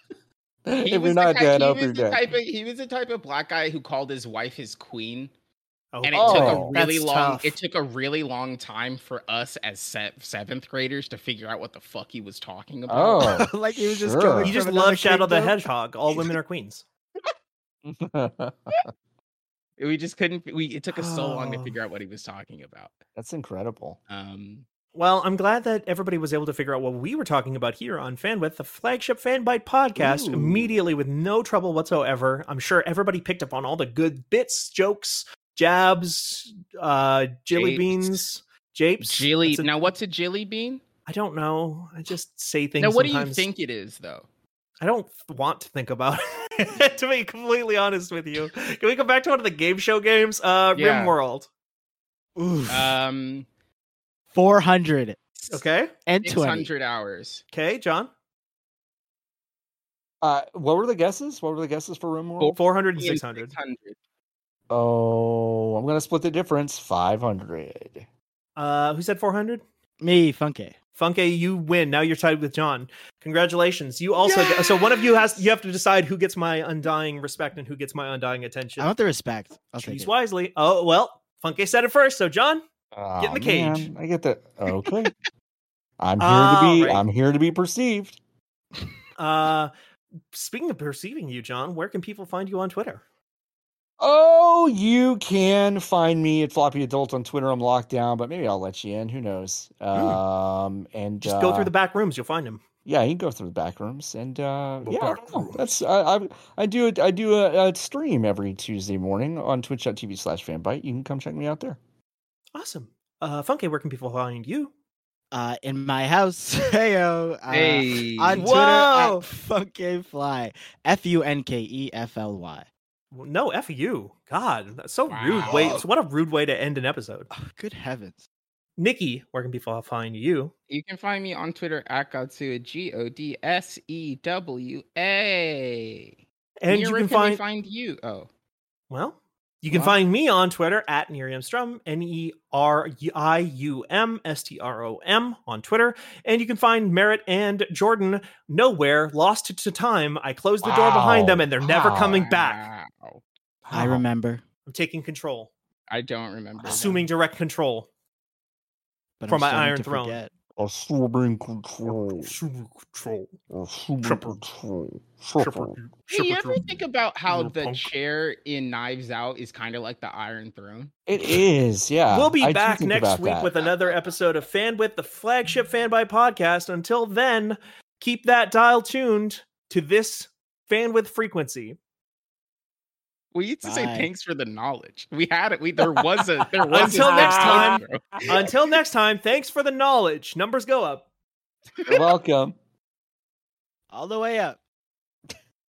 B: He
C: if
B: was
C: you're
B: the
C: not
B: type-
C: dead, I
B: he
C: hope
B: was
C: you're
B: the
C: dead.
B: type of- He was the type of black guy who called his wife his queen,
A: Oh,
B: and it
C: Oh,
B: took a
D: that's
B: really long.
D: tough.
B: It took a really long time for us as se- seventh graders to figure out what the fuck he was talking about.
C: Oh,
D: like he was just
C: sure.
D: going.
A: you just
D: from
A: love
D: another
A: Shadow the
D: kingdom.
A: Hedgehog. All women are queens.
B: We just couldn't. We it took us so long to
A: Oh.
B: figure out what he was talking about.
C: That's incredible.
B: Um,
A: Well, I'm glad that everybody was able to figure out what we were talking about here on FanWith, the flagship FanBite podcast,
C: Ooh.
A: immediately with no trouble whatsoever. I'm sure everybody picked up on all the good bits, jokes, jabs, uh, jelly
B: Japes.
A: beans, japes.
B: Jilly.
A: That's a-
B: now, what's a jilly bean?
A: I don't know. I just say things.
B: Now, what
A: sometimes.
B: do you think it is, though?
A: I don't f- want to think about it. to be completely honest with you, can we go back to one of the game show games? Uh,
B: Yeah.
A: RimWorld. Uh,
B: Um,
D: Four hundred
A: Okay.
D: and
B: six
D: twenty.
B: hundred hours.
A: Okay, John.
C: Uh, what were the guesses? What were the guesses for RimWorld?
A: 400 and 600.
B: 600.
C: Oh, I'm gonna split the difference. Five hundred.
A: Uh, who said 400?
D: Me, Funke.
A: Funke, you win. Now you're tied with John. Congratulations. You also get- so one of you has you have to decide who gets my undying respect and who gets my undying attention.
D: I want the respect. I'll take
A: Choose
D: it.
A: wisely. Oh well, Funke said it first. So John,
C: Get
A: in the cage.
C: I get that. Okay. I'm here
A: All
C: to be.
A: right.
C: I'm here to be perceived.
A: uh speaking of perceiving you, John, where can people find you on Twitter?
C: Oh, you can find me at Floppy Adult on Twitter. I'm locked down, but maybe I'll let you in. Who knows? Um, and
A: Hmm. Just go
C: uh,
A: through the back rooms, you'll find him.
C: Yeah, you can go through the back rooms, and uh,
A: The
C: yeah, I
A: back
C: don't know. that's I, I I do it. I do a, a stream every Tuesday morning on Twitch.tv/slash FanBite. You can come check me out there.
A: Awesome. Uh Funke, where can people find you?
D: Uh, in my house. Heyo. Uh,
B: Hey.
D: On
A: Whoa.
D: Twitter at Funke Fly. F U N K E F L Y.
A: Well, No, F you. God, that's so
B: Wow.
A: rude. Wait, so what a rude way to end an episode.
D: Oh, good heavens.
A: Nikki, where can people find you?
B: You can find me on Twitter at Godsua, G O D S E W A.
A: And you
B: Mira,
A: can
B: they
A: find
B: find you. Oh,
A: Well, you can
B: Wow.
A: find me on Twitter at Nerium Strum, N E R I U M S T R O M on Twitter. And you can find Merritt and Jordan nowhere, lost to time. I closed the door behind them
C: Wow.
A: and they're never
C: Wow.
A: coming back.
B: Wow.
D: I
C: Wow.
D: remember.
A: I'm taking control,
B: I don't remember. them.
A: assuming direct control.
D: But
A: For
D: I'm
A: my
D: starting
A: Iron
D: to
A: Throne.
D: forget.
C: Assuming control.
A: Control.
C: Assuming
A: Triple.
C: control.
A: Triple.
B: Hey, you ever
A: triple-
B: think about how
A: Little
B: the
A: punk.
B: chair in Knives Out is kind of like the Iron Throne?
C: It is, yeah.
A: We'll be
C: I do
A: back
C: think
A: next
C: about
A: week
C: that.
A: with another episode of FanWith, the flagship FanBite podcast. Until then, keep that dial tuned to this FanWith frequency.
B: We used to say
D: Bye.
B: thanks for the knowledge. We had it. We there was a there was
A: Until
B: a
A: next time.
B: intro.
A: Until next time, thanks for the knowledge. Numbers go up.
C: You're welcome.
D: All the way up.